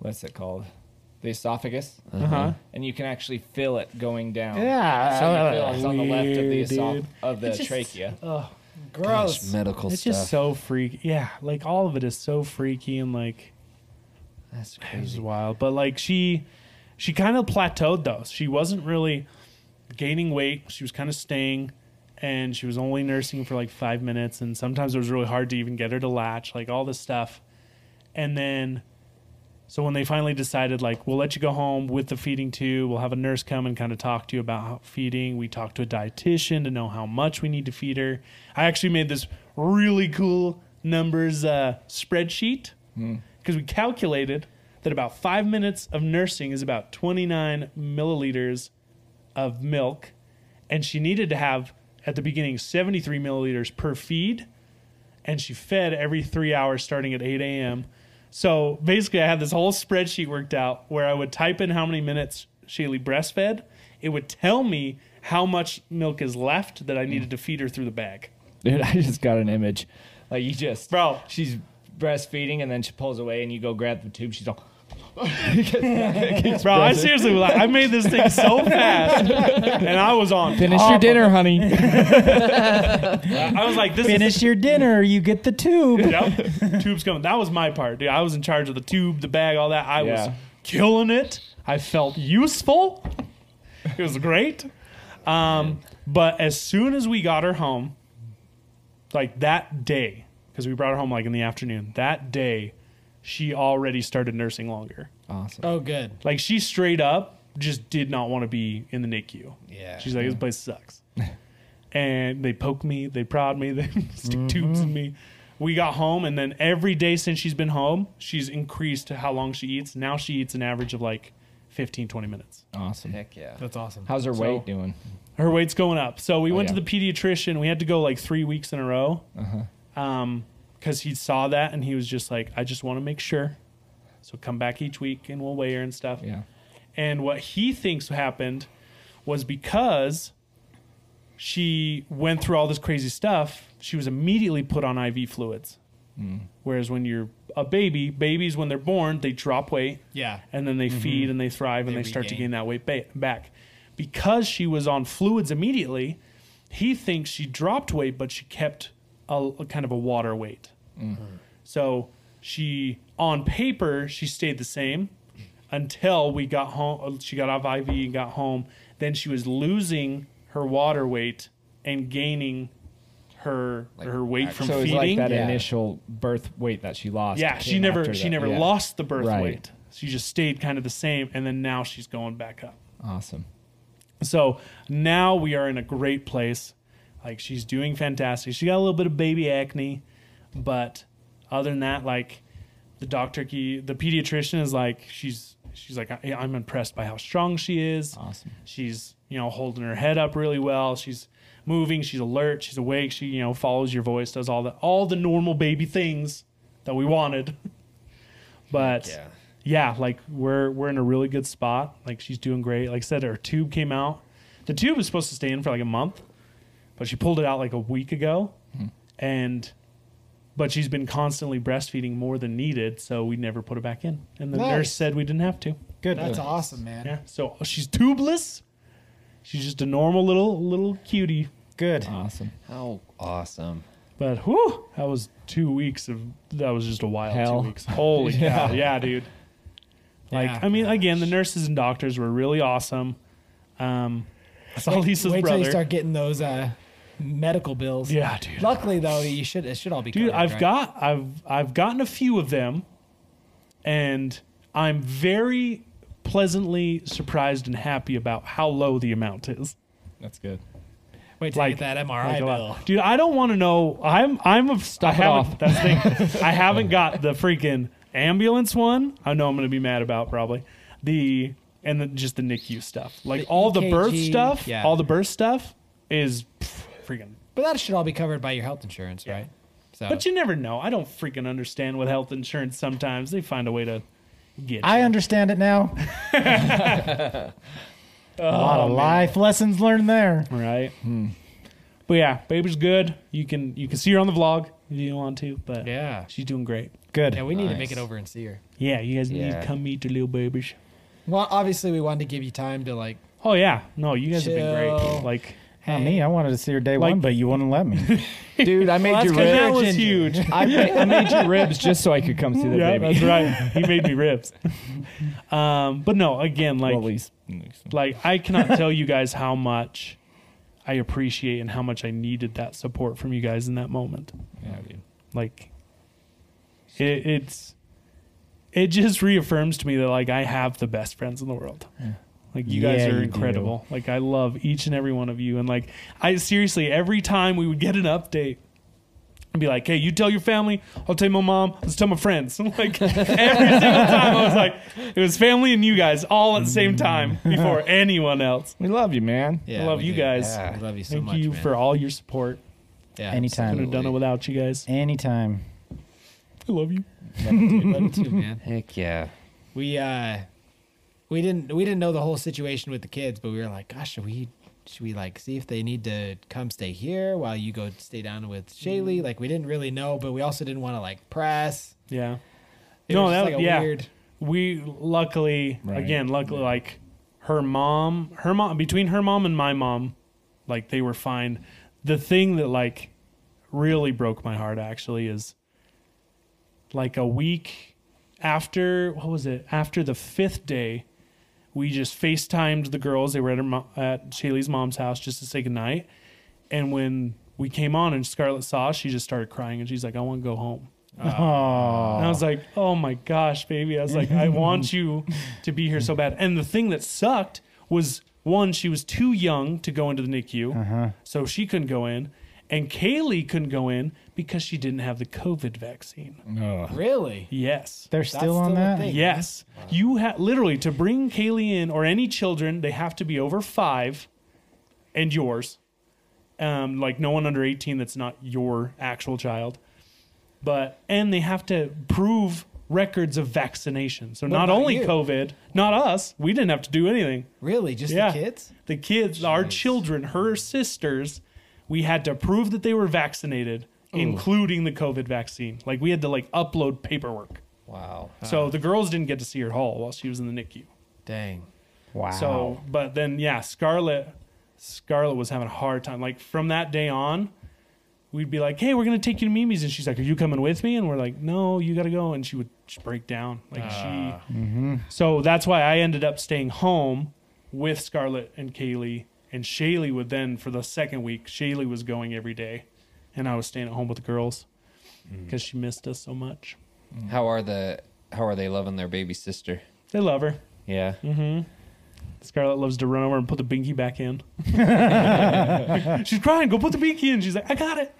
S1: what's it called? The esophagus.
S3: Uh-huh.
S1: And you can actually feel it going down.
S5: Yeah.
S1: So you feel it's on the left of the,
S3: Weird,
S1: esoph-
S3: dude.
S1: of the
S3: It just-
S1: trachea.
S2: Gross.
S4: medical
S3: It's
S4: stuff.
S3: just so freaky. Yeah, like all of it is so freaky and like
S4: That's
S3: it was
S4: crazy.
S3: wild. But like she, she kind of plateaued though. She wasn't really gaining weight. She was kind of staying, and she was only nursing for like five minutes. And sometimes it was really hard to even get her to latch. Like all this stuff, and then. So when they finally decided, like, we'll let you go home with the feeding tube, we'll have a nurse come and kind of talk to you about how feeding. We talked to a dietitian to know how much we need to feed her. I actually made this really cool numbers uh, spreadsheet because we calculated that about five minutes of nursing is about 29 milliliters of milk, and she needed to have at the beginning 73 milliliters per feed and she fed every three hours starting at 8 a.m. So basically, I had this whole spreadsheet worked out where I would type in how many minutes Shaylee breastfed. It would tell me how much milk is left that I needed to feed her through the bag.
S1: (laughs) Dude, I just got an image. Like you just
S3: Bro.
S1: She's breastfeeding and then she pulls away and you go grab the tube. She's all. Finish
S3: Bro, I seriously was like, I made this thing so fast, and I was on.
S1: your dinner, honey.
S3: I was like, this is.
S5: (laughs) Finish your dinner. You get the tube.
S3: Yep, (laughs) tube's coming. That was my part, dude. I was in charge of the tube, the bag, all that. I
S1: Yeah.
S3: was killing it. I felt useful. It was great. Um, but as soon as we got her home, like that day, because we brought her home like in the afternoon, that day, she already started nursing longer.
S1: (laughs) Awesome.
S2: Oh, good.
S3: Like she straight up just did not want to be in the NICU.
S2: Yeah.
S3: She's
S1: Mm.
S3: like, this place sucks. and they poke me, they prod me, (laughs) they stick
S1: Mm-hmm.
S3: tubes in me. We got home, and then every day since she's been home, she's increased how long she eats. Now she eats an average of like 15, 20 minutes.
S1: Awesome.
S4: Heck yeah.
S2: That's awesome.
S1: How's her
S3: So-
S1: weight doing?
S3: Her weight's going up. So we
S1: Oh,
S3: went
S1: yeah.
S3: to the pediatrician. We had to go like three weeks in a row
S1: Uh-huh.
S3: because he saw that and he was just like, I just want to make sure. So come back each week and we'll weigh her and stuff.
S1: Yeah.
S3: And what he thinks happened was because she went through all this crazy stuff, she was immediately put on IV fluids. Whereas when you're a baby, babies, when they're born, they drop weight
S2: Yeah.
S3: and then they feed and they thrive and
S2: Mm-hmm. They
S3: they, start to
S2: regain.
S3: gain that weight ba- back. Because she was on fluids immediately, he thinks she dropped weight, but she kept a, a kind of a water weight.
S2: Mm-hmm.
S3: So she, on paper, she stayed the same until we got home. uh, She got off IV and got home. Then she was losing her water weight and gaining her
S4: Like,
S3: her weight from
S1: So it was like
S3: feeding.
S1: that
S2: Yeah.
S1: initial birth weight that she lost.
S3: Yeah, she
S1: came
S3: never
S1: after
S3: she
S1: that.
S3: never
S1: Yeah.
S3: lost the birth
S1: Right.
S3: weight. She just stayed kind of the same, and then now she's going back up.
S1: Awesome.
S3: So now we are in a great place. Like she's doing fantastic. She got a little bit of baby acne, but other than that, like the doctor, key, the pediatrician is like she's she's like I, I'm impressed by how strong she is.
S1: Awesome.
S3: She's you know holding her head up really well. She's moving. She's alert. She's awake. She you know follows your voice. Does all the all the normal baby things that we wanted. (laughs) but
S4: Yeah.
S3: yeah, like we're we're in a really good spot. Like she's doing great. Like I said, her tube came out. The tube was supposed to stay in for like a month, but she pulled it out like a week ago, and but she's been constantly breastfeeding more than needed, so we never put it back in. And the
S2: Nice.
S3: nurse said we didn't have to.
S5: Good.
S2: That's awesome,
S3: (laughs)
S2: man.
S3: Yeah, so oh, she's tubeless. She's just a normal little little cutie.
S5: Good.
S1: Awesome.
S4: How awesome.
S3: But whew, that was two weeks of that was just a wild
S1: Hell.
S3: two weeks. Holy cow, yeah, dude. Like
S2: Yeah.
S3: I mean, again, the nurses and doctors were really awesome. Um, That's all Lisa's
S2: Wait till
S3: brother.
S2: you start getting those uh, medical bills.
S3: yeah, dude.
S2: Luckily though, you should it should all be.
S3: Dude,
S2: covered,
S3: I've
S2: right?
S3: got I've I've gotten a few of them and I'm very pleasantly surprised and happy about how low the amount is.
S1: That's good.
S2: Wait till you
S3: like-
S2: get that MRI
S3: Like a lot.
S2: bill.
S3: Dude, I don't want to know. I'm I'm a, I
S4: it
S3: haven't that's the thing. I haven't got the freaking ambulance one. I know I'm going to be mad about probably. The and the, just the NICU stuff. Like
S2: The
S3: all the birth
S2: EKG,
S3: stuff,
S2: yeah.
S3: all the birth stuff is pff, freaking
S2: But that should all be covered by your health insurance, right? So
S3: But you never know. I don't freaking understand with health insurance sometimes. They find a way to get
S5: I
S3: you.
S5: understand it now. a lot of life lessons learned there.
S3: right? But yeah, baby's good. You can you can see her on the vlog if you want to. But
S2: yeah,
S3: she's doing great.
S5: Good.
S2: yeah, we need to make it
S4: Nice.
S2: over and see her.
S3: Yeah, you guys need
S4: Yeah.
S3: to come meet your little babies.
S2: Well, obviously we wanted to give you time to like.
S3: Oh yeah, no, you guys have been
S2: Chill.
S3: great. Like,
S5: Not me. I wanted to see her day
S3: Like-
S5: one, but you wouldn't let me.
S1: Dude, I made
S3: Well, that's
S1: your
S3: 'cause that
S1: ribs.
S3: was huge. (laughs)
S1: I, ma- I (laughs) made your ribs just so I could come see the
S3: yeah,
S1: baby.
S3: that's right. He made me ribs. Um, but no, again, like
S1: well, at least.
S3: like I cannot tell you guys how much I appreciate and how much I needed that support from you guys in that moment.
S1: Yeah, dude.
S3: like it, it's it just reaffirms to me that like i have the best friends in the world like you guys
S5: Yeah,
S3: are
S5: you
S3: incredible like i love each and every one of you and like i seriously every time we would get an update and be like, hey, you tell your family. I'll tell my mom. Let's tell my friends. (laughs) like every single time, I was like, it was family and you guys all at the same time before
S2: (laughs)
S3: anyone else.
S1: We love you, man.
S2: Mm-hmm. Yeah,
S3: love
S2: we
S3: you
S2: do.
S3: guys.
S2: We love you so
S3: Thank
S2: much.
S3: you
S2: man.
S3: for all your support.
S2: yeah,
S5: Anytime.
S3: Couldn't have done it without you guys.
S5: Anytime.
S3: I love you.
S2: absolutely. Love (laughs) you too, man.
S4: Heck yeah.
S2: We uh, we didn't we didn't know the whole situation with the kids, but we were like, gosh, should we should we like see if they need to come stay here while you go stay down with Shaylee?
S3: Mm.
S2: Like we didn't really know, but we also didn't want to like press.
S3: Yeah.
S2: It
S3: no,
S2: was
S3: that
S2: just, like, a
S3: yeah.
S2: weird-
S3: We luckily
S1: Right.
S3: again, luckily like her mom, her mom between her mom and my mom, like they were fine. The thing that like really broke my heart actually is like a week after what was it? After the fifth day, we just FaceTimed the girls. They were at her mo- at Shaylee's mom's house just to say goodnight. And when we came on and Scarlett saw, us, she just started crying and she's like, "I want to go home." And I was like, oh my gosh, baby. I was like, I want you to be here so bad. And the thing that sucked was one, she was too young to go into the NICU. So she couldn't go in. And Kaylee couldn't go in because she didn't have the COVID vaccine.
S2: Really?
S3: Yes.
S5: They're
S2: That's
S5: still on
S2: still a
S5: that.
S2: thing.
S3: Yes. You have literally to bring Kaylee in or any children, they have to be over five and yours. Um, like no one under 18 that's not your actual child. But, and they have to prove records of vaccination. So not
S2: about
S3: only
S2: you?
S3: COVID, not us, we didn't have to do anything.
S2: Really? Just
S3: Yeah.
S2: the kids?
S3: The kids, our children, her sisters, we had to prove that they were vaccinated, including the COVID vaccine. Like we had to like upload paperwork.
S4: Wow.
S2: Uh-huh.
S3: So the girls didn't get to see her haul while she was in the NICU.
S2: Dang.
S5: Wow.
S3: So, but then yeah, Scarlett, Scarlett was having a hard time. Like from that day on, we'd be like, "Hey, we're gonna take you to Mimi's," and she's like, "Are you coming with me?" And we're like, "No, you gotta go." And she would just break down. Like she. So that's why I ended up staying home with Scarlett and Kaylee, and Shaylee would then for the second week, Shaylee was going every day, and I was staying at home with the girls because she missed us so much.
S4: How are the how are they loving their baby sister?
S3: They love her.
S4: Yeah.
S2: Hmm.
S3: Scarlett loves to run over and put the binky back (laughs) in. she's crying. Go put the binky in. She's like, I got it.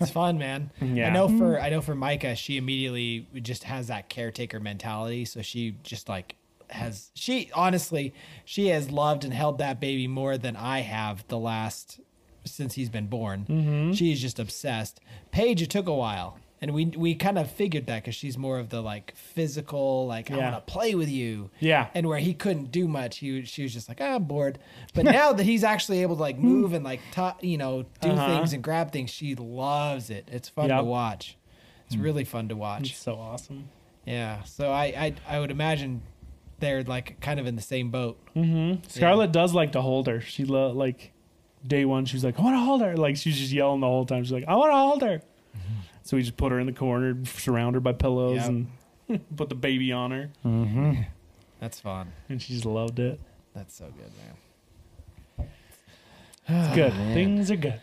S2: It's fun, man. I
S3: Yeah.
S2: know for I know for Micah, she immediately just has that caretaker mentality. So she just like has she honestly she has loved and held that baby more than I have the last since he's been born.
S3: Mm-hmm.
S2: She's just obsessed. Paige, it took a while. And we we kind of figured that because she's more of the like physical, like I
S3: Yeah.
S2: want to play with you.
S3: Yeah. (laughs)
S2: And where he couldn't do much, he was- she was just like, ah, I'm bored. But now that he's actually able
S3: (laughs)
S2: to like move and like ta- you know do
S3: Hmm. Uh-huh.
S2: things and grab things, she loves it. It's fun to
S3: Yep.
S2: watch. It's really fun to watch.
S3: Hmm. It's so awesome.
S2: Yeah. So I I, I would imagine they're like kind of in the same boat.
S3: Mm-hmm. Scarlett does like to hold her. She lo- like day one. She's like, I want to hold her. Like she's just yelling the whole time. She's like, I want to hold her. So we just put her in the corner, surround her by pillows,
S2: Yep.
S3: and (laughs) put the baby on her,
S2: That's fun.
S3: and she just loved it.
S2: That's so good, man.
S3: It's good. Things are good.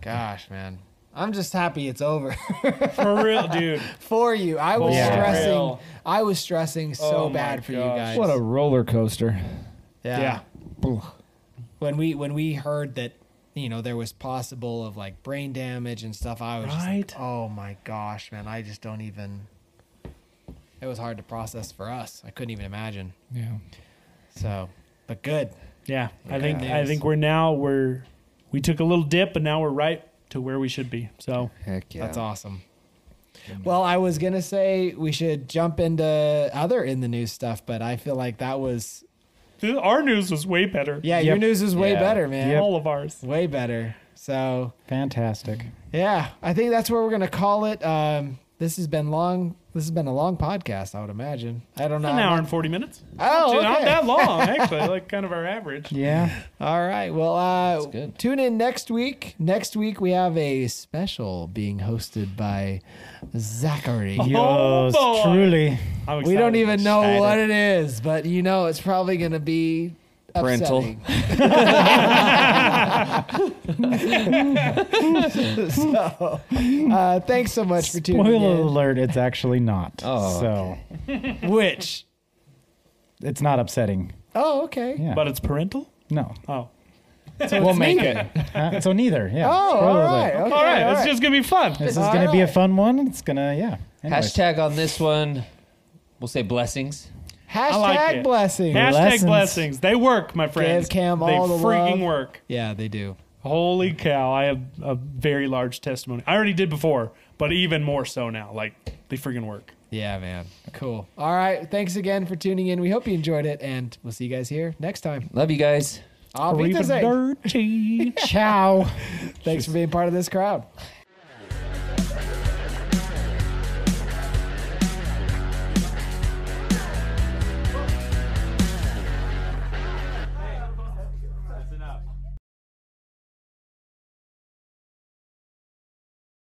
S2: Gosh, man. I'm just happy it's over (laughs)
S3: For real, dude.
S2: for you. I was
S3: For
S5: Yeah.
S2: stressing.
S3: real.
S2: I was stressing so
S3: Oh my
S2: bad for you
S3: gosh.
S2: guys.
S1: What a roller coaster.
S2: yeah. When we when we heard that you know there was possible of like brain damage and stuff, I was
S3: Right.
S2: just like, oh my gosh, man. I just don't even. It was hard to process for us. I couldn't even imagine.
S1: Yeah.
S2: So, but good.
S3: Yeah. I think
S2: Yeah.
S3: I think we're now we're we took a little dip, but now we're right to where we should be. So
S4: Heck yeah.
S2: That's awesome. Well, I was gonna say we should jump into other in the news stuff, but I feel like that was
S3: th- our news was way better.
S2: yeah, your
S5: Yep.
S2: news is way
S4: Yeah.
S2: better, man.
S3: All of ours.
S2: Way better. So
S5: Fantastic.
S2: yeah, I think that's where we're gonna call it. Um, this has been long. This has been a long podcast, I would imagine. I don't know.
S3: An hour and forty minutes.
S2: Oh,
S3: Dude, not
S2: okay.
S3: that
S2: (laughs)
S3: long actually. Like kind of our average.
S5: Yeah.
S2: All right. Well, uh,
S4: good.
S2: tune in next week. Next week we have a special being hosted by Zachary.
S3: Oh,
S5: Yours
S3: boy.
S5: truly.
S3: I'm
S2: We don't
S3: excited.
S2: even know
S4: Excited.
S2: what it is, but you know it's probably going to be
S4: Parental.
S2: upsetting. so, uh, thanks so much for tuning
S5: Spoiler
S2: in.
S5: alert, it's actually not.
S4: Oh,
S5: so
S2: Which?
S5: it's not upsetting.
S2: Oh, okay.
S3: (laughs)
S5: Yeah.
S3: But it's parental?
S5: no.
S3: Oh.
S1: we'll make it.
S5: Uh, so neither. Yeah.
S2: Oh,
S5: Spoiler
S2: all
S5: alert.
S2: right. Okay,
S3: all right, it's just gonna be fun.
S5: This is
S2: All
S5: going to be a
S2: right.
S5: fun one. It's going to, yeah. Anyways.
S4: Hashtag on this one, we'll say blessings.
S2: Hashtag
S3: like it.
S2: blessing.
S3: Hashtag
S5: Blessings.
S3: blessings. They work, my friends.
S2: Cam
S3: they
S2: all the
S3: freaking
S2: love.
S3: work.
S2: yeah, they do.
S3: Holy cow! I have a very large testimony. I already did before, but even more so now. Like they freaking work.
S2: Yeah, man. Cool. All right. Thanks again for tuning in. We hope you enjoyed it, and we'll see you guys here next time.
S4: Love you guys.
S2: Auf Wiedersehen.
S3: dirty.
S5: Ciao. (laughs)
S2: Thanks for being part of this crowd.